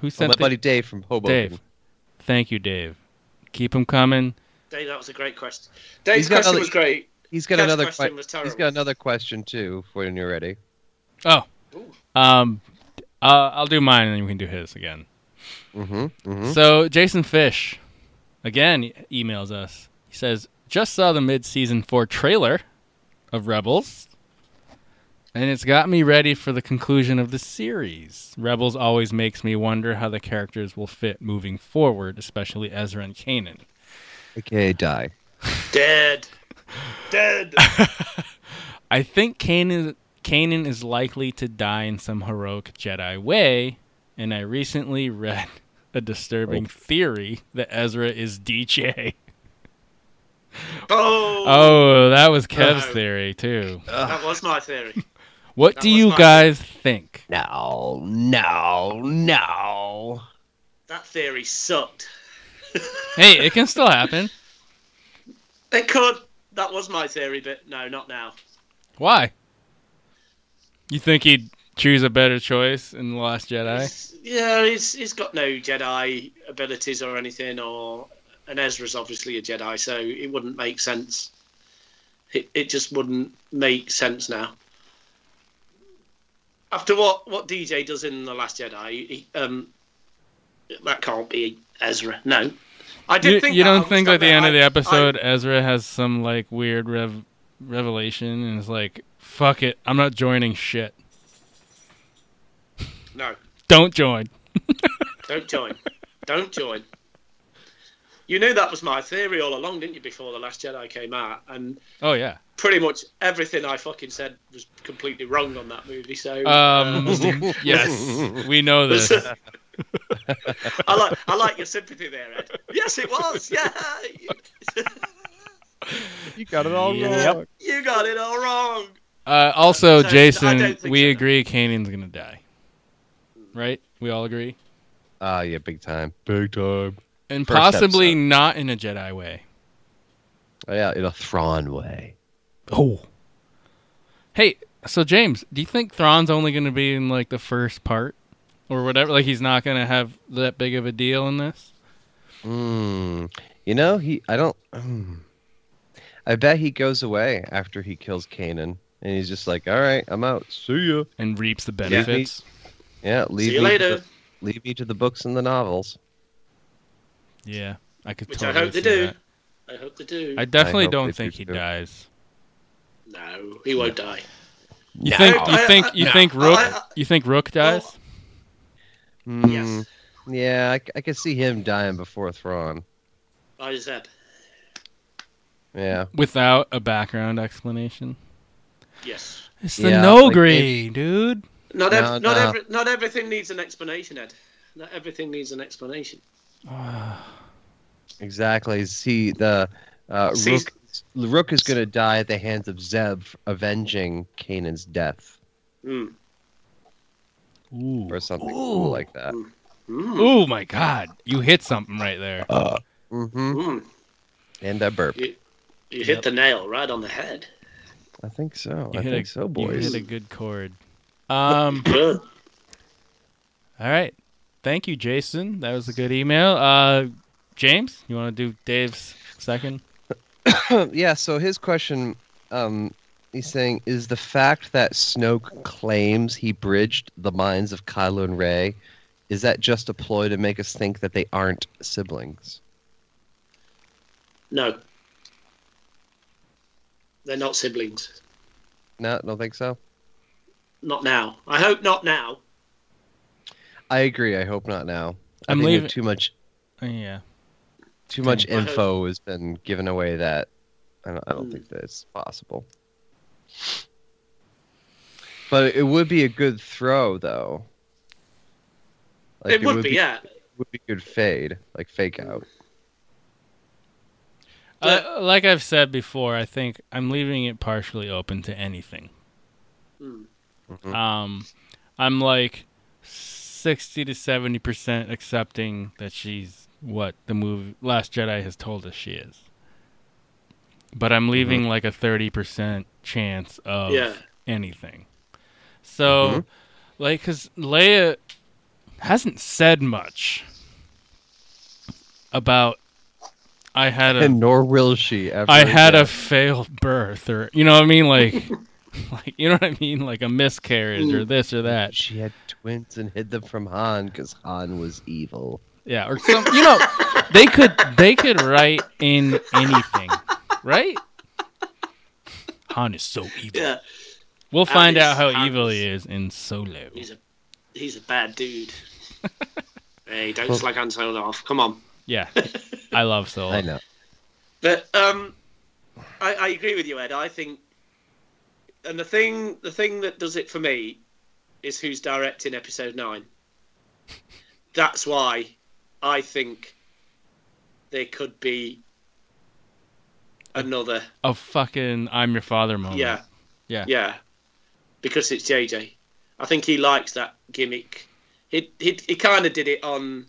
Speaker 7: Who
Speaker 8: Oh,
Speaker 7: sent
Speaker 8: my
Speaker 7: the-
Speaker 8: buddy Dave from Hoboken.
Speaker 7: Dave, thank you, Dave. Keep them coming.
Speaker 6: Dave, that was a great question. Dave's
Speaker 8: He's got
Speaker 6: question
Speaker 8: another-
Speaker 6: was great.
Speaker 8: He's got
Speaker 6: Kev's
Speaker 8: another.
Speaker 6: question
Speaker 8: que-
Speaker 6: was terrible.
Speaker 8: he's got another question too. When you're ready.
Speaker 7: Oh, um, uh, I'll do mine and then we can do his again.
Speaker 8: Mm-hmm. mm-hmm.
Speaker 7: So Jason Fish, again, e- emails us. He says, "Just saw the mid-season four trailer of Rebels, and it's got me ready for the conclusion of the series. Rebels always makes me wonder how the characters will fit moving forward, especially Ezra and Kanan.
Speaker 8: okay, die.
Speaker 6: Dead. Dead.
Speaker 7: I think Kanan, Kanan is likely to die in some heroic Jedi way, and I recently read a disturbing theory that Ezra is DJ.
Speaker 6: Oh.
Speaker 7: Oh, that was Kev's
Speaker 6: Oh.
Speaker 7: theory too.
Speaker 6: That was my theory.
Speaker 7: What
Speaker 6: That
Speaker 7: do
Speaker 6: was
Speaker 7: you
Speaker 6: my-
Speaker 7: guys think?
Speaker 8: No, no, no.
Speaker 6: That theory sucked.
Speaker 7: Hey, it can still happen.
Speaker 6: It could. That was my theory, but no, not now.
Speaker 7: Why? You think he'd choose a better choice in The Last Jedi?
Speaker 6: Yeah, he's he's got no Jedi abilities or anything, or and Ezra's obviously a Jedi, so it wouldn't make sense. It it just wouldn't make sense now. After what what DJ does in the Last Jedi, he, um, that can't be Ezra. No, I did
Speaker 7: you,
Speaker 6: think
Speaker 7: you
Speaker 6: that. I
Speaker 7: don't
Speaker 6: was
Speaker 7: think
Speaker 6: like
Speaker 7: at the
Speaker 6: that.
Speaker 7: end of
Speaker 6: I-
Speaker 7: the episode
Speaker 6: I-
Speaker 7: Ezra has some like weird rev- revelation and is like, "Fuck it, I'm not joining shit.
Speaker 6: no,
Speaker 7: Don't join."
Speaker 6: don't join, don't join. You knew that was my theory all along, didn't you? Before the Last Jedi came out, and
Speaker 7: Oh yeah.
Speaker 6: pretty much everything I fucking said was completely wrong on that movie. So
Speaker 7: Um,
Speaker 6: uh,
Speaker 7: yes, we know this.
Speaker 6: I like I like your sympathy there, Ed. Yes, it was. Yeah,
Speaker 8: You got it all
Speaker 7: Yep.
Speaker 8: wrong.
Speaker 6: you got it all wrong.
Speaker 7: Uh, also,
Speaker 6: So, I
Speaker 7: Jason,
Speaker 6: don't think
Speaker 7: we agree Kanan's gonna die, right? We all agree,
Speaker 8: Ah, yeah, big time, big time.
Speaker 7: and
Speaker 8: First
Speaker 7: possibly not in a Jedi way.
Speaker 8: Oh, yeah, in a Thrawn way.
Speaker 7: Oh. Hey, so James, do you think Thrawn's only gonna be in like the first part or whatever? Like he's not gonna have that big of a deal in this?
Speaker 8: Mm. You know, he. I don't. mm. I bet he goes away after he kills Kanan, and he's just like, "All right, I'm out. See ya."
Speaker 7: And reaps the
Speaker 8: me-
Speaker 7: benefits.
Speaker 8: Yeah, leave
Speaker 6: See you
Speaker 8: me to
Speaker 6: later.
Speaker 8: the- leave me to the books and the novels.
Speaker 7: Yeah, I could
Speaker 6: Which
Speaker 7: totally
Speaker 6: I hope they
Speaker 7: see
Speaker 6: do.
Speaker 7: that.
Speaker 6: I hope they do.
Speaker 7: I definitely
Speaker 8: hope
Speaker 7: don't
Speaker 8: they
Speaker 7: think
Speaker 8: do
Speaker 7: he
Speaker 8: too.
Speaker 7: dies.
Speaker 6: no, he won't die.
Speaker 7: You
Speaker 8: No.
Speaker 7: think you
Speaker 6: I-
Speaker 7: think
Speaker 6: I-
Speaker 7: you
Speaker 6: no.
Speaker 7: think Rook
Speaker 6: I- I-
Speaker 7: you think Rook dies?
Speaker 8: Mm, Yeah, I, c- I could see him dying before Thrawn.
Speaker 6: I said
Speaker 8: Yeah.
Speaker 7: Without a background explanation.
Speaker 6: yes.
Speaker 7: It's the
Speaker 8: Yeah, like,
Speaker 7: Nogri, dude.
Speaker 6: Not ev-
Speaker 8: No,
Speaker 6: not
Speaker 8: no.
Speaker 6: every, not everything needs an explanation, Ed. Not everything needs an explanation.
Speaker 8: Exactly. See the uh,
Speaker 6: See-
Speaker 8: Rook, Rook is going to die at the hands of Zeb, avenging Kanan's death
Speaker 6: Mm.
Speaker 7: Ooh.
Speaker 8: or something cool
Speaker 7: Ooh.
Speaker 8: like that.
Speaker 6: Mm.
Speaker 7: Ooh my god. You hit something right there. Mm-hmm.
Speaker 8: hmm
Speaker 6: Mm.
Speaker 8: And that burp.
Speaker 6: You, you
Speaker 7: Yep.
Speaker 6: hit the nail right on the head.
Speaker 8: I think so.
Speaker 7: You
Speaker 8: I
Speaker 7: hit
Speaker 8: think
Speaker 7: a,
Speaker 8: so, boys.
Speaker 7: You hit a good chord. Um
Speaker 6: Good.
Speaker 7: All right. Thank you, Jason. That was a good email. Uh, James, you want to do Dave's second?
Speaker 8: yeah, so his question um, he's saying is the fact that Snoke claims he bridged the minds of Kylo and Rey, is that just a ploy to make us think that they aren't siblings?
Speaker 6: No. They're not siblings.
Speaker 8: No, don't think so.
Speaker 6: Not now. I hope not now.
Speaker 8: I agree. I hope not now. I
Speaker 7: I'm
Speaker 8: think we have
Speaker 7: leaving-
Speaker 8: too much
Speaker 7: Yeah.
Speaker 8: too much
Speaker 7: Dang. I hope-
Speaker 8: info has been given away that I don't, I don't think that's possible. But it would be a good throw, though.
Speaker 6: It would be, yeah.
Speaker 8: It would be good fade, like fake out.
Speaker 7: Uh, like I've said before, I think I'm leaving it partially open to anything.
Speaker 6: Hmm.
Speaker 7: Um, I'm like sixty to seventy percent accepting that she's what the movie Last Jedi has told us she is, but I'm leaving like a thirty percent chance of
Speaker 6: Yeah.
Speaker 7: anything. So, like, because Leia hasn't said much about. I had a
Speaker 8: And nor will she ever.
Speaker 7: I had
Speaker 8: again.
Speaker 7: a failed birth, or you know what I mean, like, like you know what I mean, like a miscarriage, or
Speaker 8: Mm.
Speaker 7: this or that.
Speaker 8: She had twins and hid them from Han because Han was evil.
Speaker 7: Yeah, or some, you know, they could they could write in anything, right? Han is so evil.
Speaker 6: Yeah.
Speaker 7: We'll
Speaker 6: Han
Speaker 7: find
Speaker 6: is-
Speaker 7: out how
Speaker 6: Han
Speaker 7: evil he
Speaker 6: is-
Speaker 7: is in Solo.
Speaker 6: He's a he's a bad dude. hey, don't
Speaker 7: Well-
Speaker 6: slag Han Solo off. Come on.
Speaker 7: Yeah, I love Solo.
Speaker 8: I know.
Speaker 6: But um, I, I agree with you, Ed. I think, and the thing the thing that does it for me is who's directing episode nine. That's why I think there could be another.
Speaker 7: A fucking I'm your father moment.
Speaker 6: Yeah,
Speaker 7: yeah,
Speaker 6: yeah, because it's JJ. I think he likes that gimmick. He he he kind of did it on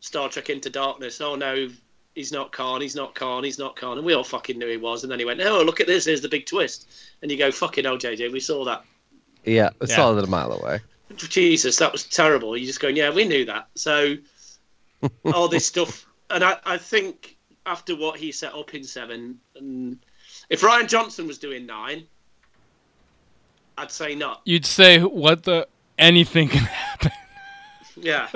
Speaker 6: Star Trek Into Darkness. Oh no, he's not Khan. He's not Khan. He's not Khan. And we all fucking knew he was. And then he went, oh look at this. Here's the big twist. And you go, fucking oh JJ, we saw that.
Speaker 8: Yeah, I
Speaker 6: Yeah.
Speaker 8: saw that a mile away.
Speaker 6: Jesus, that was terrible. You're just going, yeah, we knew that. So all this stuff, and I, I think after what he set up in seven, and if Ryan Johnson was doing nine, I'd say not.
Speaker 7: You'd say what the anything can happen.
Speaker 6: Yeah,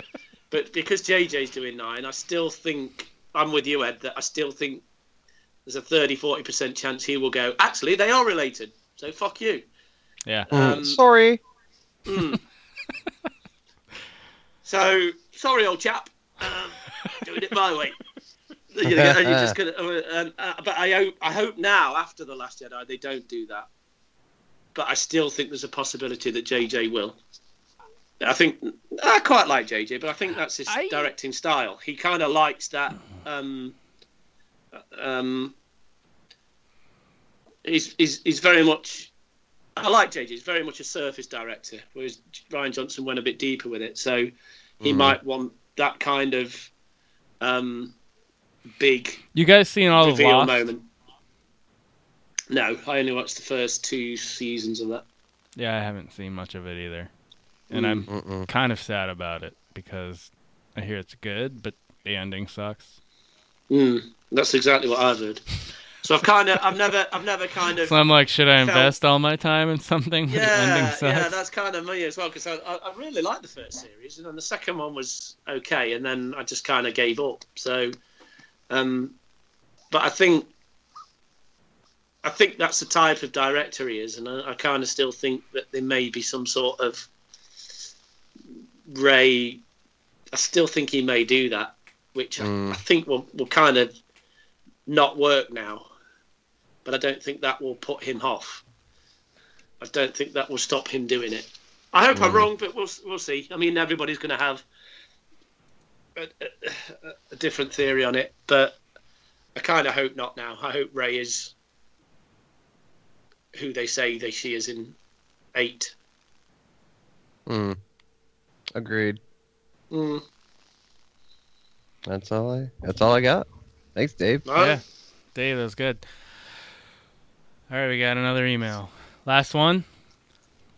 Speaker 6: but because JJ's doing nine, I still think I'm with you, Ed. That I still think there's a 30 40 percent chance he will go. Actually, they are related, so fuck you.
Speaker 7: Yeah.
Speaker 6: Um,
Speaker 8: Sorry.
Speaker 6: Mm. so sorry, old chap. Um, doing it my way. You know, and you're just gonna, uh, and, uh, but I hope, I hope now after the Last Jedi they don't do that. But I still think there's a possibility that JJ will. I think I quite like JJ, but I think that's his directing style. He kind of likes that. Um, um, he's, he's he's very much. I like JJ. He's very much a surface director, whereas Ryan Johnson went a bit deeper with it. So he
Speaker 7: Mhm.
Speaker 6: might want that kind of um, big
Speaker 7: You guys seen all of
Speaker 6: reveal
Speaker 7: Lost?
Speaker 6: moment. No, I only watched the first two seasons of that.
Speaker 7: Yeah, I haven't seen much of it either, and
Speaker 6: Mm.
Speaker 7: I'm kind of sad about it because I hear it's good, but the ending sucks.
Speaker 6: Mm, that's exactly what I've heard. So I've kind of, I've never, I've never kind of.
Speaker 7: So I'm like, should I
Speaker 6: felt-
Speaker 7: invest all my time in something? where the ending
Speaker 6: Yeah,
Speaker 7: sucks?
Speaker 6: yeah, that's kind of me as well because I, I, I really liked the first series, and then the second one was okay, and then I just kind of gave up. So, um, but I think, I think that's the type of director he is, and I, I kind of still think that there may be some sort of Ray. I still think he may do that, which I, I think will will kind of not work now, but I don't think that will put him off. I don't think that will stop him doing it. I hope I'm
Speaker 7: Mm.
Speaker 6: wrong, but we'll we'll see. I mean, everybody's going to have a, a, a different theory on it, but I kind of hope not. Now, I hope Ray is who they say they she is in eight.
Speaker 8: Mm. Agreed.
Speaker 6: Mm.
Speaker 8: That's all I. That's all I got. Thanks, Dave.
Speaker 7: Yeah. Dave, that was good. All right, we got another email. Last one.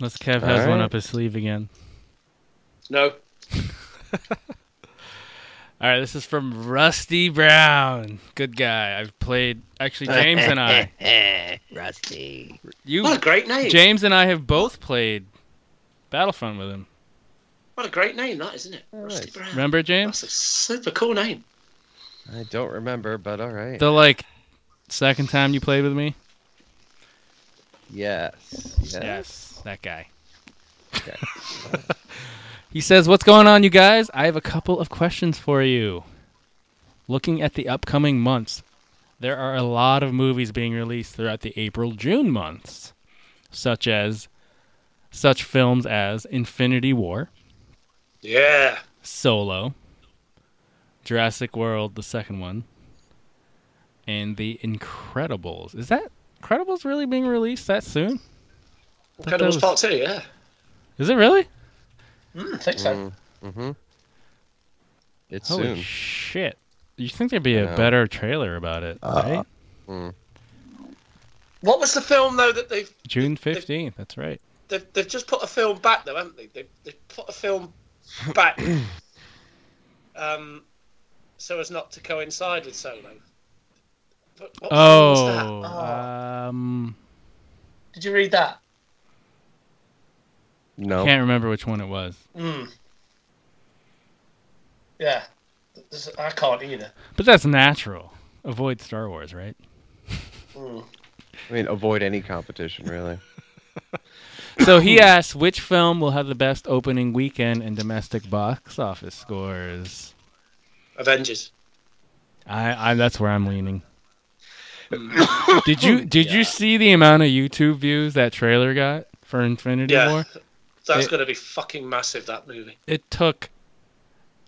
Speaker 7: Unless Kev has
Speaker 6: All
Speaker 7: one
Speaker 6: right.
Speaker 7: up his sleeve again.
Speaker 6: No.
Speaker 7: All right, this is from Rusty Brown. Good guy. I've played actually James and I.
Speaker 15: Rusty.
Speaker 7: You
Speaker 6: What a great name.
Speaker 7: James and I have both played Battlefront with him.
Speaker 6: What a great name that, isn't it? Rusty Brown.
Speaker 7: Remember James?
Speaker 6: That's a super cool name.
Speaker 8: I don't remember, but all right.
Speaker 7: The like second time you played with me.
Speaker 8: Yes. Yes.
Speaker 7: that guy.
Speaker 8: Okay.
Speaker 7: He says, "What's going on, you guys? I have a couple of questions for you. Looking at the upcoming months, there are a lot of movies being released throughout the April-June months, such as such films as Infinity War,
Speaker 6: Yeah.
Speaker 7: Solo, Jurassic World, the second one, and The Incredibles. Is that Incredibles really being released that soon? I thought that
Speaker 6: Incredibles
Speaker 7: was-
Speaker 6: Part 2, yeah.
Speaker 7: Is it really?
Speaker 6: Mm, I think so.
Speaker 8: Mm-hmm. It's
Speaker 7: Holy
Speaker 8: soon.
Speaker 7: shit! You think there'd be
Speaker 8: I
Speaker 7: a
Speaker 8: know.
Speaker 7: better trailer about it,
Speaker 6: Uh,
Speaker 7: right?
Speaker 8: Mm.
Speaker 6: What was the film, though, that they've,
Speaker 7: June fifteenth. That's right.
Speaker 6: they've, they've just put a film back, though, haven't they? They've, they've put a film back um, so as not to coincide with Solo. But what film was that? Oh.
Speaker 7: Oh, um,
Speaker 6: Did you read that?
Speaker 8: No.
Speaker 7: can't remember which one it was.
Speaker 6: Mm. Yeah. This- I can't either.
Speaker 7: But that's natural. Avoid Star Wars, right?
Speaker 6: Mm.
Speaker 8: I mean, avoid any competition, really.
Speaker 7: So he asks, which film will have the best opening weekend and domestic box office scores?
Speaker 6: Avengers.
Speaker 7: I, I that's where I'm leaning. did you did you see the amount of YouTube views that trailer got for Infinity
Speaker 6: Yeah.
Speaker 7: War?
Speaker 6: That's
Speaker 7: It-
Speaker 6: going to be fucking massive, that movie.
Speaker 7: It took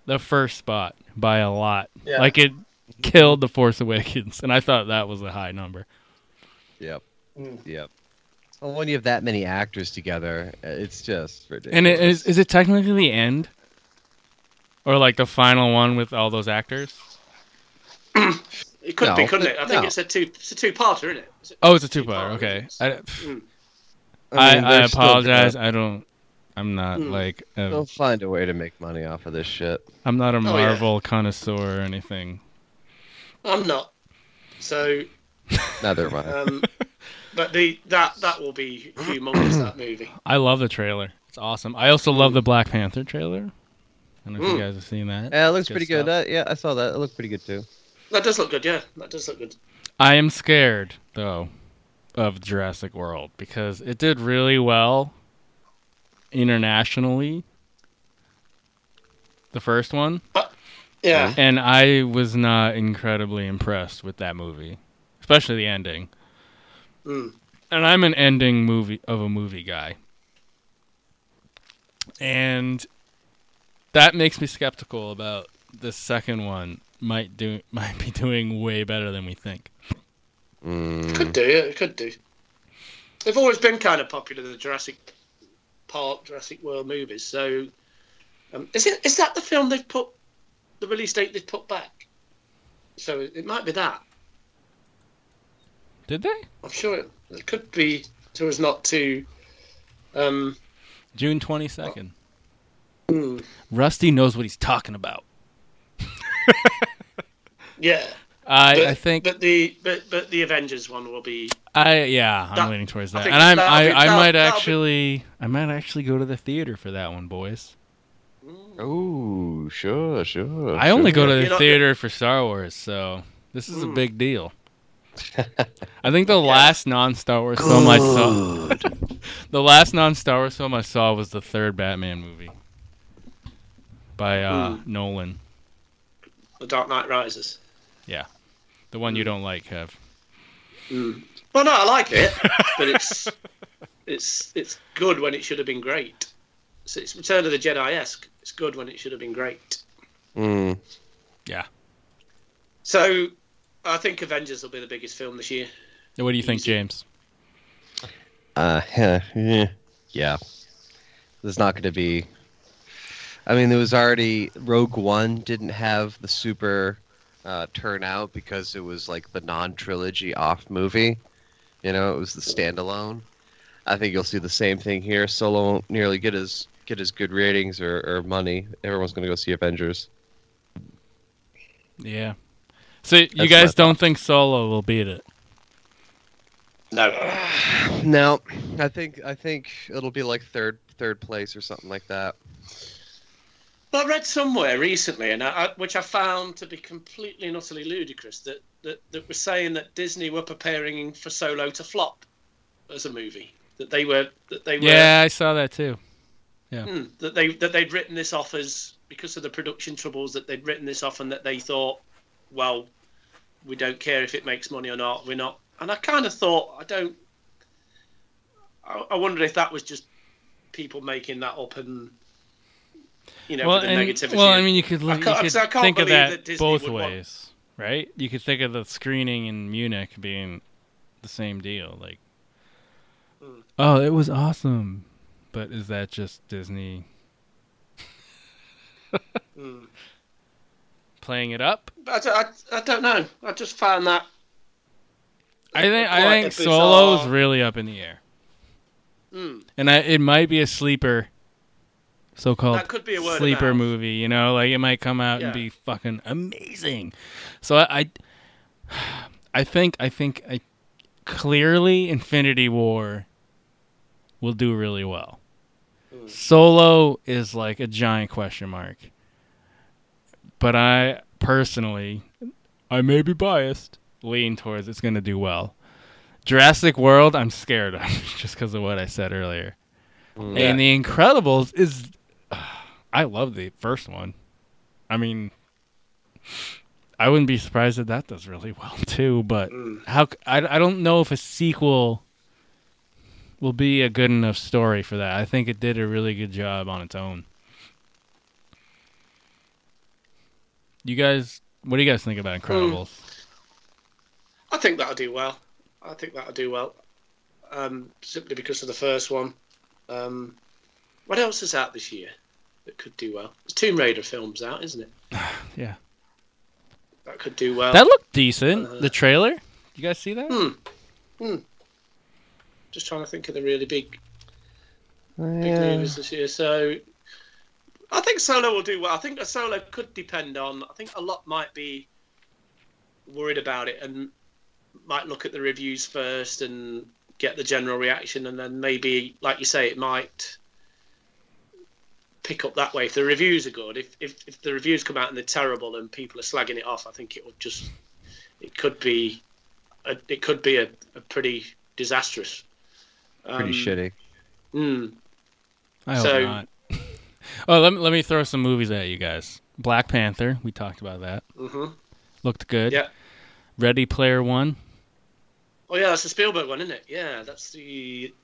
Speaker 7: the first spot by a lot.
Speaker 6: Yeah.
Speaker 7: Like it killed The Force Awakens, and I thought that was a high number.
Speaker 8: Yep.
Speaker 6: Mm.
Speaker 8: Yep. Well, when you have that many actors together, uh, it's just ridiculous.
Speaker 7: And it, is is it technically the end, or like the final one with all those actors?
Speaker 6: It could be,
Speaker 8: No.
Speaker 6: couldn't it? I think
Speaker 8: No.
Speaker 6: it's a two it's a two parter, isn't it? Is it-
Speaker 7: Oh, it's a two-part. Okay, I, I,
Speaker 8: I mean,
Speaker 7: I
Speaker 8: they're still Oh.
Speaker 7: apologize.
Speaker 8: good.
Speaker 7: I don't. I'm not
Speaker 6: Mm.
Speaker 7: like
Speaker 8: They'll
Speaker 7: a,
Speaker 8: find a way to make money off of this shit.
Speaker 7: I'm not a
Speaker 6: yeah.
Speaker 7: Marvel connoisseur or anything.
Speaker 6: I'm not. So,
Speaker 8: Neither am I.
Speaker 6: um, but the that that will be humongous. that movie.
Speaker 7: I love the trailer. It's awesome. I also love the Black Panther trailer. I don't know if
Speaker 6: Mm.
Speaker 7: you guys have seen that.
Speaker 8: Yeah, it looks
Speaker 7: It's
Speaker 8: pretty good.
Speaker 7: stuff.
Speaker 8: Uh, yeah, I saw that. It looked pretty good too.
Speaker 6: That does look good. Yeah, that does look good.
Speaker 7: I am scared though of Jurassic World because it did really well internationally. The first one.
Speaker 6: Yeah.
Speaker 7: And I was not incredibly impressed with that movie, especially the ending.
Speaker 6: Mm.
Speaker 7: And I'm an ending movie of a movie guy. And that makes me skeptical about the second one might do might be doing way better than we think. Mm.
Speaker 6: Could
Speaker 7: Hmm.
Speaker 6: do. Yeah, it could do. They've always been kind of popular the Jurassic Park, Jurassic World movies. So, um, is it is that the film they've put the release date they've put back? So it might be that.
Speaker 7: Did they?
Speaker 6: I'm sure it, it could be so as not to. Um,
Speaker 7: June 22nd.
Speaker 6: mm,
Speaker 7: Oh. Rusty knows what he's talking about.
Speaker 6: yeah.
Speaker 7: I,
Speaker 6: But-
Speaker 7: I think
Speaker 6: But the but but the Avengers one will be.
Speaker 7: I yeah, I'm
Speaker 6: That-
Speaker 7: leaning towards
Speaker 6: I
Speaker 7: that,
Speaker 6: think
Speaker 7: and I'm I,
Speaker 6: that'll be-
Speaker 7: I
Speaker 6: that'll-
Speaker 7: might
Speaker 6: that'll be-
Speaker 7: actually I might actually go to the theater for that one, boys.
Speaker 8: Oh, sure, sure.
Speaker 7: I only go
Speaker 8: sure.
Speaker 7: to
Speaker 6: You
Speaker 7: the
Speaker 6: know-
Speaker 7: theater for Star Wars, so this is a
Speaker 6: Mm.
Speaker 7: big deal. I think the last non-Star Wars film I saw, the last non-Star Wars film I saw was the third Batman movie by uh,
Speaker 6: Hmm.
Speaker 7: Nolan,
Speaker 6: The Dark Knight Rises.
Speaker 7: the one you don't like, Kev.
Speaker 6: Well, no, I like it, but it's it's it's good when it should have been great. So it's Return of the Jedi esque. It's good when it should have been great.
Speaker 8: Mm.
Speaker 6: So I think Avengers will be the biggest film this year.
Speaker 7: What do you think, James?
Speaker 8: Uh, yeah. yeah. There's not going to be. I mean, there was already Rogue One didn't have the super uh, turnout because it was like the non-trilogy off movie. You know, it was the standalone. I think you'll see the same thing here. Solo won't nearly get as get as good ratings or, or money. Everyone's going to go see Avengers.
Speaker 7: Yeah. So you
Speaker 8: That's my
Speaker 7: guys don't think Solo will beat it?
Speaker 6: No.
Speaker 8: No, I think I think it'll be like third third place or something like that.
Speaker 6: I read somewhere recently, and I, I, which I found to be completely and utterly ludicrous, that, that that was saying that Disney were preparing for Solo to flop as a movie. That they were that they were
Speaker 7: Yeah, I saw that too. Yeah.
Speaker 6: Hmm, that they that they'd written this off as because of the production troubles that they'd written this off and that they thought, well, we don't care if it makes money or not. We're not. And I kind of thought I don't. I, I wondered if that was just people making that up and you know
Speaker 7: well,
Speaker 6: with the
Speaker 7: and-
Speaker 6: negativity.
Speaker 7: well, I mean, you could,
Speaker 6: I
Speaker 7: look- you
Speaker 6: can't-
Speaker 7: could
Speaker 6: so I can't
Speaker 7: think of
Speaker 6: believe
Speaker 7: that,
Speaker 6: Disney
Speaker 7: both
Speaker 6: would want-
Speaker 7: ways, right? You could think of the screening in Munich being the same deal. Like,
Speaker 6: Hmm.
Speaker 7: oh, it was awesome, but is that just Disney
Speaker 6: Hmm.
Speaker 7: playing it up?
Speaker 6: But I, don't- I, I don't know. I just found that.
Speaker 7: I think I
Speaker 6: quite
Speaker 7: think
Speaker 6: a
Speaker 7: Solo's
Speaker 6: bizarre-
Speaker 7: really up in the air,
Speaker 6: Hmm.
Speaker 7: and I, it might be a sleeper, so-called
Speaker 6: That could be a word of
Speaker 7: sleeper
Speaker 6: mouth.
Speaker 7: movie. You know, like it might come out
Speaker 6: Yeah.
Speaker 7: and be fucking amazing. So I, I, I think I think I clearly Infinity War will do really well. Solo is like a giant question mark, but I personally, I may be biased, lean towards it's going to do well. Jurassic World, I'm scared of just because of what I said earlier.
Speaker 6: Mm.
Speaker 7: And The Incredibles is, I love the first one. I mean, I wouldn't be surprised if that does really well too. But
Speaker 6: Mm.
Speaker 7: how c- I, I don't know if a sequel will be a good enough story for that. I think it did a really good job on its own. You guys, what do you guys think about
Speaker 6: Hmm.
Speaker 7: Incredibles?
Speaker 6: I think that'll do well. I think that'll do well. Um, simply because of the first one. Um, what else is out this year that could do well? There's Tomb Raider films out, isn't it?
Speaker 7: Yeah.
Speaker 6: That could do well.
Speaker 7: that looked decent. the trailer. You guys see that?
Speaker 6: Uh, Hmm. Hmm. Just trying to think of the really big, big
Speaker 8: Yeah.
Speaker 6: movies this year. So, I think Solo will do well. I think a Solo could depend on. I think a lot might be worried about it and might look at the reviews first and get the general reaction, and then maybe, like you say, it might pick up that way if the reviews are good. If if, if the reviews come out and they're terrible and people are slagging it off, I think it will just it could be a, it could be a, a pretty disastrous. um,
Speaker 8: Pretty shitty.
Speaker 6: Mm,
Speaker 7: I hope
Speaker 6: So-
Speaker 7: not. oh, let me let me throw some movies at you guys. Black Panther. We talked about that.
Speaker 6: hmm
Speaker 7: Looked good.
Speaker 6: Yeah.
Speaker 7: Ready Player One.
Speaker 6: Oh yeah, that's the Spielberg one, isn't it? Yeah, that's the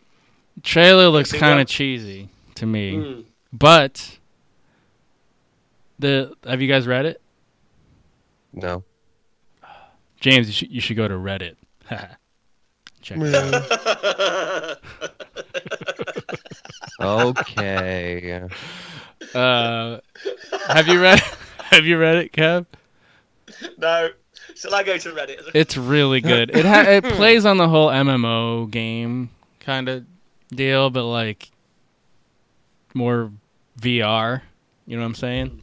Speaker 7: Trailer looks
Speaker 6: see
Speaker 7: kind
Speaker 6: that.
Speaker 7: of cheesy to me,
Speaker 6: Mm.
Speaker 7: but the have you guys read it?
Speaker 8: No.
Speaker 7: James, you should you should go to Reddit. Check it out.
Speaker 8: Okay.
Speaker 7: Uh, have you read Have you read it, Kev?
Speaker 6: no. Shall I go to Reddit?
Speaker 7: It's really good. It ha- it plays on the whole MMO game kind of deal, but like more VR. You know what I'm saying?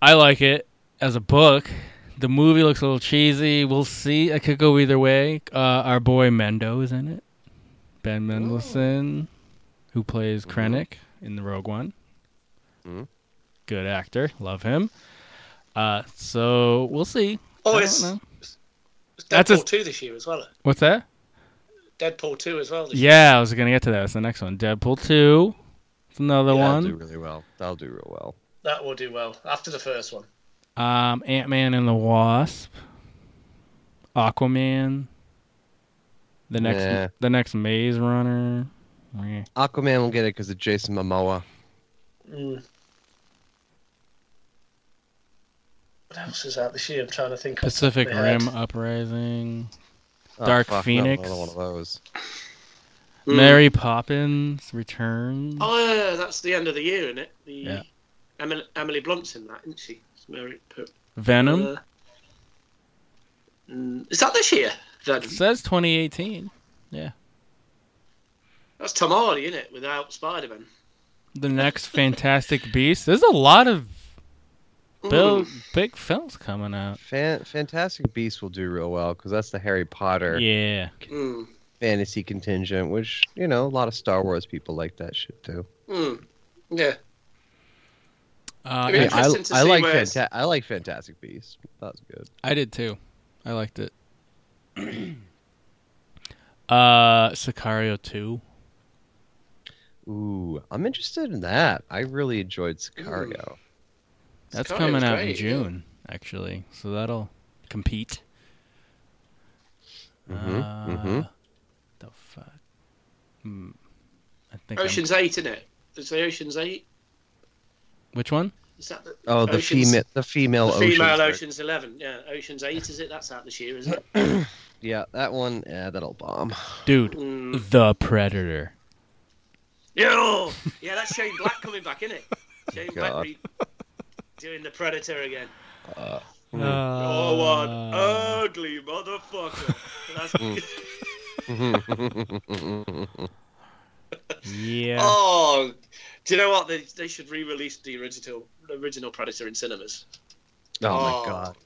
Speaker 7: I like it as a book. The movie looks a little cheesy. We'll see. I could go either way. Uh, our boy Mendo is in it. Ben Mendelsohn, who plays Krennic in the Rogue One. Good actor. Love him. Uh, so we'll see. I
Speaker 6: Oh,
Speaker 7: don't
Speaker 6: it's,
Speaker 7: know.
Speaker 6: it's Deadpool
Speaker 7: That's a-
Speaker 6: two this year as well.
Speaker 7: What's that?
Speaker 6: Deadpool two as well. This
Speaker 7: Yeah, I was gonna get to that. That's the next one. Deadpool two. It's another
Speaker 8: That'll do
Speaker 7: one.
Speaker 8: really well. That'll do real well.
Speaker 6: That will do well after the first one.
Speaker 7: Um, Ant Man and the Wasp. Aquaman. The next,
Speaker 8: Nah.
Speaker 7: the next Maze Runner. Meh.
Speaker 8: Aquaman will get it because of Jason Momoa.
Speaker 6: What else is out this year? I'm trying to think. off the top of
Speaker 7: Pacific
Speaker 6: my head.
Speaker 7: Rim Uprising.
Speaker 8: Oh,
Speaker 7: Dark
Speaker 8: fuck, no,
Speaker 7: Phoenix.
Speaker 8: Another one of those.
Speaker 6: Mm.
Speaker 7: Mary Poppins Returns.
Speaker 6: Oh yeah, that's the end of the year, isn't it? The
Speaker 7: Yeah.
Speaker 6: Emily, Emily Blunt's in that, isn't she? It's Mary. P-
Speaker 7: Venom.
Speaker 6: Uh, mm, is that this year? Venom.
Speaker 7: It says 2018. Yeah.
Speaker 6: That's Tom Hardy, isn't it? Without Spider Man.
Speaker 7: The next Fantastic Beast. There's a lot of
Speaker 6: Hmm. Mm,
Speaker 7: Bill, big film's coming out.
Speaker 8: Fan- Fantastic Beasts will do real well because that's the Harry Potter
Speaker 7: Yeah.
Speaker 6: Mm.
Speaker 8: fantasy contingent, which you know a lot of Star Wars people like that shit too.
Speaker 6: Mm. Yeah.
Speaker 7: Uh,
Speaker 6: It'd be
Speaker 8: Yeah, I,
Speaker 6: interesting to
Speaker 8: I
Speaker 6: see
Speaker 8: like
Speaker 6: where it's-
Speaker 8: Fanta- I like Fantastic Beasts. That was good.
Speaker 7: I did too. I liked it. uh, Sicario two.
Speaker 8: Ooh, I'm interested in that. I really enjoyed Sicario.
Speaker 7: That's
Speaker 6: Sicario's
Speaker 7: coming out in
Speaker 6: great, yeah.
Speaker 7: June, actually. So that'll compete.
Speaker 6: Mm-hmm,
Speaker 8: Mhm,
Speaker 7: Uh,
Speaker 8: mhm.
Speaker 7: The fuck. Hmm, I think I'm-
Speaker 6: Ocean's Eight in it. Is the Ocean's Eight?
Speaker 7: which one?
Speaker 6: Is that the
Speaker 8: Oh, the
Speaker 6: Ocean's-
Speaker 8: female, the female,
Speaker 6: the female
Speaker 8: Ocean's-
Speaker 6: Ocean's Eleven? Yeah, Ocean's Eight is it? That's out this year, isn't it?
Speaker 8: Yeah, that one. Yeah, that'll bomb.
Speaker 7: Dude,
Speaker 6: Mm.
Speaker 7: the Predator.
Speaker 6: yeah, yeah, that's Shane Black coming back, isn't it? Shane Black
Speaker 8: God.
Speaker 6: re- doing the Predator again.
Speaker 8: Uh,
Speaker 6: oh, what
Speaker 7: uh.
Speaker 6: ugly motherfucker! That's- uh,
Speaker 7: yeah.
Speaker 8: Mm.
Speaker 6: Oh, do you know what? They, they should re-release the original the original Predator in cinemas.
Speaker 8: Oh,
Speaker 6: Oh.
Speaker 8: my god.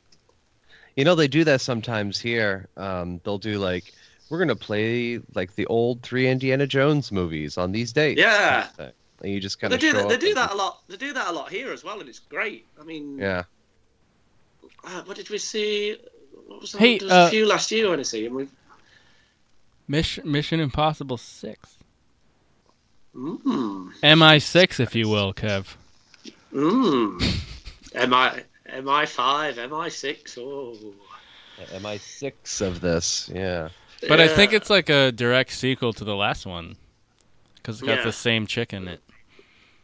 Speaker 8: You know they do that sometimes here. Um, they'll do like we're gonna play like the old three Indiana Jones movies on these dates.
Speaker 6: Yeah.
Speaker 8: kind of thing. And you just kind
Speaker 6: They
Speaker 8: of
Speaker 6: do
Speaker 8: show
Speaker 6: that. They
Speaker 8: up
Speaker 6: do
Speaker 8: and-
Speaker 6: that a lot. They do that a lot here as well, and it's great. I mean,
Speaker 8: Yeah.
Speaker 6: uh, what did we see? What was the
Speaker 7: Hey,
Speaker 6: there was
Speaker 7: uh,
Speaker 6: a few last year when I see him. We-
Speaker 7: Mission Mission Impossible Six.
Speaker 6: Mm,
Speaker 7: MI six, if you will, Kev.
Speaker 6: mm. MI MI five, MI six. Oh,
Speaker 8: Am I six of this? Yeah.
Speaker 7: But I think
Speaker 6: Yeah.
Speaker 7: it's like a direct sequel to the last one, because it got
Speaker 6: Yeah.
Speaker 7: the same chick in it.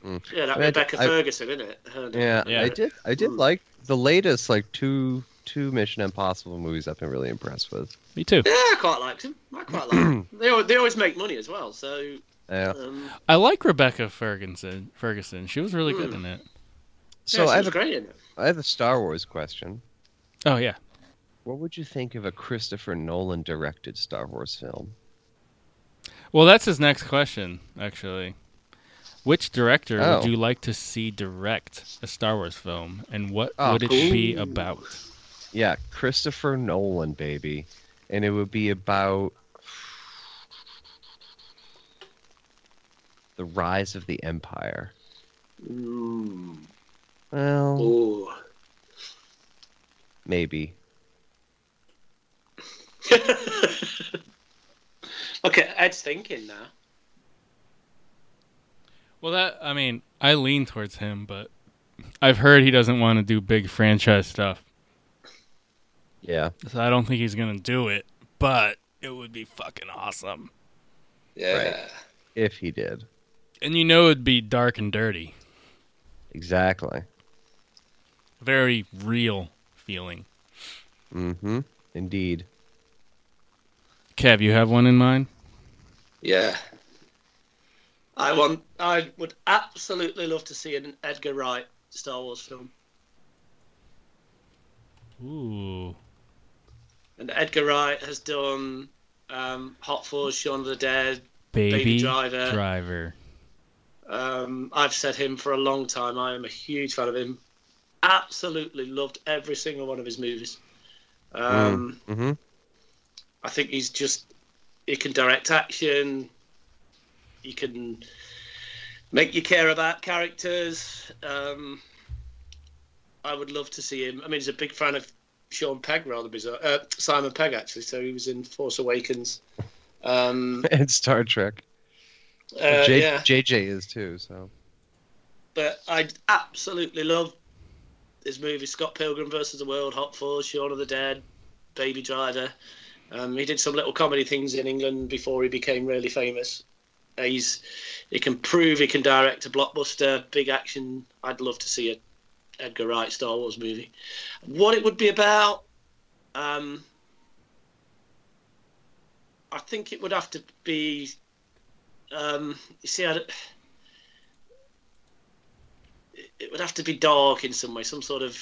Speaker 8: Mm.
Speaker 6: yeah, that
Speaker 8: I mean, I d-
Speaker 6: Rebecca
Speaker 8: I-
Speaker 6: Ferguson, isn't it? Her name.
Speaker 8: Yeah,
Speaker 7: Yeah.
Speaker 8: I did. I did like the latest, like two two Mission Impossible movies. I've been really impressed with.
Speaker 7: Me too.
Speaker 6: Yeah, I quite liked him. I quite liked him. They al- they always make money as well, so.
Speaker 8: Yeah.
Speaker 6: Um,
Speaker 7: I like Rebecca Ferguson. Ferguson, she was really good
Speaker 6: Hmm.
Speaker 7: in it.
Speaker 6: yeah,
Speaker 8: So I
Speaker 6: she
Speaker 8: have
Speaker 6: was
Speaker 8: a,
Speaker 6: great in it.
Speaker 8: I have a Star Wars question.
Speaker 7: Oh yeah,
Speaker 8: What would you think of a Christopher Nolan directed Star Wars film?
Speaker 7: Well, that's his next question, actually. Which director
Speaker 8: Oh.
Speaker 7: would you like to see direct a Star Wars film, and what
Speaker 8: Oh,
Speaker 7: would it
Speaker 8: cool.
Speaker 7: be about?
Speaker 8: Yeah, Christopher Nolan, baby, and it would be about the rise of the Empire.
Speaker 6: Mm.
Speaker 8: Well,
Speaker 6: Ooh.
Speaker 8: maybe.
Speaker 6: okay, Ed's thinking now.
Speaker 7: Well, that I mean, I lean towards him, but I've heard he doesn't want to do big franchise stuff,
Speaker 8: Yeah.
Speaker 7: so I don't think he's gonna do it. But it would be fucking awesome,
Speaker 6: Yeah.
Speaker 8: If he did.
Speaker 7: and you know it'd be dark and dirty,
Speaker 8: Exactly.
Speaker 7: very real feeling.
Speaker 8: Mm-hmm. Indeed.
Speaker 7: Kev, you have one in mind?
Speaker 6: Yeah. I want. I would absolutely love to see an Edgar Wright Star Wars film.
Speaker 7: Ooh,
Speaker 6: And Edgar Wright has done um, Hot Fuzz, Shaun of the Dead,
Speaker 7: baby,
Speaker 6: Driver.
Speaker 7: driver.
Speaker 6: Um, I've said him for a long time. I am a huge fan of him. Absolutely loved every single one of his movies. Um,
Speaker 8: Mm-hmm.
Speaker 6: I think he's just he can direct action. He can make you care about characters. Um, I would love to see him. I mean, he's a big fan of Sean Pegg, rather bizarre. Uh, Simon Pegg, actually. So he was in Force Awakens. Um,
Speaker 8: and Star Trek.
Speaker 6: uh,
Speaker 8: J-
Speaker 6: yeah,
Speaker 8: JJ is too. So
Speaker 6: but I absolutely love his movies: Scott Pilgrim versus the World, Hot Fuzz, Shaun of the Dead, Baby Driver. Um, he did some little comedy things in England before he became really famous. Uh, he's he can prove he can direct a blockbuster, big action. I'd love to see a Edgar Wright Star Wars movie. What it would be about, um, I think it would have to be. Um, you see, I, don't- it- it would have to be dark in some way, some sort of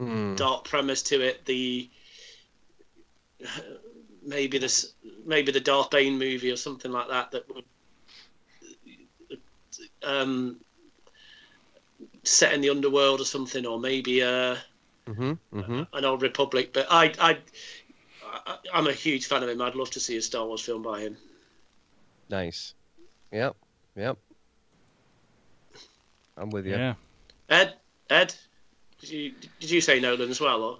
Speaker 8: Mm-hmm. Hmm.
Speaker 6: dark premise to it. The maybe this maybe the Darth Bane movie or something like that that would um, set in the underworld or something, or maybe uh,
Speaker 8: hmm hmm
Speaker 6: an old Republic. But I, I, I, I'm a huge fan of him. I'd love to see a Star Wars film by him.
Speaker 8: Nice. Yep. Yep. I'm with you.
Speaker 7: Yeah.
Speaker 6: Ed, Ed, did you, did you say Nolan as well? Or?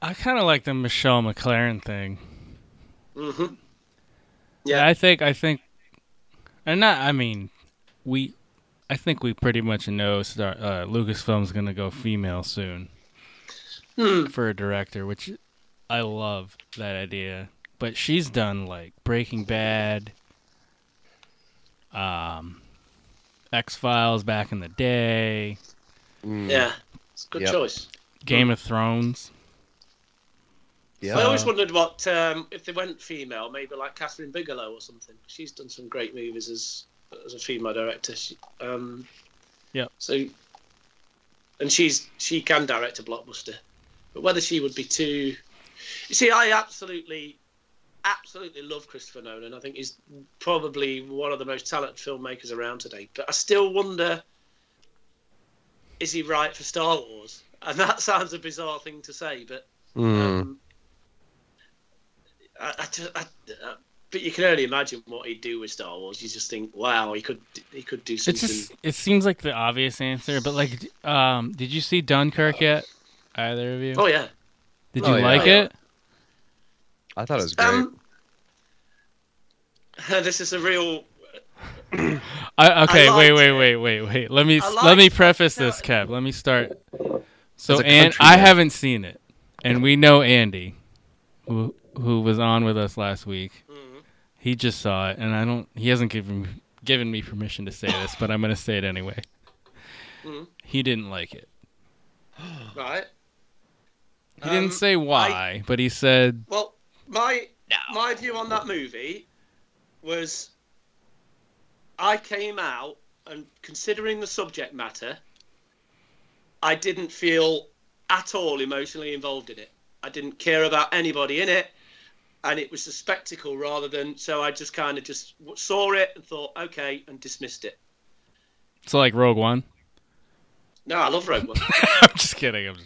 Speaker 7: I kind of like the Michelle McLaren thing.
Speaker 6: Mm-hmm.
Speaker 7: Yeah, I think I think, and not. I mean, we. I think we pretty much know Star, uh, Lucasfilm's going to go female soon
Speaker 6: Hmm.
Speaker 7: for a director, which I love that idea. But she's done like Breaking Bad, um, X Files back in the day,
Speaker 8: Mm.
Speaker 6: Yeah. It's a good
Speaker 7: Yep.
Speaker 6: choice.
Speaker 7: Game of Thrones.
Speaker 6: I always wondered what um, if they went female, maybe like Catherine Bigelow or something. She's done some great movies as as a female director. She, um,
Speaker 7: Yep.
Speaker 6: so, and she's she can direct a blockbuster, but whether she would be too, you see, I absolutely, absolutely love Christopher Nolan. I think he's probably one of the most talented filmmakers around today. But I still wonder, is he right for Star Wars? And that sounds a bizarre thing to say, but
Speaker 8: Mm.
Speaker 6: Um, I, I just, I, uh, but you can only imagine what he'd do with Star Wars. You just think, wow, he could he could do
Speaker 7: It's
Speaker 6: something.
Speaker 7: just it seems like the obvious answer, but like, d- um, did you see Dunkirk yet? Either of you?
Speaker 6: Oh yeah,
Speaker 7: Did
Speaker 8: Oh,
Speaker 7: you
Speaker 8: yeah.
Speaker 7: like
Speaker 8: Oh, yeah.
Speaker 7: it?
Speaker 8: I thought it was great.
Speaker 6: Um, this is a real.
Speaker 7: I, okay,
Speaker 6: I
Speaker 7: wait,
Speaker 6: liked
Speaker 7: wait, wait, wait, wait. Let me
Speaker 6: I
Speaker 7: let me
Speaker 6: liked-
Speaker 7: preface this, Kev. Let me start. So,
Speaker 6: As a
Speaker 7: and
Speaker 6: country
Speaker 7: I
Speaker 6: man.
Speaker 7: haven't seen it, and we know Andy, who who was on with us last week.
Speaker 6: Mm-hmm.
Speaker 7: He just saw it, and I don't. He hasn't given given me permission to say this, but I'm gonna say it anyway.
Speaker 6: Mhm.
Speaker 7: He didn't like it.
Speaker 6: right.
Speaker 7: He didn't
Speaker 6: Um,
Speaker 7: say why, but he said
Speaker 6: Well, my my view on that movie was, I came out and considering the subject matter, I didn't feel at all emotionally involved in it. I didn't care about anybody in it, and it was a spectacle rather than. So I just kind of just w- saw it and thought, okay, and dismissed it.
Speaker 7: so. Like Rogue One.
Speaker 6: No, I love Rogue One.
Speaker 7: I'm just kidding. I'm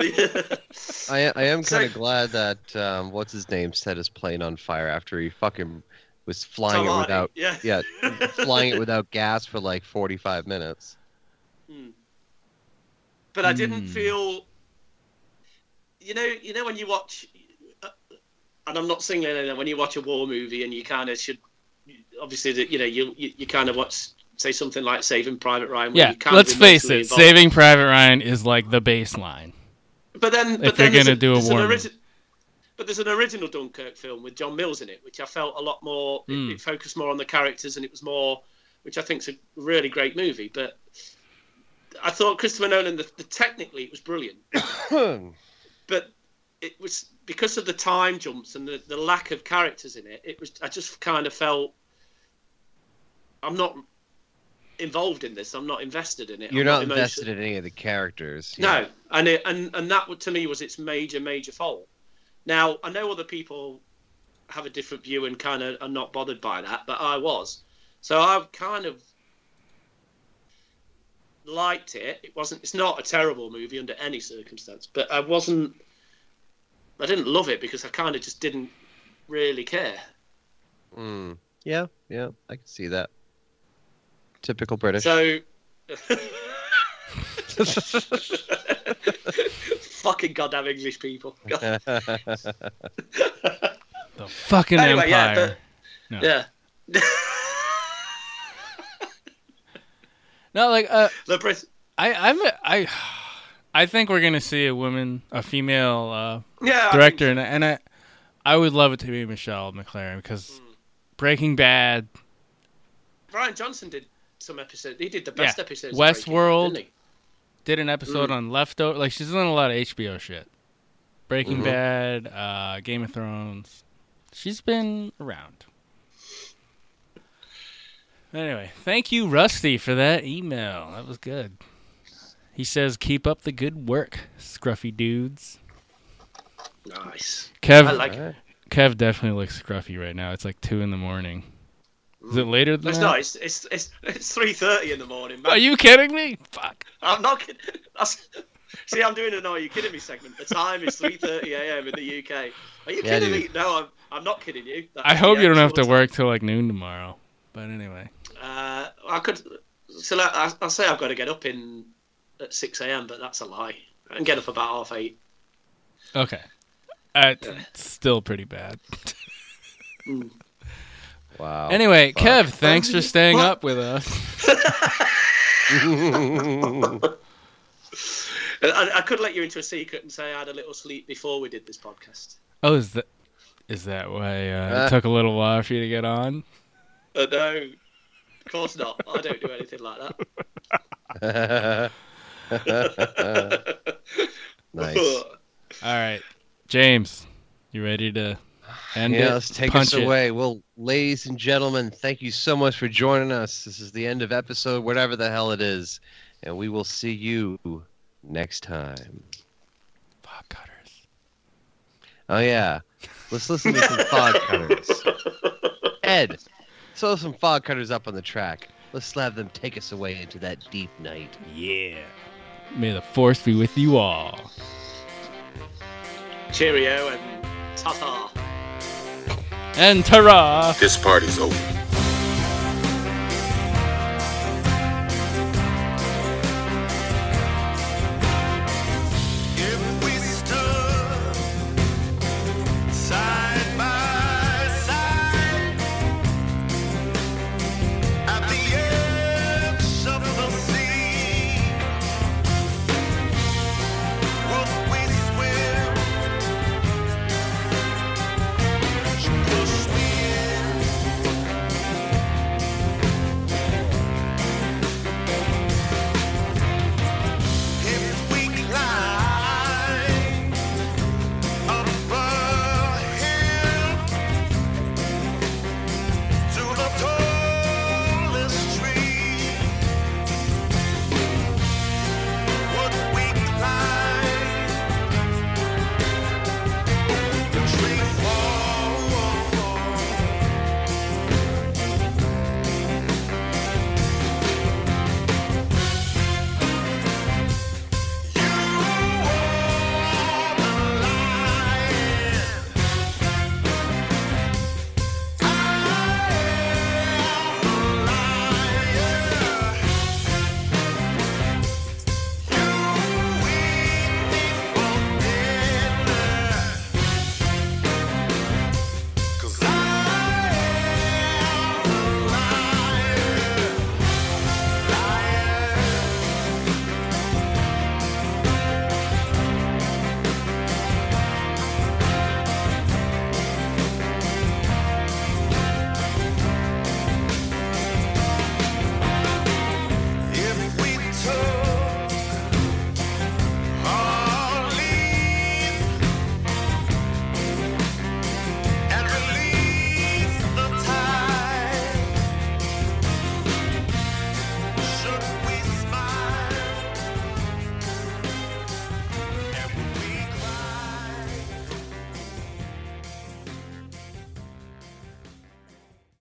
Speaker 7: just...
Speaker 8: I I am kind of glad that um, what's his name set his plane on fire after he fucking was flying
Speaker 6: Tom
Speaker 8: it
Speaker 6: Hardy,
Speaker 8: without
Speaker 6: yeah.
Speaker 8: flying it without gas for like 45 minutes.
Speaker 6: Mm. but I didn't
Speaker 8: Hmm.
Speaker 6: feel. You know, you know when you watch, uh, and I'm not singling anyone. When you watch a war movie, and you kind of should, obviously, that you know, you you, you kind of watch, say something like Saving Private Ryan. where
Speaker 7: Yeah,
Speaker 6: you kind
Speaker 7: let's
Speaker 6: of
Speaker 7: face
Speaker 6: emotionally
Speaker 7: it.
Speaker 6: involved.
Speaker 7: Saving Private Ryan is like the baseline.
Speaker 6: But then,
Speaker 7: if
Speaker 6: but
Speaker 7: you're
Speaker 6: then there's
Speaker 7: gonna do a
Speaker 6: there's an
Speaker 7: war
Speaker 6: origi- but there's an original Dunkirk film with John Mills in it, which I felt a lot more. it-
Speaker 7: Mm.
Speaker 6: It, focused more on the characters, and it was more, which I think's a really great movie. But I thought Christopher Nolan, the, the technically, it was brilliant, but it was because of the time jumps and the, the lack of characters in it. It was I just kind of felt I'm not involved in this. I'm not invested in it.
Speaker 8: You're
Speaker 6: I'm
Speaker 8: not
Speaker 6: emotion-
Speaker 8: invested in any of the characters.
Speaker 6: no, and it, and and that to me was its major major fault. Now I know other people have a different view and kind of are not bothered by that, but I was. So I kind of liked it. It wasn't. It's not a terrible movie under any circumstance, but I wasn't. I didn't love it because I kind of just didn't really care.
Speaker 8: Mm. Yeah, yeah, I can see that. Typical British.
Speaker 6: So. Fucking goddamn English people. God.
Speaker 7: Fucking
Speaker 6: Anyway, yeah,
Speaker 7: empire. No.
Speaker 6: Yeah.
Speaker 7: No, like uh,
Speaker 6: the pres-
Speaker 7: I I'm a- I I think we're gonna see a woman, a female uh,
Speaker 6: Yeah, I
Speaker 7: director, and I- and I I would love it to be Michelle McLaren because Breaking Bad,
Speaker 6: Brian Johnson did some episodes. He did the best
Speaker 7: yeah,
Speaker 6: episodes. of Breaking Bad,
Speaker 7: Westworld,
Speaker 6: didn't
Speaker 7: did an episode
Speaker 6: Mm.
Speaker 7: on Leftover. Like she's done a lot of HBO shit. Breaking
Speaker 6: Mhm.
Speaker 7: Bad, uh, Game of Thrones. She's been around. Anyway, thank you, Rusty, for that email. That was good. He says, "Keep up the good work, scruffy dudes."
Speaker 6: he? Nice.
Speaker 7: Kev,
Speaker 6: I like.
Speaker 7: Kev definitely looks scruffy right now. It's like two in the morning. Is it later than
Speaker 6: It's
Speaker 7: that?
Speaker 6: not. It's it's it's, it's three thirty in the morning. Man.
Speaker 7: Are you kidding me? Fuck.
Speaker 6: I'm not kidding. That's, see, I'm doing an "Are you kidding me?" segment. The time is three thirty a.m. in the UK. Are you
Speaker 7: Yeah,
Speaker 6: kidding
Speaker 7: dude.
Speaker 6: me? No, I'm I'm not kidding you. That's
Speaker 7: I hope
Speaker 6: the
Speaker 7: you don't have
Speaker 6: actual
Speaker 7: to work till like noon tomorrow. But anyway,
Speaker 6: Uh, I could. So like, I, I say I've got to get up in at six a.m., but that's a lie. I can get up about half eight.
Speaker 7: okay. Uh, it's still pretty bad.
Speaker 8: Wow.
Speaker 7: anyway,
Speaker 8: Oh, Fuck.
Speaker 7: Kev, thanks for staying up with us.
Speaker 6: Uh, I, I could let you into a secret and say I had a little sleep before we did this podcast.
Speaker 7: Oh, is that is that why uh,
Speaker 6: Uh.
Speaker 7: it took a little while for you to get on?
Speaker 6: Uh, no, of course not. I don't do anything like that.
Speaker 8: nice.
Speaker 7: All right, James, you ready to end
Speaker 8: yeah,
Speaker 7: it?
Speaker 8: let's take
Speaker 7: Punch
Speaker 8: us
Speaker 7: it.
Speaker 8: away. Well, ladies and gentlemen, thank you so much for joining us. This is the end of episode, whatever the hell it is, and we will see you next time.
Speaker 7: Fog
Speaker 8: cutters. Oh yeah, let's listen to some fog cutters. Ed, throw some fog cutters up on the track. Let's have them take us away into that deep night.
Speaker 7: Yeah. May the force be with you all.
Speaker 6: Cheerio and ta ta.
Speaker 7: And ta
Speaker 2: This party's over.